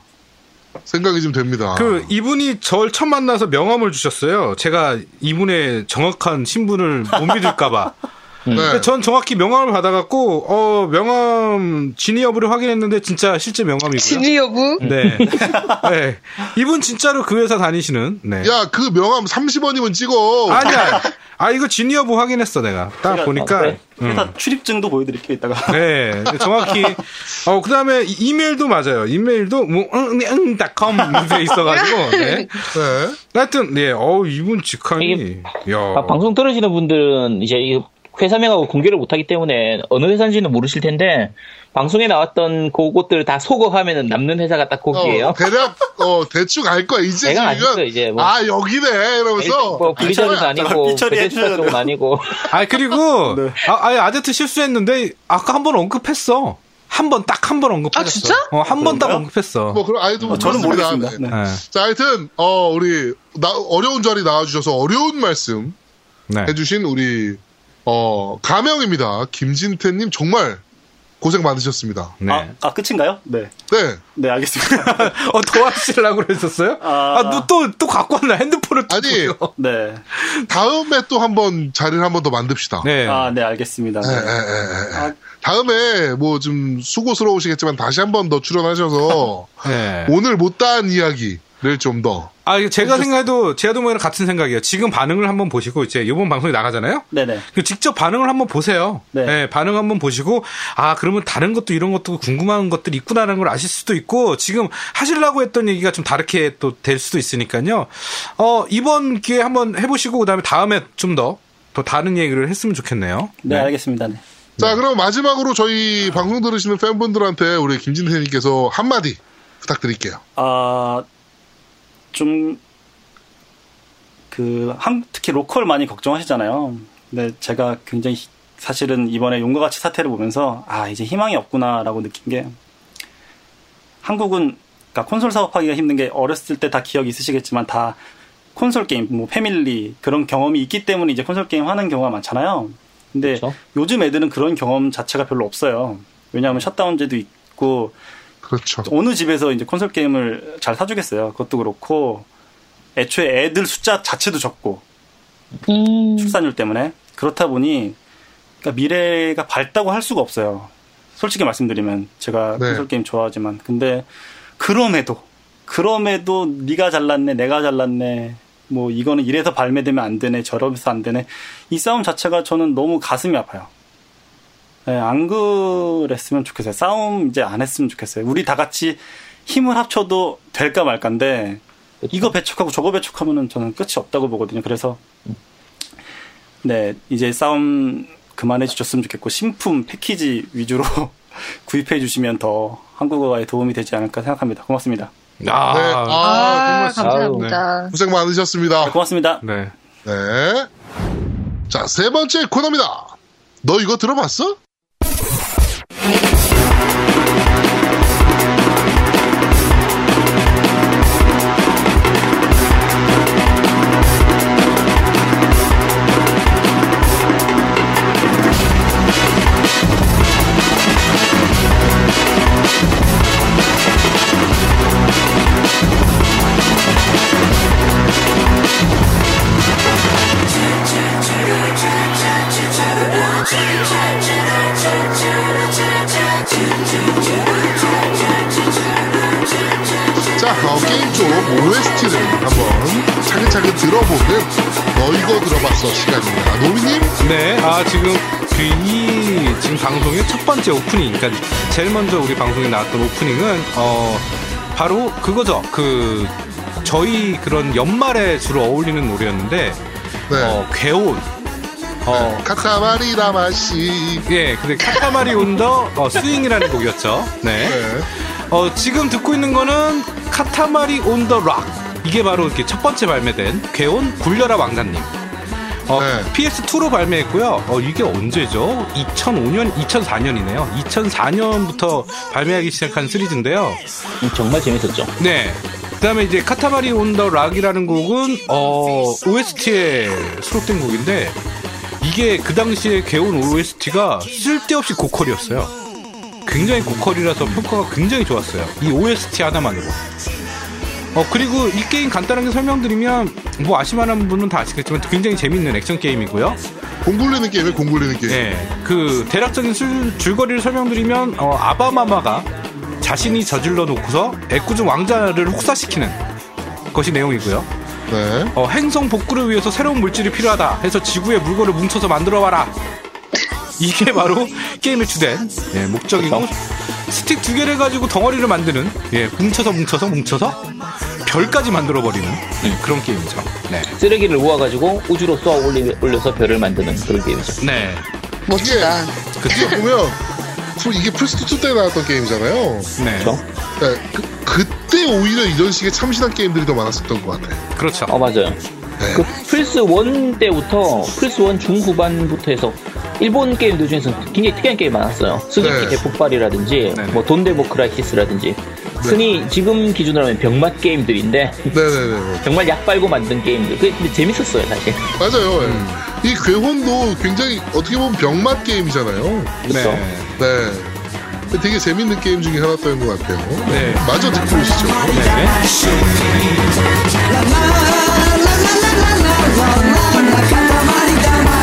Speaker 1: 생각이 좀 됩니다.
Speaker 2: 그, 이분이 절 처음 만나서 명함을 주셨어요. 제가 이분의 정확한 신분을 못 믿을까봐.
Speaker 1: [laughs] 네.
Speaker 2: 근데 전 정확히 명함을 받아갖고, 어, 명함 진위 여부를 확인했는데 진짜 실제 명함이고요.
Speaker 4: 진위 여부?
Speaker 2: 네. [laughs] 네. 이분 진짜로 그 회사 다니시는. 네.
Speaker 1: 야, 그 명함 30원이면 찍어.
Speaker 2: 아니야. 아 이거 진위 여부 확인했어 내가. 딱 보니까.
Speaker 5: 그래.
Speaker 3: 회사
Speaker 2: 음.
Speaker 3: 출입증도 보여드릴게요, 이따가.
Speaker 2: 네, 정확히. 어, 그 다음에 이메일도 맞아요. 이메일도, 뭐, 응, 네, 응, 닷컴, 돼 있어가지고, 네.
Speaker 1: 네.
Speaker 2: 하여튼, 네, 어우, 이분 직함이,
Speaker 5: 이게
Speaker 2: 야.
Speaker 1: 어.
Speaker 5: 아, 방송 들으시는 분들은 이제 이 회사명하고 공개를 못하기 때문에 어느 회사인지는 모르실 텐데 방송에 나왔던 그곳들 다 소거하면은 남는 회사가 딱 거기예요.
Speaker 1: 어, 대략, 어, 대충 알 거야. 이제
Speaker 5: 내가 안
Speaker 1: 지금.
Speaker 5: 했어, 이제 뭐.
Speaker 1: 아, 여기네.
Speaker 5: 일단
Speaker 1: 이러면서. 아,
Speaker 5: 뭐 블리자드는
Speaker 3: 잠깐만,
Speaker 5: 아니고
Speaker 3: 삐처리 해주셔야
Speaker 5: 베데스다 쪽은
Speaker 3: 돼요. [laughs]
Speaker 5: 아니고
Speaker 2: 아, [laughs] 그리고, 아, 아예 아제트 실수했는데, 아까 한 번 언급했어. 한 번, 딱 한 번 언급했어.
Speaker 4: 아, 진짜?
Speaker 2: 어, 한 번 딱
Speaker 3: 그런가요?
Speaker 2: 언급했어.
Speaker 1: 뭐, 그럼, 아니, 좀
Speaker 3: 어, 저는
Speaker 1: 그렇습니다.
Speaker 3: 모르겠습니다.
Speaker 1: 네.
Speaker 3: 네.
Speaker 2: 네.
Speaker 1: 자, 하여튼, 어, 우리, 나, 어려운 자리 나와주셔서 어려운 말씀
Speaker 2: 네.
Speaker 1: 해주신 우리, 어, 가명입니다. 김진태님 정말 고생 많으셨습니다.
Speaker 2: 네.
Speaker 3: 아, 아, 끝인가요? 네.
Speaker 1: 네.
Speaker 3: 네, 알겠습니다. [laughs]
Speaker 2: 어, 도와주시려고 그랬었어요?
Speaker 3: 아.
Speaker 2: 아, 너 또, 또 갖고 왔나? 핸드폰을 또.
Speaker 1: 아니,
Speaker 3: 네.
Speaker 1: 다음에 또 한번 자리를 한 번 더 만듭시다.
Speaker 2: 네.
Speaker 3: 아, 네, 알겠습니다.
Speaker 1: 에, 에,
Speaker 3: 네.
Speaker 1: 에, 에.
Speaker 3: 아,
Speaker 1: 다음에 뭐 좀 수고스러우시겠지만 다시 한 번 더 출연하셔서
Speaker 2: 네.
Speaker 1: 오늘 못다한 이야기를 좀 더.
Speaker 2: 아, 이거 제가 생각해도 제아도모이랑 같은 생각이에요. 지금 반응을 한번 보시고 이제 이번 방송이 나가잖아요.
Speaker 3: 네네.
Speaker 2: 그 직접 반응을 한번 보세요.
Speaker 3: 네.
Speaker 2: 예, 반응 한번 보시고 아 그러면 다른 것도 이런 것도 궁금한 것들이 있구나라는 걸 아실 수도 있고 지금 하시려고 했던 얘기가 좀 다르게 또 될 수도 있으니까요. 어 이번 기회 에 한번 해보시고 그다음에 다음에 좀 더 더 다른 얘기를 했으면 좋겠네요.
Speaker 3: 네, 알겠습니다. 네.
Speaker 1: 자, 그럼 마지막으로 저희 방송 들으시는 팬분들한테 우리 김진태님께서 한마디 부탁드릴게요.
Speaker 3: 아, 좀, 그, 한, 특히 로컬 많이 걱정하시잖아요. 근데 제가 굉장히 히- 사실은 이번에 용과 같이 사태를 보면서, 아, 이제 희망이 없구나라고 느낀 게, 한국은, 그러니까 콘솔 사업하기가 힘든 게 어렸을 때 다 기억이 있으시겠지만 다 콘솔 게임, 뭐 패밀리, 그런 경험이 있기 때문에 이제 콘솔 게임 하는 경우가 많잖아요. 근데
Speaker 5: 그렇죠.
Speaker 3: 요즘 애들은 그런 경험 자체가 별로 없어요. 왜냐하면 셧다운제도 있고,
Speaker 1: 그렇죠.
Speaker 3: 어느 집에서 이제 콘솔 게임을 잘 사주겠어요. 그것도 그렇고 애초에 애들 숫자 자체도 적고 출산율 때문에 그렇다 보니 그러니까 미래가 밝다고 할 수가 없어요. 솔직히 말씀드리면 제가
Speaker 1: 네.
Speaker 3: 콘솔 게임 좋아하지만 근데 그럼에도 그럼에도 네가 잘났네 내가 잘났네 뭐 이거는 이래서 발매되면 안 되네 저러면서 안 되네 이 싸움 자체가 저는 너무 가슴이 아파요. 네, 안 그랬으면 좋겠어요. 싸움 이제 안 했으면 좋겠어요. 우리 다 같이 힘을 합쳐도 될까 말까인데
Speaker 5: 그쵸.
Speaker 3: 이거 배척하고 저거 배척하면은 저는 끝이 없다고 보거든요. 그래서 네 이제 싸움 그만해 주셨으면 좋겠고 신품 패키지 위주로 [laughs] 구입해 주시면 더 한국어에 도움이 되지 않을까 생각합니다. 고맙습니다.
Speaker 2: 아,
Speaker 1: 네. 아,
Speaker 4: 아,
Speaker 1: 정말 네.
Speaker 4: 감사합니다.
Speaker 1: 고생 많으셨습니다.
Speaker 3: 고맙습니다.
Speaker 2: 네.
Speaker 1: 네. 자, 세 번째 코너입니다. 너 이거 들어봤어? 자, 어, 게임 쪽 OST를 한번 차근차근 들어보는 너 이거 들어봤어 시간입니다. 노미님?
Speaker 2: 네, 아, 지금 그 이 지금 방송의 첫 번째 오프닝, 그러니까 제일 먼저 우리 방송에 나왔던 오프닝은 어 바로 그거죠. 그 저희 그런 연말에 주로 어울리는 노래였는데
Speaker 1: 네.
Speaker 2: 어 괴온. 어
Speaker 1: 카타마리 다마시.
Speaker 2: 예, 근데 카타마리 온더 어, 스윙이라는 곡이었죠. 네.
Speaker 1: 네.
Speaker 2: 어, 지금 듣고 있는 거는 카타마리 온 더 락. 이게 바로 이렇게 첫 번째 발매된 괴온 굴려라 왕자님. 어,
Speaker 1: 네.
Speaker 2: PS2로 발매했고요. 어, 이게 언제죠? 2005년, 2004년이네요. 2004년부터 발매하기 시작한 시리즈인데요.
Speaker 5: 정말 재밌었죠.
Speaker 2: 네. 그다음에 이제 카타마리 온 더 락이라는 곡은 어 OST에 수록된 곡인데 이게 그 당시에 개온 OST가 쓸데없이 고퀄이었어요. 굉장히 고퀄이라서 평가가 굉장히 좋았어요. 이 OST 하나만으로. 어 그리고 이 게임 간단하게 설명드리면 뭐 아시만한 분은 다 아시겠지만 굉장히 재밌는 액션 게임이고요.
Speaker 1: 공굴리는 게임에 공굴리는 게임.
Speaker 2: 예, 그 대략적인 술- 줄거리를 설명드리면 어, 아바마마가 자신이 저질러 놓고서 애꿎은 왕자를 혹사시키는 것이 내용이고요.
Speaker 1: 네.
Speaker 2: 어, 행성 복구를 위해서 새로운 물질이 필요하다 해서 지구에 물건을 뭉쳐서 만들어 와라. 이게 바로 게임의 주된 예,
Speaker 5: 그렇죠.
Speaker 2: 목적이고 스틱 두 개를 가지고 덩어리를 만드는 예, 뭉쳐서 뭉쳐서 뭉쳐서 별까지 만들어 버리는 예, 그런 게임이죠. 네.
Speaker 5: 쓰레기를 모아가지고 우주로 쏘아 올리, 올려서 별을 만드는 그런 게임이죠.
Speaker 2: 네.
Speaker 4: 멋지다.
Speaker 1: 이게 보면 후- 이게 플스2 때 나왔던 게임이잖아요.
Speaker 2: 네.
Speaker 5: 그렇죠?
Speaker 1: 네. 그, 때 오히려 이런 식의 참신한 게임들이 더 많았었던 것 같아요.
Speaker 2: 그렇죠.
Speaker 5: 어, 맞아요. 그 플스 1 때부터 플스 1 중후반부터 해서 일본 게임들 중에서 굉장히 특이한 게임이 많았어요. 스즈키
Speaker 1: 네.
Speaker 5: 대폭발이라든지
Speaker 2: 네네. 네.
Speaker 5: 뭐 돈데보 크라이시스라든지 흔히 지금 기준으로 하면 병맛 게임들인데
Speaker 1: 네네네.
Speaker 5: 정말 약 빨고 만든 게임들. 그게 근데 재밌었어요, 사실.
Speaker 1: 맞아요. 예. 이 괴혼도 굉장히 어떻게 보면 병맛 게임이잖아요.
Speaker 5: 그렇죠?
Speaker 2: 네.
Speaker 1: 네. 되게 재밌는 게임 중에 하나였던 것 같아요.
Speaker 2: 네.
Speaker 1: 마저 듣고 오시죠.
Speaker 2: 네.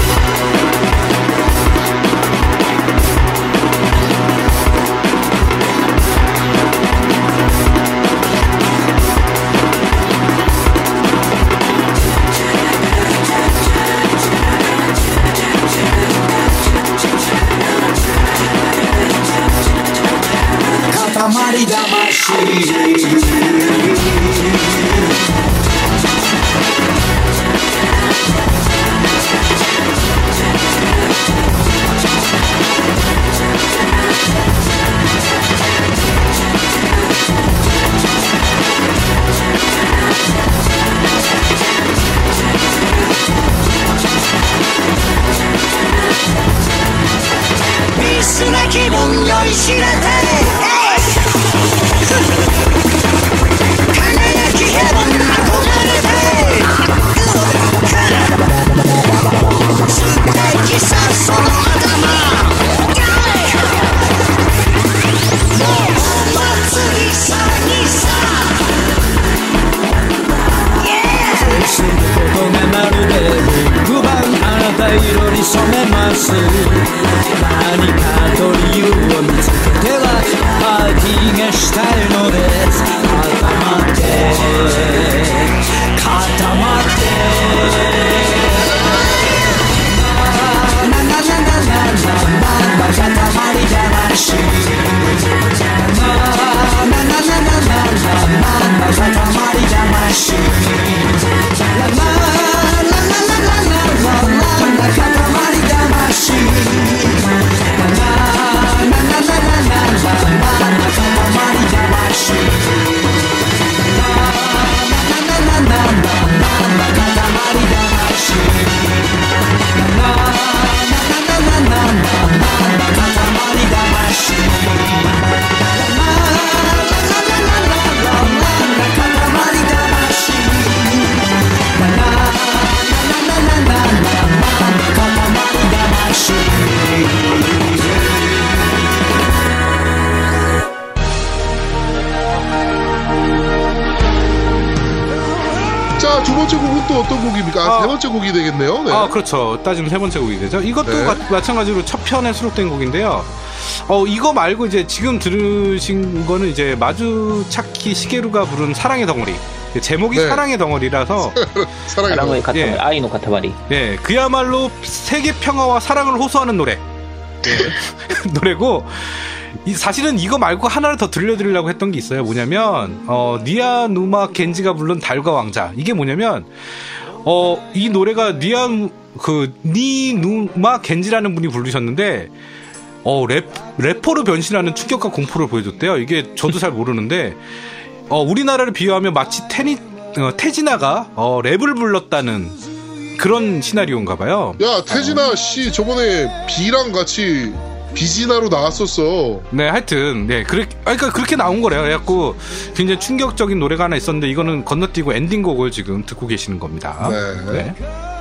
Speaker 6: Thank 날이 담아시 미스나 기분 열심한테 강하게 해본 도전해 순대 기사 서로 하다마 모마츠 이사 이사 Yeah!
Speaker 7: することがまるでビッグバンあなた色に染めます何かと理由を見つけてはパーティーがしたいのです固まって固まってなななななななまだ固まりじゃなしなななななななまだ固まりじゃなし
Speaker 1: 자, 두 번째 곡은 또 어떤 곡입니까? 아,
Speaker 2: 아.
Speaker 1: 세 번째 곡이 되겠네요. 네.
Speaker 2: 아, 그렇죠. 따지면 세 번째 곡이 되죠. 이것도
Speaker 1: 네.
Speaker 2: 마, 마찬가지로 첫 편에 수록된 곡인데요. 어, 이거 말고 이제 지금 들으신 거는 이제 마주차키 시게루가 부른 사랑의 덩어리. 제목이
Speaker 1: 네. [laughs]
Speaker 2: 사랑의 덩어리라서
Speaker 1: 사랑의
Speaker 5: 사랑의
Speaker 1: 노래.
Speaker 5: 카타
Speaker 2: 예.
Speaker 5: 아이노 카타마리.
Speaker 2: 예, 그야말로 세계 평화와 사랑을 호소하는 노래. 예, [laughs] 노래고 이- 사실은 이거 말고 하나를 더 들려드리려고 했던 게 있어요. 뭐냐면 어, 니아 누마 겐지가 부른 달과 왕자. 이게 뭐냐면 어, 이 노래가 니아 누- 그 니누마 겐지라는 분이 부르셨는데 어, 랩, 래퍼로 변신하는 충격과 공포를 보여줬대요. 이게 저도 잘 모르는데 어, 우리나라를 비유하면 마치 테니, 어, 태진아가 어, 랩을 불렀다는 그런 시나리오인가 봐요.
Speaker 1: 야, 태진아 씨 저번에 B랑 같이 비진아로 나왔었어.
Speaker 2: 네, 하여튼, 네, 그렇, 아, 그러니까 그렇게 나온 거래요. 그래갖고 굉장히 충격적인 노래가 하나 있었는데 이거는 건너뛰고 엔딩곡을 지금 듣고 계시는 겁니다.
Speaker 1: 네.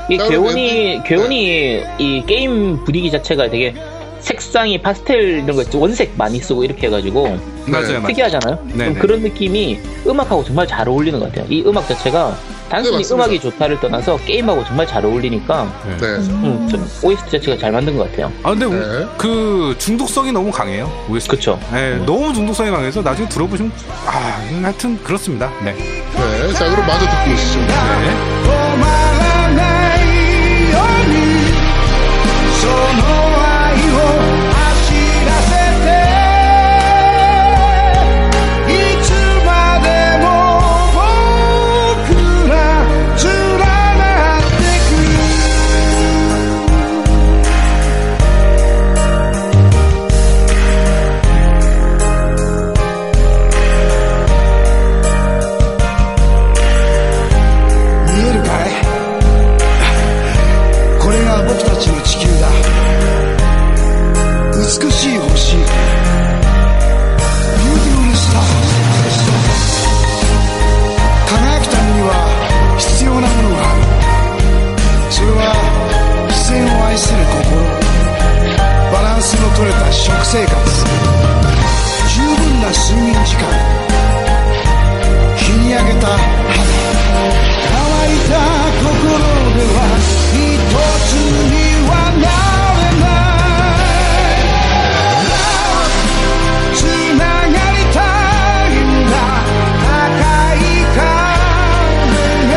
Speaker 5: 이
Speaker 1: 따로
Speaker 5: 괴온이 괴온이
Speaker 2: 네.
Speaker 5: 이 게임 분위기 자체가 되게 색상이 파스텔 이런 거 있죠. 원색 많이 쓰고 이렇게 해가지고
Speaker 1: 네.
Speaker 2: 맞아요, 맞아요.
Speaker 5: 특이하잖아요.
Speaker 2: 네,
Speaker 5: 좀
Speaker 2: 네.
Speaker 5: 그런 느낌이 음악하고 정말 잘 어울리는 것 같아요. 이 음악 자체가 단순히
Speaker 1: 맞습니다.
Speaker 5: 음악이 좋다를 떠나서 게임하고 정말 잘 어울리니까
Speaker 2: 네.
Speaker 1: 네. 네.
Speaker 5: 음, 좀 OST 자체가 잘 만든 것 같아요.
Speaker 2: 아, 근데 우-
Speaker 1: 네.
Speaker 2: 그 중독성이 너무 강해요. OST.
Speaker 5: 그쵸.
Speaker 2: 네, 너무 중독성이 강해서 나중에 들어보시면, 아, 하여튼 그렇습니다. 네.
Speaker 1: 네. 자, 그럼 마저 듣고 오시죠.
Speaker 2: 네.
Speaker 7: 止まらないようにその愛を走らせていつまでも僕ら連なってく見えるかいこれが僕たちの地球だ美しい星ビューティフルスター輝くためには必要なものがあるそれは自然を愛する心バランスの取れた食生活十分な睡眠時間日に焼けた肌乾いた心では一つにはなれないつながりたいんだ高い壁が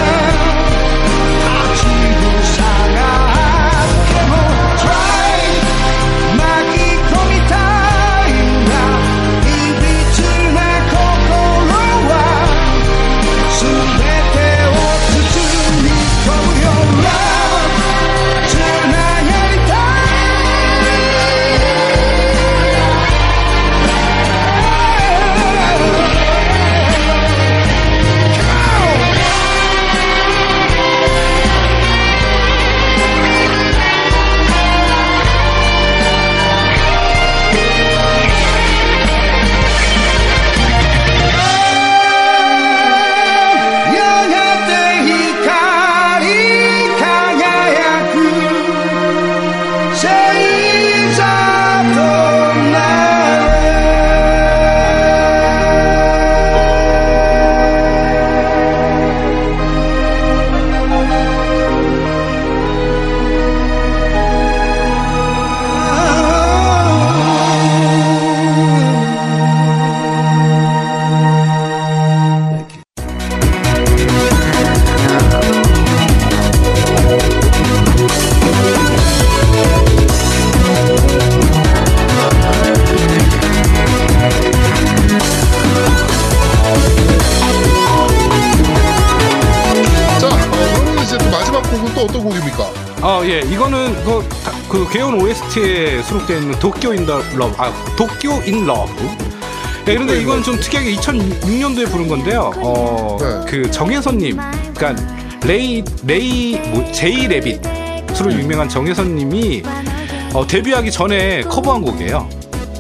Speaker 7: 立ちふさがっても Try 巻き込みたい
Speaker 2: 저는 아, 그, 다- 그 개운 OST에 수록되어 있는 도쿄 인 더 러브 아 도쿄 인 러브 네, 그런데 이건 좀 특이하게 2006년도에 부른 건데요. 어,
Speaker 1: 네.
Speaker 2: 그 정혜선님, 그러니까 레이 레이 뭐, 제이 레빗으로 유명한 정혜선님이 어, 데뷔하기 전에 커버한 곡이에요.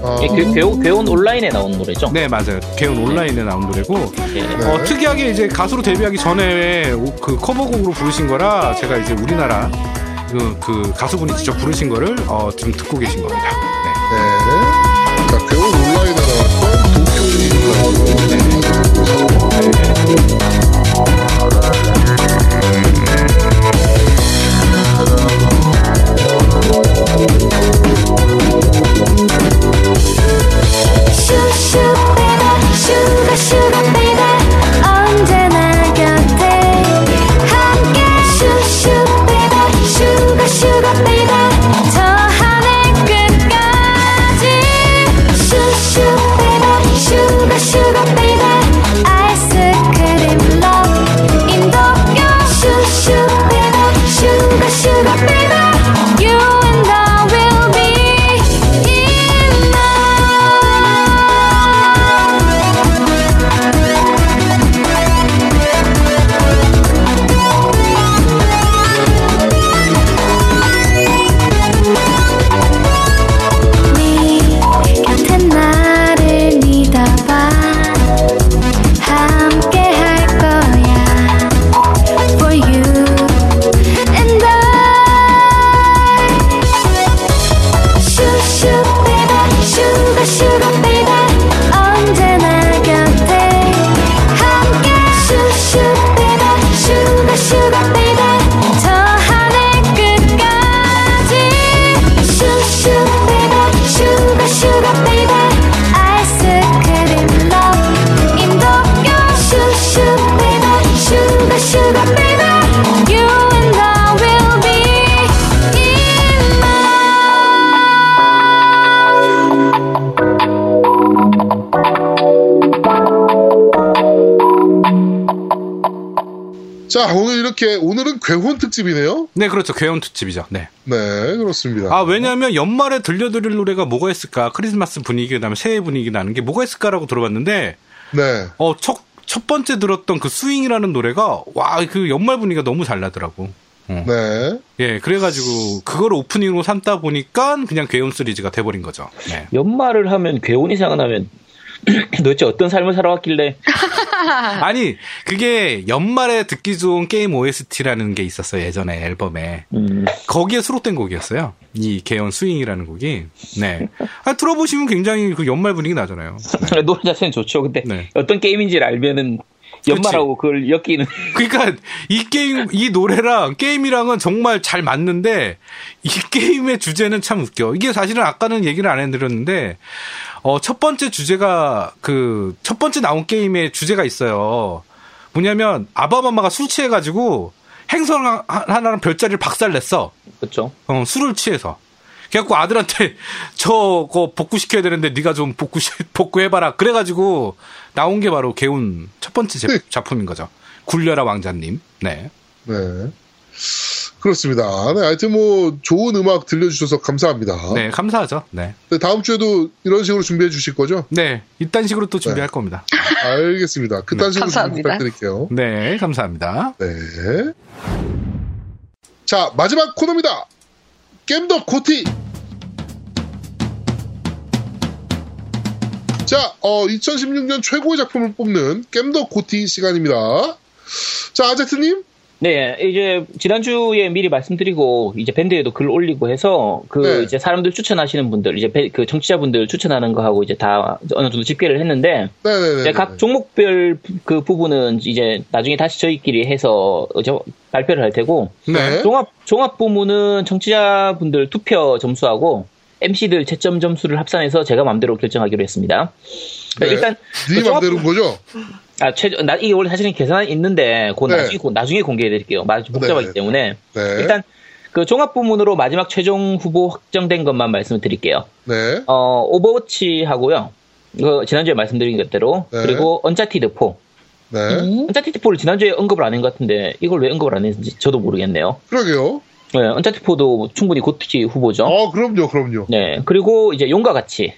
Speaker 1: 어,
Speaker 2: 그-
Speaker 5: 예, 괴- 괴- 괴온 온라인에 나온 노래죠.
Speaker 2: 네, 맞아요. 개운 온라인에 나온 노래고
Speaker 5: 예.
Speaker 1: 네.
Speaker 2: 어, 특이하게 이제 가수로 데뷔하기 전에 오- 그 커버곡으로 부르신 거라 제가 이제 우리나라 그, 그 가수분이 직접 부르신 거를 어, 지금 듣고 계신 겁니다. 네.
Speaker 1: 네. 자, 겨울 온라인에 나왔던 도쿄인 러브.
Speaker 8: 슈슈 베베 슈가 슈가 베베 언제나 곁에 함께 슈슈 베베 슈가 슈가 베베 저 하늘 끝까지 슈슈 베베 슈가 슈가 베베 아이스크림 러브 인도교 슈슈 베베 슈가 슈가 베베 You and I will be in love 네 곁에 나를 믿어봐 함께 할 거야 For you and I 슈슈 베베 슈가 슈가 베베 언제나 곁에 함께 슈슈 베베 슈가 슈가 베베 저 하늘 끝까지 슈슈 베베 슈가 슈가 베베 아이스크림 러브 인도교 슈슈 베베 슈가 슈가 베베 You and I will be in love
Speaker 1: 자, 오늘 이렇게, 오늘은 괴혼 특집이네요?
Speaker 2: 네, 그렇죠. 괴운 특집이죠. 네.
Speaker 1: 네, 그렇습니다.
Speaker 2: 아, 왜냐하면 연말에 들려드릴 노래가 뭐가 있을까? 크리스마스 분위기, 그다음에 새해 분위기 나는 게 뭐가 있을까라고 들어봤는데,
Speaker 1: 네.
Speaker 2: 어, 첫, 첫 번째 들었던 그 스윙이라는 노래가, 와, 그 연말 분위기가 너무 잘 나더라고. 어.
Speaker 1: 네.
Speaker 2: 예, 그래가지고, 그걸 오프닝으로 삼다 보니까 그냥 괴운 시리즈가 돼버린 거죠. 네.
Speaker 5: 연말을 하면 괴온이 생각나면 [clears throat] 도대체 어떤 삶을 살아왔길래 [laughs]
Speaker 2: 아니 그게 연말에 듣기 좋은 게임 OST라는 게 있었어요 예전에 앨범에
Speaker 5: 음,
Speaker 2: 거기에 수록된 곡이었어요 이 개연 스윙이라는 곡이 네 아, 들어보시면 굉장히 그 연말 분위기 나잖아요
Speaker 5: 노래 자체는 좋죠. 근데
Speaker 2: 네.
Speaker 5: 어떤 게임인지를 알면은 연말하고 그걸 엮이는 [laughs]
Speaker 2: 그러니까 이 게임 이 노래랑 게임이랑은 정말 잘 맞는데 이 게임의 주제는 참 웃겨 이게 사실은 아까는 얘기를 안 해드렸는데 어, 첫 번째 주제가 그 첫 번째 나온 게임의 주제가 있어요 뭐냐면 아바마마가 술 취해가지고 행성 하- 하나랑 별자리를 박살냈어
Speaker 5: 그렇죠.
Speaker 2: 어, 술을 취해서. 그래갖고 아들한테 [laughs] 저거 복구시켜야 [laughs] 되는데 네가 좀 복구 복구해봐라. 그래가지고 나온 게 바로 개운 첫 번째 제-
Speaker 1: 네.
Speaker 2: 작품인 거죠. 굴려라 왕자님. 네.
Speaker 1: 네. 그렇습니다. 네, 하여튼 뭐, 좋은 음악 들려주셔서 감사합니다.
Speaker 2: 네 감사하죠. 네.
Speaker 1: 네, 다음 주에도 이런 식으로 준비해 주실 거죠?
Speaker 2: 네 이딴 식으로 또 준비할 겁니다.
Speaker 1: 알겠습니다. 그딴 식으로 좀
Speaker 4: 감사합니다.
Speaker 1: 부탁드릴게요.
Speaker 2: 네 감사합니다.
Speaker 1: 네. 자, 마지막 코너입니다. 겜덕 코티. 자, 어, 2016년 최고의 작품을 뽑는 겜덕 코티 시간입니다. 자, 아제트님.
Speaker 5: 네, 이제 지난주에 미리 말씀드리고 이제 밴드에도 글 올리고 해서 그
Speaker 1: 네.
Speaker 5: 이제 사람들 추천하시는 분들 이제 배- 그 정치자분들 추천하는 거 하고 이제 다 어느 정도 집계를 했는데
Speaker 1: 네네네.
Speaker 5: 이제 각 종목별 부- 그 부분은 이제 나중에 다시 저희끼리 해서 어, 저- 발표를 할 테고
Speaker 1: 네.
Speaker 5: 종합 종합 부문은 청취자분들 투표 점수하고 MC들 채점 점수를 합산해서 제가 마음대로 결정하기로 했습니다.
Speaker 1: 네.
Speaker 5: 일단
Speaker 1: 네
Speaker 5: 그 종합-
Speaker 1: 맘대로인 거죠?
Speaker 5: 아, 최저, 나, 이게 원래 사실은 계산이 있는데, 그건
Speaker 1: 네.
Speaker 5: 나중에, 고- 나중에 공개해드릴게요. 마- 복잡하기
Speaker 1: 네.
Speaker 5: 때문에.
Speaker 1: 네.
Speaker 5: 일단, 그 종합 부문으로 마지막 최종 후보 확정된 것만 말씀드릴게요.
Speaker 1: 네.
Speaker 5: 어, 오버워치 하고요. 이거 지난주에 말씀드린 것대로.
Speaker 1: 네.
Speaker 5: 그리고 언차티드 4.
Speaker 1: 네.
Speaker 5: 음. 언차티드 4를 지난주에 언급을 안 한 것 같은데, 이걸 왜 언급을 안 했는지 저도 모르겠네요.
Speaker 1: 그러게요.
Speaker 5: 네, 언차트 4도 충분히 고트지 후보죠.
Speaker 1: 어, 그럼요, 그럼요.
Speaker 5: 네, 그리고 이제 용과 같이.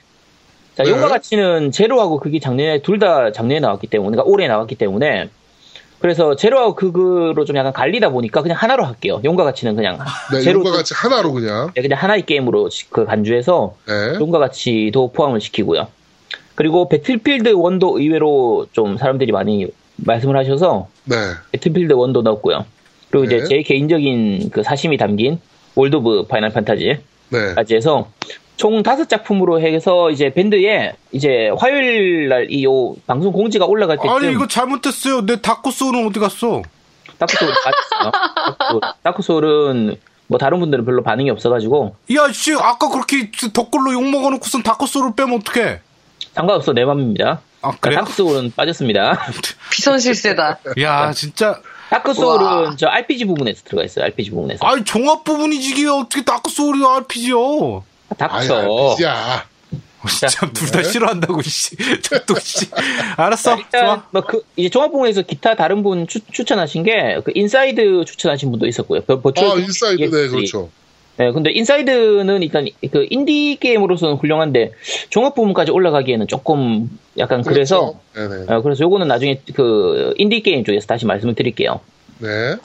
Speaker 5: 자,
Speaker 1: 네.
Speaker 5: 용과 같이는 제로하고 그게 작년에 둘 다 작년에 나왔기 때문에, 그러니까 올해 나왔기 때문에. 그래서 제로하고 그거로 좀 약간 갈리다 보니까 그냥 하나로 할게요. 용과 같이는 그냥 [laughs]
Speaker 1: 네,
Speaker 5: 제로
Speaker 1: 이거 같이 하나로 그냥.
Speaker 5: 네, 그냥 하나의 게임으로 시- 그 간주해서
Speaker 1: 네.
Speaker 5: 용과 같이도 포함을 시키고요. 그리고 배틀필드 1도 의외로 좀 사람들이 많이 말씀을 하셔서
Speaker 1: 네.
Speaker 5: 배틀필드 1도 넣었고요. 그리고
Speaker 1: 네.
Speaker 5: 이제 제 개인적인 그 사심이 담긴 월드 오브 파이널 판타지
Speaker 1: 네.
Speaker 5: 까지 해서 총 다섯 작품으로 해서 이제 밴드에 이제 화요일 날 이 방송 공지가 올라갈 때쯤
Speaker 2: 아니 이거 잘못됐어요. 내 다크소는 어디 갔어?
Speaker 5: 다크소울 받았어요. 다크소울은 뭐 다른 분들은 별로 반응이 없어가지고
Speaker 2: 야, 씨, 아까 그렇게 덕골로 욕 먹어놓고선 다크소를 빼면 어떡해?
Speaker 5: 상관없어 내 맘입니다. 그러니까
Speaker 2: 아, 그래요?
Speaker 5: 다크소울은
Speaker 2: [laughs]
Speaker 5: 빠졌습니다.
Speaker 4: 비선실세다.
Speaker 2: 야, 진짜.
Speaker 5: 다크소울은
Speaker 4: 우와.
Speaker 5: 저 RPG 부분에서 들어가 있어요. RPG 부분에서
Speaker 2: 아니, 종합 부분이지, 이게 어떻게 다크소울이 RPG요?
Speaker 1: 아이,
Speaker 5: 다크소.
Speaker 1: 야.
Speaker 2: 어, 진짜 둘 다 싫어한다고, 씨. [laughs] 또, 씨. 알았어.
Speaker 5: 네. 일단
Speaker 2: 좋아.
Speaker 5: 뭐그 이제 종합부에서 기타 다른 분 추, 추천하신 게 그 인사이드 추천하신 분도 있었고요. 버, 버추얼
Speaker 1: 아, 인사이드, 네,
Speaker 5: EX3.
Speaker 1: 그렇죠.
Speaker 5: 네, 근데 인사이드는 일단 그 인디 게임으로서는 훌륭한데 종합 부문까지 올라가기에는 조금 약간 그래서
Speaker 1: 그렇죠. 네네.
Speaker 5: 그래서 요거는 나중에 그 인디 게임 쪽에서 다시 말씀을 드릴게요.
Speaker 1: 네. 그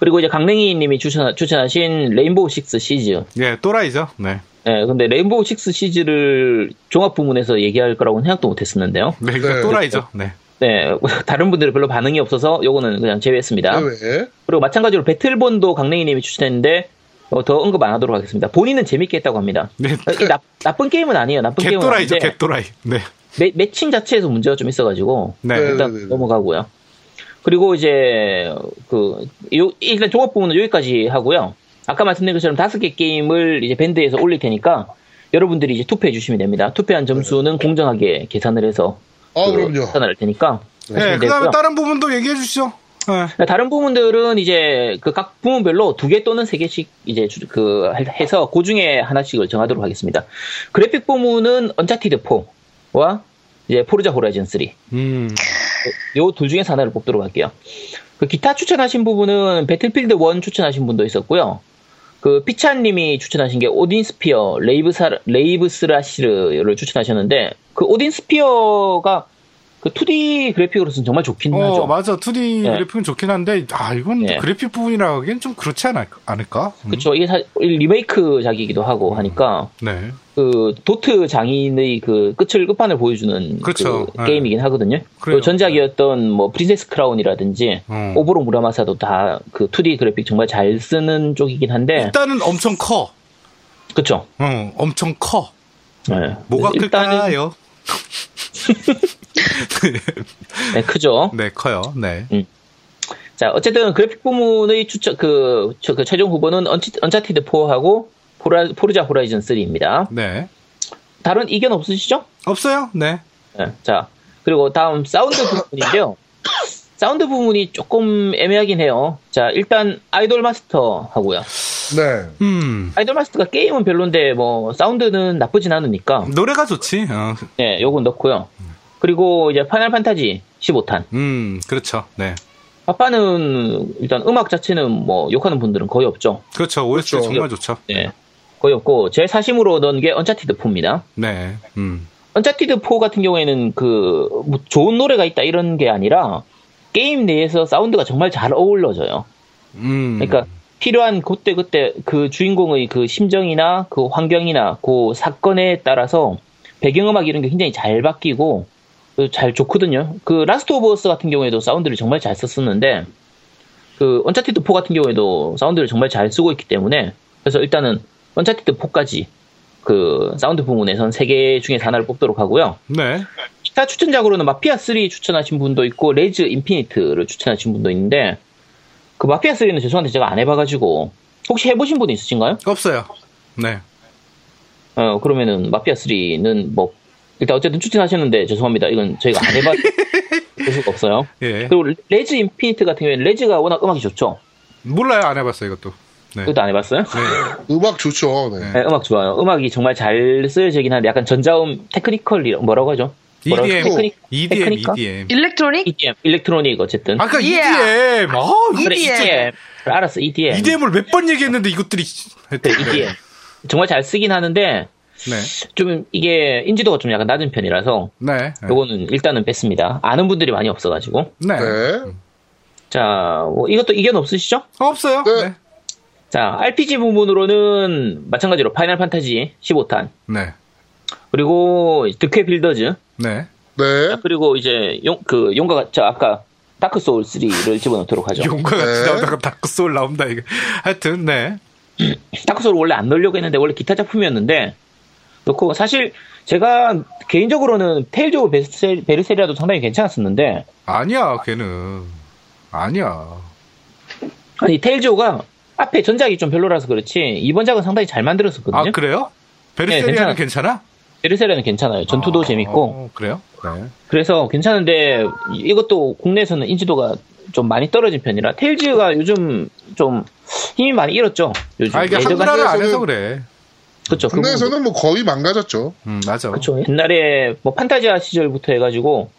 Speaker 5: 그리고 이제 강냉이님이 추천 추천하신 레인보우 식스 시즈.
Speaker 2: 예, 또라이죠. 네.
Speaker 5: 네, 근데 레인보우 식스 시즈를 종합 부문에서 얘기할 거라고는 생각도 못했었는데요.
Speaker 2: 네, 이거
Speaker 1: 네.
Speaker 2: 또라이죠. 네.
Speaker 5: 네, [laughs] 다른 분들은 별로 반응이 없어서 요거는 그냥 제외했습니다.
Speaker 1: 왜
Speaker 5: 그리고 마찬가지로 배틀본도 강냉이님이 추천했는데 어, 더 언급 안 하도록 하겠습니다. 본인은 재밌게 했다고 합니다.
Speaker 2: 네.
Speaker 5: 어, 이 나, 나쁜 게임은 아니에요. 나쁜 게임은
Speaker 2: 갯또라이죠,
Speaker 5: 아닌데
Speaker 2: 갯또라이. 네.
Speaker 5: 매, 매칭 자체에서 문제가 좀 있어가지고
Speaker 2: 네.
Speaker 5: 일단
Speaker 1: 네네네.
Speaker 5: 넘어가고요. 그리고 이제 그 요- 일단 종합 부분은 여기까지 하고요. 아까 말씀드린 것처럼 다섯 개 게임을 이제 밴드에서 올릴 테니까 여러분들이 이제 투표해 주시면 됩니다. 투표한 점수는 공정하게 계산을 해서
Speaker 1: 아,
Speaker 5: 그
Speaker 1: 그럼요.
Speaker 5: 계산을 할 테니까.
Speaker 2: 네, 그 다음에
Speaker 5: 되고요.
Speaker 2: 다른 부분도 얘기해 주시죠. 네.
Speaker 5: 그러니까 다른 부문들은 이제 그 각 부문별로 두 개 또는 세 개씩 이제 주- 그 해서 그 중에 하나씩을 정하도록 하겠습니다. 그래픽 부문은 언차티드 4와 이제 포르자 호라이즌 3.
Speaker 2: 음.
Speaker 5: 요 둘 중에 하나를 뽑도록 할게요. 그 기타 추천하신 부분은 배틀필드 1 추천하신 분도 있었고요. 그 피찬님이 추천하신 게 오딘 스피어 레이브사 레이브 스라시르를 추천하셨는데 그 오딘 스피어가 그 2D 그래픽으로서는 정말 좋긴 하죠.
Speaker 2: 어, 맞아. 2D
Speaker 5: 네.
Speaker 2: 그래픽은 좋긴 한데, 아, 이건
Speaker 5: 네.
Speaker 2: 그래픽 부분이라 하기엔 좀 그렇지 않을, 않을까? 음.
Speaker 5: 그쵸. 이게 사- 리메이크 작이기도 하고 하니까,
Speaker 2: 네.
Speaker 5: 그, 도트 장인의 그 끝을, 끝판을 보여주는 그
Speaker 2: 그쵸. 예.
Speaker 5: 게임이긴 하거든요.
Speaker 2: 그래요.
Speaker 5: 그 전작이었던 뭐, 프린세스 크라운이라든지,
Speaker 2: 음.
Speaker 5: 오보로 무라마사도 다 그 2D 그래픽 정말 잘 쓰는 쪽이긴 한데,
Speaker 2: 일단은 엄청 커.
Speaker 5: 그쵸.
Speaker 2: 응, 엄청 커.
Speaker 5: 예.
Speaker 2: 뭐가
Speaker 5: 그래서 [laughs]
Speaker 2: 클까요? [laughs]
Speaker 5: 네, 크죠.
Speaker 2: 네, 커요. 네.
Speaker 5: 자, 어쨌든 그래픽 부문의 추천, 그, 저- 그 최종 후보는 언치, 언차티드 4하고, 포라, 포르자 호라이즌 3입니다.
Speaker 2: 네.
Speaker 5: 다른 이견 없으시죠?
Speaker 2: 없어요? 네.
Speaker 5: 예, 자, 그리고 다음 사운드 부분인데요. 사운드 부분이 조금 애매하긴 해요. 자, 일단 아이돌 마스터 하고요.
Speaker 1: 네.
Speaker 2: 음.
Speaker 5: 아이돌 마스터가 게임은 별론데 뭐 사운드는 나쁘진 않으니까
Speaker 2: 노래가 좋지. 어.
Speaker 5: 예, 요건 넣고요. 그리고 이제 파널 판타지 15탄.
Speaker 2: 음, 그렇죠. 네.
Speaker 5: 아빠는 일단 음악 자체는 뭐 욕하는 분들은 거의 없죠.
Speaker 2: 그렇죠. OST
Speaker 1: 그렇죠.
Speaker 2: 정말 좋죠.
Speaker 5: 예. 거의 없고 제 사심으로 넣은 게 언차티드 4입니다.
Speaker 2: 네. 음.
Speaker 5: 언차티드 4 같은 경우에는 그뭐 좋은 노래가 있다 이런 게 아니라 게임 내에서 사운드가 정말 잘 어울러져요.
Speaker 2: 음.
Speaker 5: 그러니까 필요한 그때 그때 그 주인공의 그 심정이나 그 환경이나 그 사건에 따라서 배경음악 이런 게 굉장히 잘 바뀌고 그잘 좋거든요. 그 라스트 오브 어스 같은 경우에도 사운드를 정말 잘 썼었는데 그 언차티드 4 같은 경우에도 사운드를 정말 잘 쓰고 있기 때문에 그래서 일단은 언차티드 4까지 그 사운드 부문에선 3개 중에 하나를 뽑도록 하고요.
Speaker 2: 네.
Speaker 5: 기타 추천작으로는 마피아 3 추천하신 분도 있고 레즈 인피니트를 추천하신 분도 있는데 그 마피아 3는 죄송한데 제가 안 해봐가지고 혹시 해보신 분 있으신가요?
Speaker 2: 없어요. 네.
Speaker 5: 어 그러면은 마피아 3는 뭐 일단 어쨌든 추천하셨는데 죄송합니다 이건 저희가 안 해봐 볼 수가 없어요.
Speaker 2: 예.
Speaker 5: 그리고 레즈 인피니트 같은 경우에는 레즈가 워낙 음악이 좋죠.
Speaker 2: 몰라요. 안 해봤어요. 이것도. 네.
Speaker 5: 그것도 안 해봤어요?
Speaker 2: 네.
Speaker 1: 음악 좋죠. 네.
Speaker 5: 네, 음악 좋아요. 음악이 정말 잘 쓰여지긴 한데 약간 전자음 테크니컬 이라- 뭐라고 하죠? 뭐라고
Speaker 2: EDM,
Speaker 5: 테크닉-
Speaker 2: EDM,
Speaker 5: 테크니까? E
Speaker 2: EDM.
Speaker 4: 일렉트로닉?
Speaker 5: EDM, 일렉트로닉 어쨌든.
Speaker 2: E 아까 그러니까
Speaker 4: EDM.
Speaker 2: EDM. 아,
Speaker 5: 그래,
Speaker 2: EDM.
Speaker 5: EDM. 알았어, EDM.
Speaker 2: EDM을 몇 번 얘기했는데 이것들이
Speaker 5: 네, EDM. 정말 잘 쓰긴 하는데
Speaker 2: 네.
Speaker 5: 좀 이게 인지도가 좀 약간 낮은 편이라서
Speaker 2: 네. 네.
Speaker 5: 요거는 일단은 뺐습니다. 아는 분들이 많이 없어가지고.
Speaker 2: 네.
Speaker 1: 네.
Speaker 5: 자, 뭐 이것도 이견 없으시죠?
Speaker 2: 어, 없어요.
Speaker 1: 네.
Speaker 2: 네.
Speaker 5: 자, RPG 부문으로는 마찬가지로 파이널 판타지 15탄,
Speaker 2: 네.
Speaker 5: 그리고 득회 빌더즈,
Speaker 2: 네.
Speaker 1: 네.
Speaker 5: 그리고 이제 용, 그 용과 저 아까 다크 소울 3를 집어넣도록 하죠.
Speaker 2: 용과 같이
Speaker 1: 네.
Speaker 2: 나오다가 다크 소울 나온다 이거. 하여튼 네.
Speaker 5: 다크 소울 원래 안 넣으려고 했는데 원래 기타 작품이었는데 넣고 사실 제가 개인적으로는 테일즈 오브 베르셀- 베르세리아도 상당히 괜찮았었는데
Speaker 2: 아니야, 걔는. 아니야.
Speaker 5: 아니 테일즈 오가 앞에 전작이 좀 별로라서 그렇지 이번 작은 상당히 잘 만들었었거든요. 네,
Speaker 2: 아, 그래요? 베르세리아는 괜찮아?
Speaker 5: 베르세리아는 괜찮아요. 전투도
Speaker 2: 아,
Speaker 5: 재밌고
Speaker 2: 어, 그래요? 네.
Speaker 5: 그래서 괜찮은데 이것도 국내에서는 인지도가 좀 많이 떨어진 편이라 테일즈가 요즘 좀 힘이 많이 잃었죠. 요즘
Speaker 2: 아, 이게
Speaker 5: 예전과-
Speaker 2: 한글화를 안
Speaker 1: 한국에서는-
Speaker 2: 해서 그래.
Speaker 5: 그쵸. 그 부분도.
Speaker 1: 국내에서는 뭐 거의 망가졌죠.
Speaker 2: 음, 맞아.
Speaker 5: 그렇죠. 옛날에 뭐 판타지아 시절부터 해가지고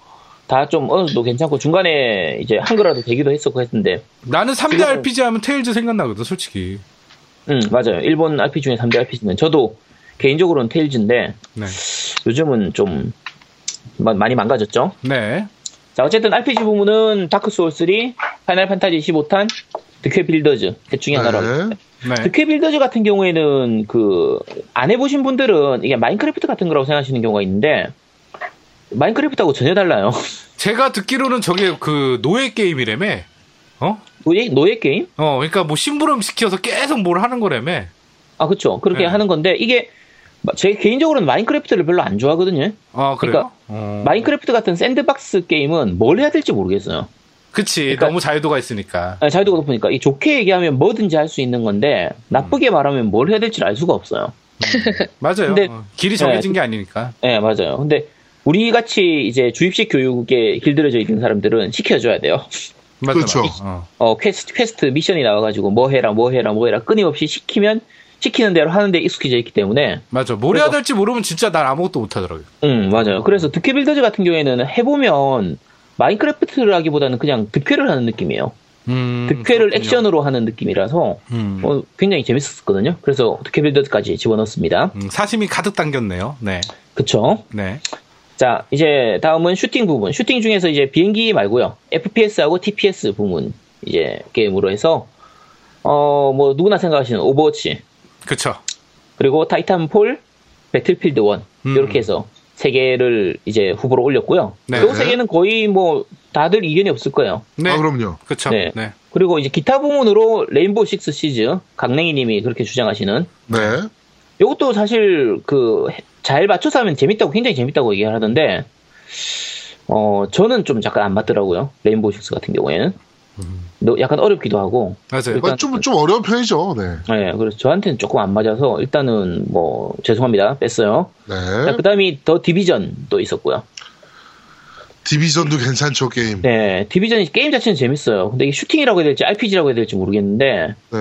Speaker 5: 다 좀 어느 정도 괜찮고 중간에 이제 한글화도 되기도 했었고 했는데
Speaker 2: 나는 3대 RPG 하면 테일즈 생각나거든, 솔직히.
Speaker 5: 음 맞아요. 일본 RPG 중에 3대 RPG는 저도 개인적으로는 테일즈인데
Speaker 2: 네.
Speaker 5: 요즘은 좀 마- 많이 망가졌죠.
Speaker 2: 네.
Speaker 5: 자 어쨌든 RPG 부문은 다크 소울 3, 파이널 판타지 15탄, 득회 빌더즈 대충 하나로 하겠습니다.
Speaker 1: 네.
Speaker 2: 네.
Speaker 5: 득회 빌더즈 같은 경우에는 그 안 해보신 분들은 이게 마인크래프트 같은 거라고 생각하시는 경우가 있는데 마인크래프트하고 전혀 달라요. [laughs]
Speaker 2: 제가 듣기로는 저게 그 노예 게임이라며. 어?
Speaker 5: 노예, 노예 게임?
Speaker 2: 어, 그러니까 뭐 심부름 시켜서 계속 뭘 하는 거라며.
Speaker 5: 아 그렇죠. 그렇게
Speaker 2: 네.
Speaker 5: 하는 건데 이게 마- 제 개인적으로는 마인크래프트를 별로 안 좋아하거든요.
Speaker 2: 아, 그래요?
Speaker 5: 그러니까
Speaker 2: 어.
Speaker 5: 마인크래프트 같은 샌드박스 게임은 뭘 해야 될지 모르겠어요.
Speaker 2: 그치.
Speaker 5: 그러니까-
Speaker 2: 너무 자유도가 있으니까.
Speaker 5: 아, 자유도가 높으니까 이 좋게 얘기하면 뭐든지 할 수 있는 건데 나쁘게
Speaker 2: 음.
Speaker 5: 말하면 뭘 해야 될지 알 수가 없어요.
Speaker 2: 맞아요.
Speaker 5: 근데-
Speaker 2: 어, 길이 정해진 게 아니니까.
Speaker 5: 예, 맞아요. 근데 우리 같이 이제 주입식 교육에 길들여져 있는 사람들은 시켜줘야 돼요. [laughs]
Speaker 2: 맞아,
Speaker 1: 그렇죠.
Speaker 2: 맞아. 어.
Speaker 5: 어, 퀘스트, 퀘스트 미션이 나와가지고 뭐 해라, 뭐 해라, 뭐 해라 끊임없이 시키면 시키는 대로 하는데 익숙해져 있기 때문에
Speaker 2: 맞아. 뭘 해야
Speaker 5: 그래서-
Speaker 2: 될지 모르면 진짜 난 아무것도 못하더라고요.
Speaker 5: 응, 맞아요. 그래서 득회 빌더즈 같은 경우에는 해보면 마인크래프트를 하기보다는 그냥 득회를 하는 느낌이에요.
Speaker 2: 음,
Speaker 5: 득회를
Speaker 2: 그렇군요.
Speaker 5: 액션으로 하는 느낌이라서
Speaker 2: 음.
Speaker 5: 어, 굉장히 재밌었거든요. 그래서 득회 빌더즈까지 집어넣었습니다.
Speaker 2: 음, 사심이 가득 당겼네요. 네.
Speaker 5: 그쵸?
Speaker 2: 네.
Speaker 5: 자, 이제 다음은 슈팅 부분. 슈팅 중에서 이제 비행기 말고요. FPS하고 TPS 부문 이제 게임으로 해서 어, 뭐 누구나 생각하시는 오버워치
Speaker 2: 그쵸.
Speaker 5: 그리고 타이탄폴, 배틀필드 1
Speaker 2: 음.
Speaker 5: 이렇게 해서 세 개를 이제 후보로 올렸고요.
Speaker 2: 네.
Speaker 5: 요 세 개는 거의 뭐 다들 이견이 없을 거예요.
Speaker 2: 네.
Speaker 1: 아, 그럼요.
Speaker 2: 그쵸.
Speaker 5: 네.
Speaker 2: 네.
Speaker 5: 그리고 이제 기타 부문으로 레인보우 식스 시즈 강냉이님이 그렇게 주장하시는
Speaker 1: 네.
Speaker 5: 이것도 사실 그 잘 맞춰서 하면 재밌다고 굉장히 재밌다고 얘기를 하던데 어 저는 좀 잠깐 안 맞더라고요 레인보우 식스 같은 경우에는
Speaker 2: 음.
Speaker 5: 너- 약간 어렵기도 하고
Speaker 2: 맞아요.
Speaker 5: 일단-
Speaker 1: 좀, 좀 어려운 편이죠. 네.
Speaker 5: 예 그래서 저한테는 조금 안 맞아서 일단은 뭐 죄송합니다 뺐어요
Speaker 1: 네.
Speaker 5: 그 다음이 더 디비전도 있었고요
Speaker 1: 디비전도 괜찮죠, 게임. 네.
Speaker 5: 네 디비전이 게임 자체는 재밌어요 근데 이게 슈팅이라고 해야 될지 RPG라고 해야 될지 모르겠는데
Speaker 1: 네.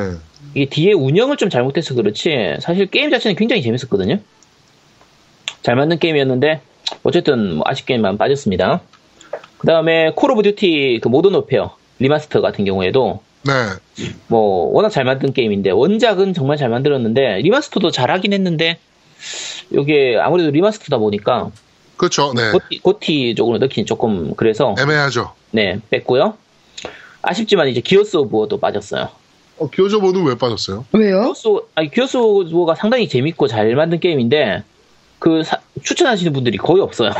Speaker 5: 이게 뒤에 운영을 좀 잘못해서 그렇지 사실 게임 자체는 굉장히 재밌었거든요. 잘 만든 게임이었는데 어쨌든 뭐 아쉽게만 빠졌습니다. 그 다음에 콜 오브 듀티 그 모던 오페어 리마스터 같은 경우에도
Speaker 1: 네.
Speaker 5: 뭐 워낙 잘 만든 게임인데 원작은 정말 잘 만들었는데 리마스터도 잘하긴 했는데 이게 아무래도 리마스터다 보니까
Speaker 1: 그렇죠. 네.
Speaker 5: 고티, 고티 쪽으로 넣기는 조금 그래서
Speaker 1: 애매하죠.
Speaker 5: 네 뺐고요. 아쉽지만 이제 기어스 오브 워도 빠졌어요.
Speaker 1: 어, 교조보는 왜 빠졌어요?
Speaker 4: 왜요?
Speaker 5: 기어소, 아니, 기어소가 상당히 재밌고 잘 만든 게임인데, 그, 사- 추천하시는 분들이 거의 없어요.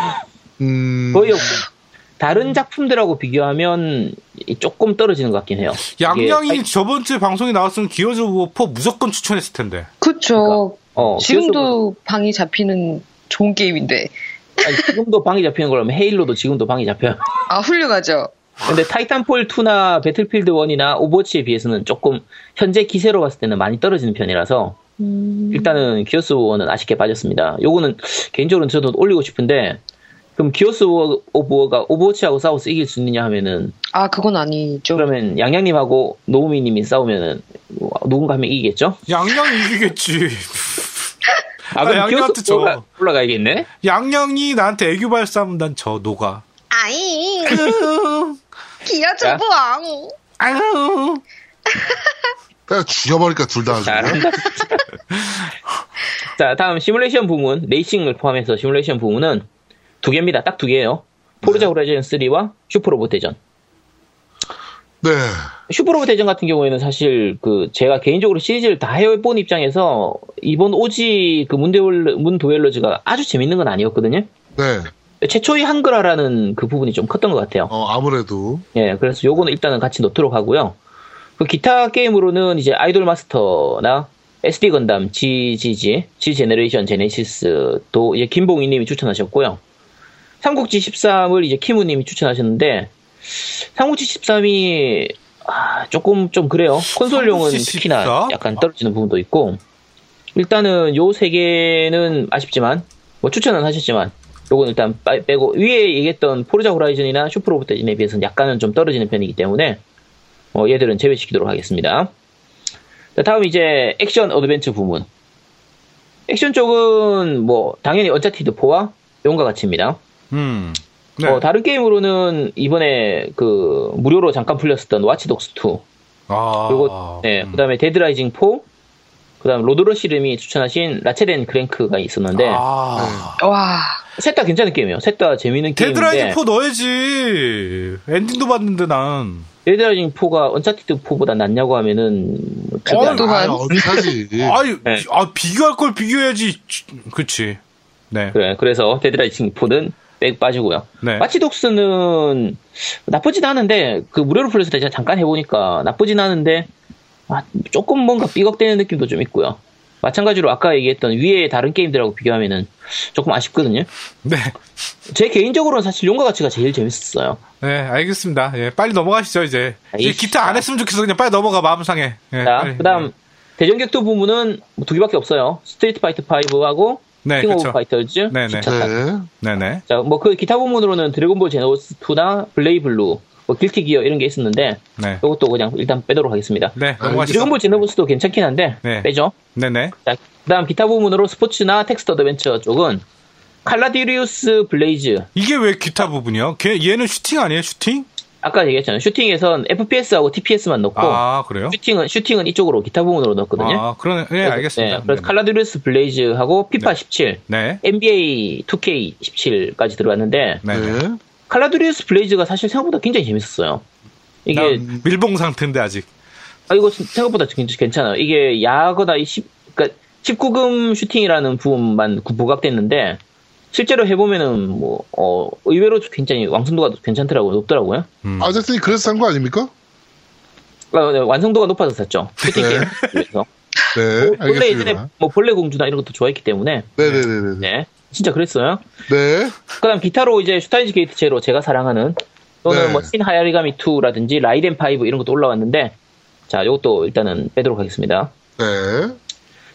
Speaker 1: 음.
Speaker 5: [laughs] 거의 없고.
Speaker 2: 음.
Speaker 5: 다른 작품들하고 비교하면 이- 조금 떨어지는 것 같긴 해요. 이게-
Speaker 2: 양양이
Speaker 5: 아니,
Speaker 2: 저번 주에 방송에 나왔으면 기어즈 오브 4 무조건 추천했을 텐데.
Speaker 4: 그쵸.
Speaker 5: 어, 기어소-
Speaker 4: 지금도 방이 잡히는 좋은 게임인데.
Speaker 5: 아니, 지금도 방이 잡히는 거라면 헤일로도 지금도 방이 잡혀요.
Speaker 4: 아, 훌륭하죠.
Speaker 5: 근데 타이탄폴 2나 배틀필드 1이나 오버워치에 비해서는 조금 현재 기세로 봤을 때는 많이 떨어지는 편이라서 일단은 기어스 오브워는 아쉽게 빠졌습니다. 요거는 개인적으로는 저도 올리고 싶은데 그럼 기어스 오브- 오브워가 오버워치하고 싸워서 이길 수 있느냐 하면은
Speaker 4: 아, 그건 아니죠.
Speaker 5: 그러면 양양님하고 노우미님이 싸우면은 뭐 누군가 하면 이기겠죠?
Speaker 2: 양양이 이기겠지.
Speaker 5: 아,
Speaker 2: 아,
Speaker 5: 그럼
Speaker 2: 양양
Speaker 5: 기어스
Speaker 2: 같죠.
Speaker 5: 4가 올라가야겠네?
Speaker 2: [laughs] 양양이 나한테 애교 발사하면 난 저 녹아.
Speaker 4: [laughs] 아이 기아
Speaker 5: 자.
Speaker 4: 정보왕
Speaker 2: 아유.
Speaker 1: 그냥 죽여버릴까 둘 다. 아주. 네.
Speaker 5: 잘한다. 자, 다음 시뮬레이션 부문, 레이싱을 포함해서 시뮬레이션 부문은 두 개입니다. 딱 두 개예요.
Speaker 2: 네.
Speaker 5: 포르자 호라이즌 3와 슈퍼로봇 대전.
Speaker 1: 네.
Speaker 5: 슈퍼로봇 대전 같은 경우에는 사실 그 제가 개인적으로 시리즈를 다 해본 입장에서 이번 오지 그 문데올 문 도엘러즈가 아주 재밌는 건 아니었거든요.
Speaker 1: 네.
Speaker 5: 최초의 한글화라는 그 부분이 좀 컸던 것 같아요.
Speaker 1: 어, 아무래도.
Speaker 5: 예, 그래서 요거는 일단은 같이 놓도록 하고요. 그 기타 게임으로는 이제 아이돌 마스터나 SD 건담, GGG, G 제네레이션 제네시스도 이제 김봉희 님이 추천하셨고요. 삼국지 13을 이제 키무 님이 추천하셨는데 삼국지 13이 아, 조금 좀 그래요. 콘솔용은
Speaker 2: 삼국지
Speaker 5: 특히나
Speaker 2: 14?
Speaker 5: 약간 떨어지는 부분도 있고 일단은 요 세 개는 아쉽지만 뭐 추천은 하셨지만 요건 일단 빠- 빼고 위에 얘기했던 포르자 호라이즌이나 슈퍼로봇 대진에 비해서는 약간은 좀 떨어지는 편이기 때문에 어, 얘들은 제외시키도록 하겠습니다. 자, 다음 이제 액션 어드벤처 부문. 액션 쪽은 뭐 당연히 언차티드 4와 용과 같이입니다.
Speaker 2: 음. 네.
Speaker 5: 어, 다른 게임으로는 이번에 그 무료로 잠깐 풀렸었던 와치독스 2
Speaker 2: 아.
Speaker 5: 그리고 네,
Speaker 2: 음.
Speaker 5: 그다음에 데드라이징 4 그다음 로드러시름이 추천하신 라체덴 그랭크가 있었는데
Speaker 2: 아.
Speaker 4: 와
Speaker 5: 셋 다 괜찮은 게임이에요. 셋 다 재밌는
Speaker 2: 데드라이즈
Speaker 5: 네. 게임인데
Speaker 2: 4 넣어야지. 엔딩도 봤는데 난.
Speaker 5: 데드라이징 4가 언차티드 4보다 낫냐고 하면은
Speaker 4: 어,
Speaker 5: 어,
Speaker 4: 또
Speaker 1: 아,
Speaker 4: 한?
Speaker 1: 어떡하지.
Speaker 2: 아유,
Speaker 5: 네.
Speaker 2: 아, 비교할 걸 비교해야지. 그치. 네.
Speaker 5: 그래 그래서 데드라이징 4는 빽 빠지고요.
Speaker 2: 네.
Speaker 5: 마치독스는 나쁘진 않은데 그 무료로 풀려서 제가 잠깐 해보니까 나쁘진 않은데 아, 조금 뭔가 삐걱대는 느낌도 좀 있고요. 마찬가지로 아까 얘기했던 위에 다른 게임들하고 비교하면은 조금 아쉽거든요.
Speaker 2: 네.
Speaker 5: 제 개인적으로는 사실 용과 가치가 제일 재밌었어요.
Speaker 2: 네, 알겠습니다. 예, 빨리 넘어가시죠, 이제. 이제
Speaker 5: 아이씨.
Speaker 2: 기타 안 했으면 좋겠어. 그냥 빨리 넘어가, 마음 상해. 예,
Speaker 5: 자,
Speaker 2: 빨리.
Speaker 5: 그다음 대전격투 부문은 뭐두 개밖에 없어요. 스트리트 파이터 5하고
Speaker 2: 네,
Speaker 5: 킹
Speaker 2: 그쵸.
Speaker 5: 오브 파이터즈
Speaker 2: 네, 네.
Speaker 5: 주차타.
Speaker 1: 네.
Speaker 2: 네네.
Speaker 5: 자, 뭐 그 기타 부문으로는 드래곤볼 제노스 2나 블레이블루, 뭐 길티 기어 이런 게 있었는데
Speaker 2: 네.
Speaker 5: 이것도 그냥 일단 빼도록 하겠습니다.
Speaker 2: 네, 넘어가시죠.
Speaker 5: 드래곤볼 제노스도 괜찮긴 한데
Speaker 2: 네.
Speaker 5: 빼죠.
Speaker 2: 네네.
Speaker 5: 자, 그다음 기타 부문으로 스포츠나 텍스트 어드벤처 쪽은 칼라디리우스 블레이즈
Speaker 2: 이게 왜 기타 부분이요? 걔, 얘는 슈팅 아니에요, 슈팅?
Speaker 5: 아까 얘기했잖아요. 슈팅에선 FPS하고 TPS만 넣고
Speaker 2: 아, 그래요?
Speaker 5: 슈팅은 슈팅은 이쪽으로 기타 부문으로 넣었거든요.
Speaker 2: 아, 그러네. 예, 알겠습니다.
Speaker 5: 네, 그래서
Speaker 2: 네네.
Speaker 5: 칼라드리우스 블레이즈하고 피파 17,
Speaker 2: 네.
Speaker 5: NBA 2K 17까지 들어왔는데
Speaker 2: 네네.
Speaker 1: 네.
Speaker 5: 칼라드리우스 블레이즈가 사실 생각보다 굉장히 재밌었어요. 이게
Speaker 2: 난 밀봉 상태인데, 아직.
Speaker 5: 아, 이거 생각보다 괜- 괜찮아요. 이게 야거나 이 10, 그러니까 19금 슈팅이라는 부분만 구- 부각됐는데 실제로 해보면은 뭐 어, 의외로 굉장히 완성도가 괜찮더라고요, 높더라고요.
Speaker 2: 음.
Speaker 1: 아저씨님 그래서 산 거 아닙니까?
Speaker 5: 아, 네, 완성도가 높아서 샀죠. 슈팅 게임. 그래서
Speaker 1: 네.
Speaker 5: 원래 예전에
Speaker 1: 알겠습니다.
Speaker 5: 뭐 벌레 공주나 이런 것도 좋아했기 때문에
Speaker 1: 네네네네.
Speaker 5: 네, 진짜 그랬어요.
Speaker 1: 네.
Speaker 5: 그다음 기타로 이제 슈타인즈 게이트 제로 제가 사랑하는 또는
Speaker 1: 네.
Speaker 5: 뭐신 하야리가미 2라든지 라이덴 5 이런 것도 올라왔는데 자 이것도 일단은 빼도록 하겠습니다.
Speaker 1: 네.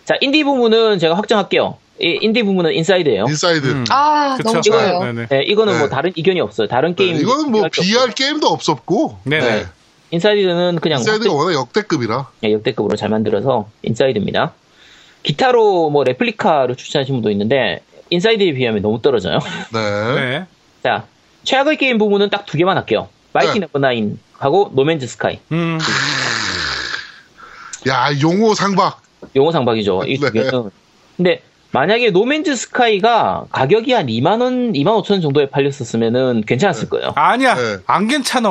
Speaker 5: 자 인디 부문은 제가 확정할게요. 이 인디 부문은 인사이드예요.
Speaker 1: 인사이드.
Speaker 2: 음.
Speaker 4: 아
Speaker 2: 그쵸?
Speaker 4: 너무 좋아요
Speaker 2: 아, 네네.
Speaker 5: 네, 이거는
Speaker 1: 네.
Speaker 5: 뭐 다른 이견이 없어요. 다른 게임
Speaker 1: 이거는 뭐
Speaker 5: 비교할 게 없고.
Speaker 1: 비할 게임도 없었고.
Speaker 2: 네네.
Speaker 1: 네.
Speaker 5: 인사이드는 그냥
Speaker 1: 인사이드가 워낙 역대급이라.
Speaker 5: 예, 역대급으로 잘 만들어서 인사이드입니다. 기타로 뭐 레플리카를 추천하신 분도 있는데 인사이드에 비하면 너무 떨어져요. [laughs]
Speaker 1: 네.
Speaker 2: 네.
Speaker 5: 자 최악의 게임 부문은 딱 두 개만 할게요. 마이티
Speaker 1: 네.
Speaker 5: 넘버 나인 하고 노맨즈 스카이.
Speaker 2: 음.
Speaker 1: 야, 용호 상박.
Speaker 5: 용어상박이죠. 이
Speaker 1: 네.
Speaker 5: 두 개는. 근데 만약에 노맨즈 스카이가 가격이 한 2만 원, 2만 5천 원 정도에 팔렸었으면은 괜찮았을 거예요.
Speaker 2: 아니야.
Speaker 1: 네.
Speaker 2: 안 괜찮아.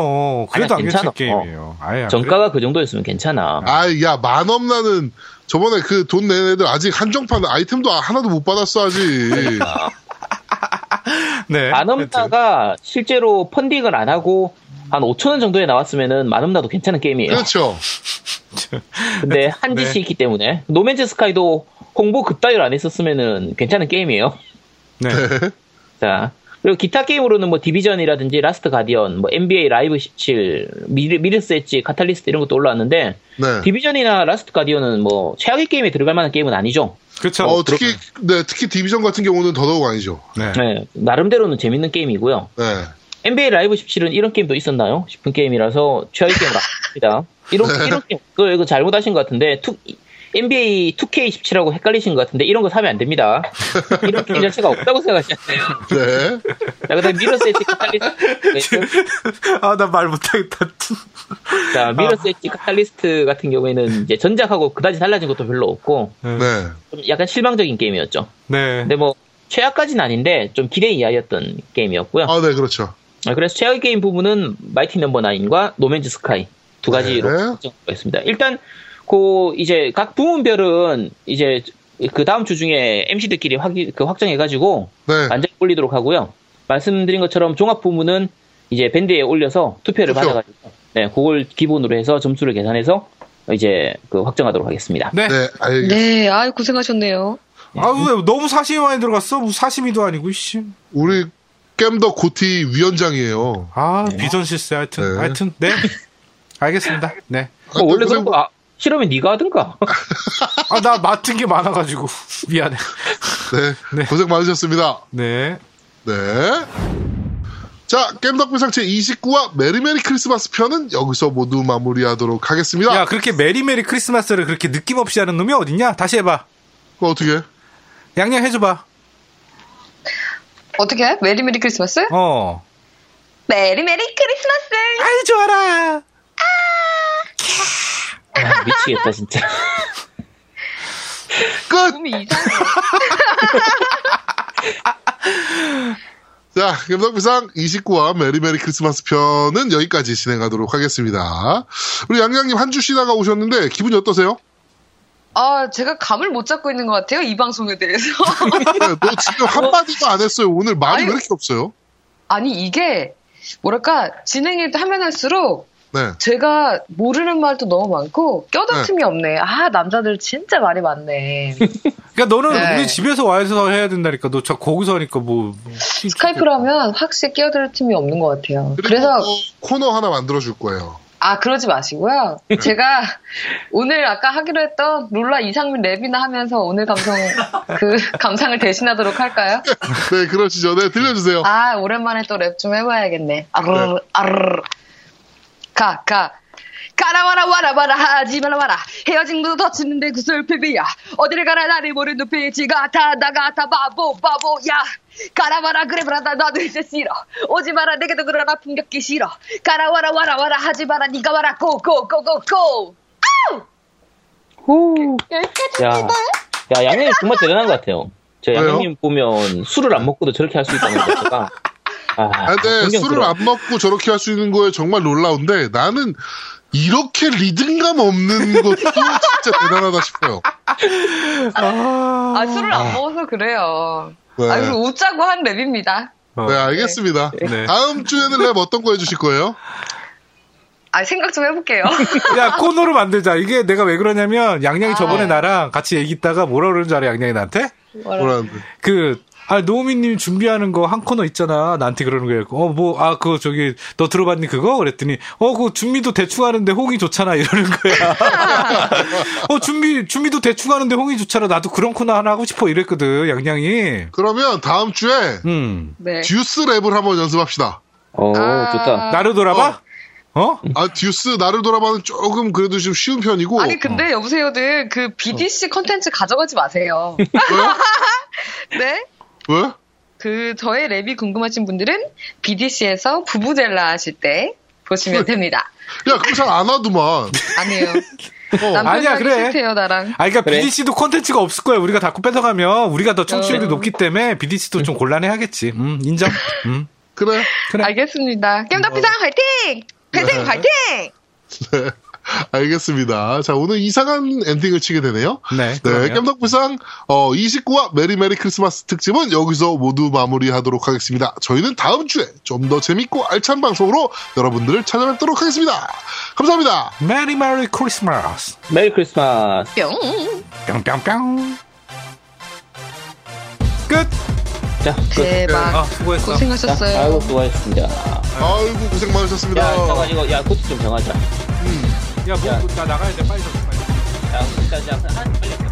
Speaker 2: 그래도
Speaker 5: 아니야,
Speaker 2: 안 괜찮은
Speaker 5: 괜찮아.
Speaker 2: 게임이에요. 아예 안
Speaker 5: 정가가 그 정도였으면 괜찮아.
Speaker 1: 아, 야, 만 없나는 저번에 그 돈 낸 애들 아직 한정판 아이템도 하나도 못 받았어, 아직.
Speaker 5: 그러니까.
Speaker 2: 그래. 네.
Speaker 5: 만음나가 실제로 펀딩을 안 하고 한 5천 원 정도에 나왔으면은 만음나도 괜찮은 게임이에요.
Speaker 1: [laughs] 그렇죠.
Speaker 5: 근데 한 짓이
Speaker 2: 네.
Speaker 5: 있기 때문에 노맨즈 스카이도 홍보 급다이를 안 했었으면은 괜찮은 게임이에요.
Speaker 2: 네.
Speaker 5: 자. 그리고 기타 게임으로는 뭐 디비전이라든지 라스트 가디언, 뭐 NBA 라이브 17, 미르, 미르스 엣지, 카탈리스트 이런 것도 올라왔는데
Speaker 1: 네.
Speaker 5: 디비전이나 라스트 가디언은 뭐 최악의 게임에 들어갈 만한 게임은 아니죠.
Speaker 2: 그쵸.
Speaker 5: 뭐
Speaker 1: 어, 특히, 네, 특히 디비전 같은 경우는 더더욱 아니죠.
Speaker 2: 네.
Speaker 5: 네, 나름대로는 재밌는 게임이고요.
Speaker 1: 네.
Speaker 5: NBA 라이브 17은 이런 게임도 있었나요? 싶은 게임이라서 최악의 게임을 합니다. 이런 이런 게임 그거 이거 잘못하신 것 같은데 투, NBA 2K17하고 헷갈리신 것 같은데 이런 거 사면 안 됩니다. 이런 게임 자체가 없다고 생각하셨대요.
Speaker 1: 네.
Speaker 5: 자, 그다음 미러스 엣지 카탈리스트.
Speaker 2: [laughs] 아, 나 말 못하겠다. [laughs]
Speaker 5: 자, 미러스 엣지 카탈리스트 같은 경우에는 이제 전작하고 그다지 달라진 것도 별로 없고
Speaker 1: 네.
Speaker 5: 좀 약간 실망적인 게임이었죠.
Speaker 2: 네.
Speaker 5: 근데 뭐 최악까지는 아닌데 좀 기대 이하였던 게임이었고요.
Speaker 1: 아, 네, 그렇죠.
Speaker 5: 아, 그래서 최악의 게임 부분은 마이티 넘버 9과 노맨즈 스카이 두 가지로
Speaker 1: 네.
Speaker 5: 결정했습니다. 일단 그 이제 각 부문별은 이제 그 다음 주 중에 MC들끼리 확, 그 확정해가지고
Speaker 1: 네.
Speaker 5: 완전히 올리도록 하고요. 말씀드린 것처럼 종합 부문은 이제 밴드에 올려서 투표를
Speaker 1: 투표.
Speaker 5: 받아가지고 네 그걸 기본으로 해서 점수를 계산해서 이제 그 확정하도록 하겠습니다.
Speaker 2: 네.
Speaker 1: 네, 알겠습니다.
Speaker 4: 네, 아유, 고생하셨네요.
Speaker 2: 아, 왜 너무 사심이 많이 들어갔어? 뭐 사심이도 아니고, 씨.
Speaker 1: 우리 겜더 고티 위원장이에요.
Speaker 2: 아, 비전 실세. 하여튼.
Speaker 1: 네.
Speaker 2: 하여튼,
Speaker 5: [laughs]
Speaker 2: 네. 알겠습니다. 네.
Speaker 5: 어, 원래
Speaker 1: 고생-
Speaker 5: 그런 거 아, 싫으면 네가 하든가.
Speaker 2: 아, 나 맡은 게 많아가지고. [laughs] 미안해.
Speaker 1: 네. 고생 많으셨습니다.
Speaker 2: 네.
Speaker 1: 네. 자, 겜덕비 상체 29화 메리메리 크리스마스 편은 여기서 모두 마무리하도록 하겠습니다.
Speaker 2: 야, 그렇게 메리메리 크리스마스를 그렇게 느낌없이 하는 놈이 어딨냐? 다시 해봐.
Speaker 1: 그거 어떻게?
Speaker 2: 양양 해줘봐.
Speaker 4: 어떻게 해? 메리 메리 크리스마스?
Speaker 2: 어.
Speaker 4: 메리 메리 크리스마스!
Speaker 2: 아이, 좋아라.
Speaker 5: 아, 미치겠다 진짜.
Speaker 1: 끝!
Speaker 4: 몸이 이상해.
Speaker 1: 자, 겜덕비상 29화 메리메리 크리스마스 편은 여기까지 진행하도록 하겠습니다. 우리 양양님 한 주 쉬다가 오셨는데 기분이 어떠세요?
Speaker 4: 아, 제가 감을 못 잡고 있는 것 같아요, 이 방송에 대해서. [laughs]
Speaker 1: 네, 너 지금 한마디도 안 했어요. 오늘 말이
Speaker 4: 아유.
Speaker 1: 왜 이렇게 없어요?
Speaker 4: 아니, 이게, 뭐랄까, 진행을 하면 할수록,
Speaker 1: 네.
Speaker 4: 제가 모르는 말도 너무 많고, 껴들
Speaker 1: 네.
Speaker 4: 틈이 없네. 아, 남자들 진짜 말이
Speaker 1: [laughs]
Speaker 4: 많네.
Speaker 2: 그러니까 너는
Speaker 4: 네.
Speaker 2: 우리 집에서 와서 해야 된다니까. 너 저 거기서 하니까 뭐. 뭐
Speaker 4: 스카이프라면 확실히 끼어들 틈이 없는 것 같아요.
Speaker 1: 그리고
Speaker 4: 그래서
Speaker 1: 어, 코너 하나 만들어줄 거예요.
Speaker 4: 아 그러지 마시고요. 제가 [laughs] 오늘 아까 하기로 했던 룰라 이상민 랩이나 하면서 오늘 감성 그 감상을 대신하도록 할까요?
Speaker 1: 네, 그러시죠. 네, 들려주세요.
Speaker 4: 아 오랜만에 또 랩 좀 해봐야겠네. 아르르 아르르 가가 가라와라 와라와라 하지 말라와라 헤어진 것도 다치는데 그 슬픔이야 어디를 가라 나를 모르는 눈빛이 같아 나 같아 바보 바보야 가라와라 그래 브라다 나도 이제 싫어 오지 마라 내게도 그러나 풍격기 싫어 가라와라 와라와라 하지 마라 네가 와라 고고고고고 어,
Speaker 5: 야, 야 양양님 정말 대단한 것 같아요. 저
Speaker 1: 왜요?
Speaker 5: 양양님 보면 술을 안 먹고도 저렇게 할 수 있다는 것 자체가. 아,
Speaker 1: 아, 근데 술을
Speaker 5: 존경스러워.
Speaker 1: 안 먹고 저렇게 할 수 있는 거에 정말 놀라운데 나는 이렇게 리듬감 없는 것도 진짜 대단하다 싶어요.
Speaker 4: 아 술을 안 먹어서 그래요
Speaker 1: 네.
Speaker 4: 아 그리고 웃자고 한 랩입니다
Speaker 2: 어.
Speaker 1: 네, 알겠습니다.
Speaker 2: 네.
Speaker 1: 다음 주에는 랩 어떤 거 해주실 거예요?
Speaker 4: 아 생각 좀 해볼게요
Speaker 2: 야, 코너로 만들자. 이게 내가 왜 그러냐면,
Speaker 4: 아.
Speaker 2: 양양이 저번에 나랑 같이 얘기 했다가 뭐라 그러는 줄 알아, 양양이 나한테?
Speaker 1: 뭐라는데.
Speaker 2: 그, 아, 노우미님 준비하는 거 한 코너 있잖아. 나한테 그러는 거야. 어, 뭐, 아, 그거 저기, 너 들어봤니 그거? 그랬더니, 어, 그거 준비도 대충 하는데 홍이 좋잖아. [laughs] 이러는 거야. 어, 준비, 준비도 대충 하는데 홍이 좋잖아. 나도 그런 코너 하나 하고 싶어. 이랬거든, 양양이.
Speaker 1: 그러면 다음 주에
Speaker 2: 음.
Speaker 4: 네.
Speaker 1: 듀스 랩을 한번 연습합시다.
Speaker 5: 오, 어,
Speaker 4: 아.
Speaker 5: 좋다.
Speaker 2: 나를 돌아봐? 어?
Speaker 1: 아, 듀스 나를 돌아봐는 조금 그래도 좀 쉬운 편이고.
Speaker 4: 아니 그-
Speaker 2: 어.
Speaker 4: 근데 여보세요들 그 BDC 컨텐츠 가져가지 마세요. [laughs] 네?
Speaker 1: 왜?
Speaker 4: 그 저의 랩이 궁금하신 분들은 BDC에서 부부젤라 하실 때 보시면 됩니다.
Speaker 1: 야, 그럼 잘 안 하더만.
Speaker 2: [laughs]
Speaker 4: 아니에요. 남편이
Speaker 2: 어. 아니야,
Speaker 4: 하기
Speaker 2: 그래.
Speaker 4: 싫대요 나랑.
Speaker 2: 아, 그러니까
Speaker 5: 그래.
Speaker 2: BDC도 콘텐츠가 없을 거야. 우리가 자꾸 뺏어가면 우리가 더 청취율이
Speaker 4: 어.
Speaker 2: 높기 때문에 BDC도 좀 곤란해하겠지. 음, [laughs] 인정. 음.
Speaker 1: 그래.
Speaker 2: 그래. 어.
Speaker 4: 알겠습니다. 겜덕비상 화이팅! 회생 화이팅!
Speaker 1: 네. [laughs] 알겠습니다. 자, 오늘 이상한 엔딩을 치게 되네요.
Speaker 2: 네,
Speaker 1: 네,
Speaker 2: 그럼요.
Speaker 1: 깸덕부상 29화 메리메리 크리스마스 특집은 여기서 모두 마무리하도록 하겠습니다. 저희는 다음 주에 좀 더 재밌고 알찬 방송으로 여러분들을 찾아뵙도록 하겠습니다. 감사합니다.
Speaker 2: 메리 메리 크리스마스.
Speaker 5: 메리 크리스마스.
Speaker 4: 뿅!
Speaker 2: 뿅뿅뿅. 끝.
Speaker 5: 자, 끝.
Speaker 4: 대박.
Speaker 2: 아, 수고했어.
Speaker 4: 고생하셨어요.
Speaker 5: 아이고, 수고하셨습니다. 야,
Speaker 1: 아이고 고생 많으셨습니다.
Speaker 5: 정하지고, 야, 코트 좀 정하자.
Speaker 2: 야, 뭐, 나 나가야 돼. 빨리 좀. 빨리.
Speaker 5: 야, 일단, 야, 한, 빨리.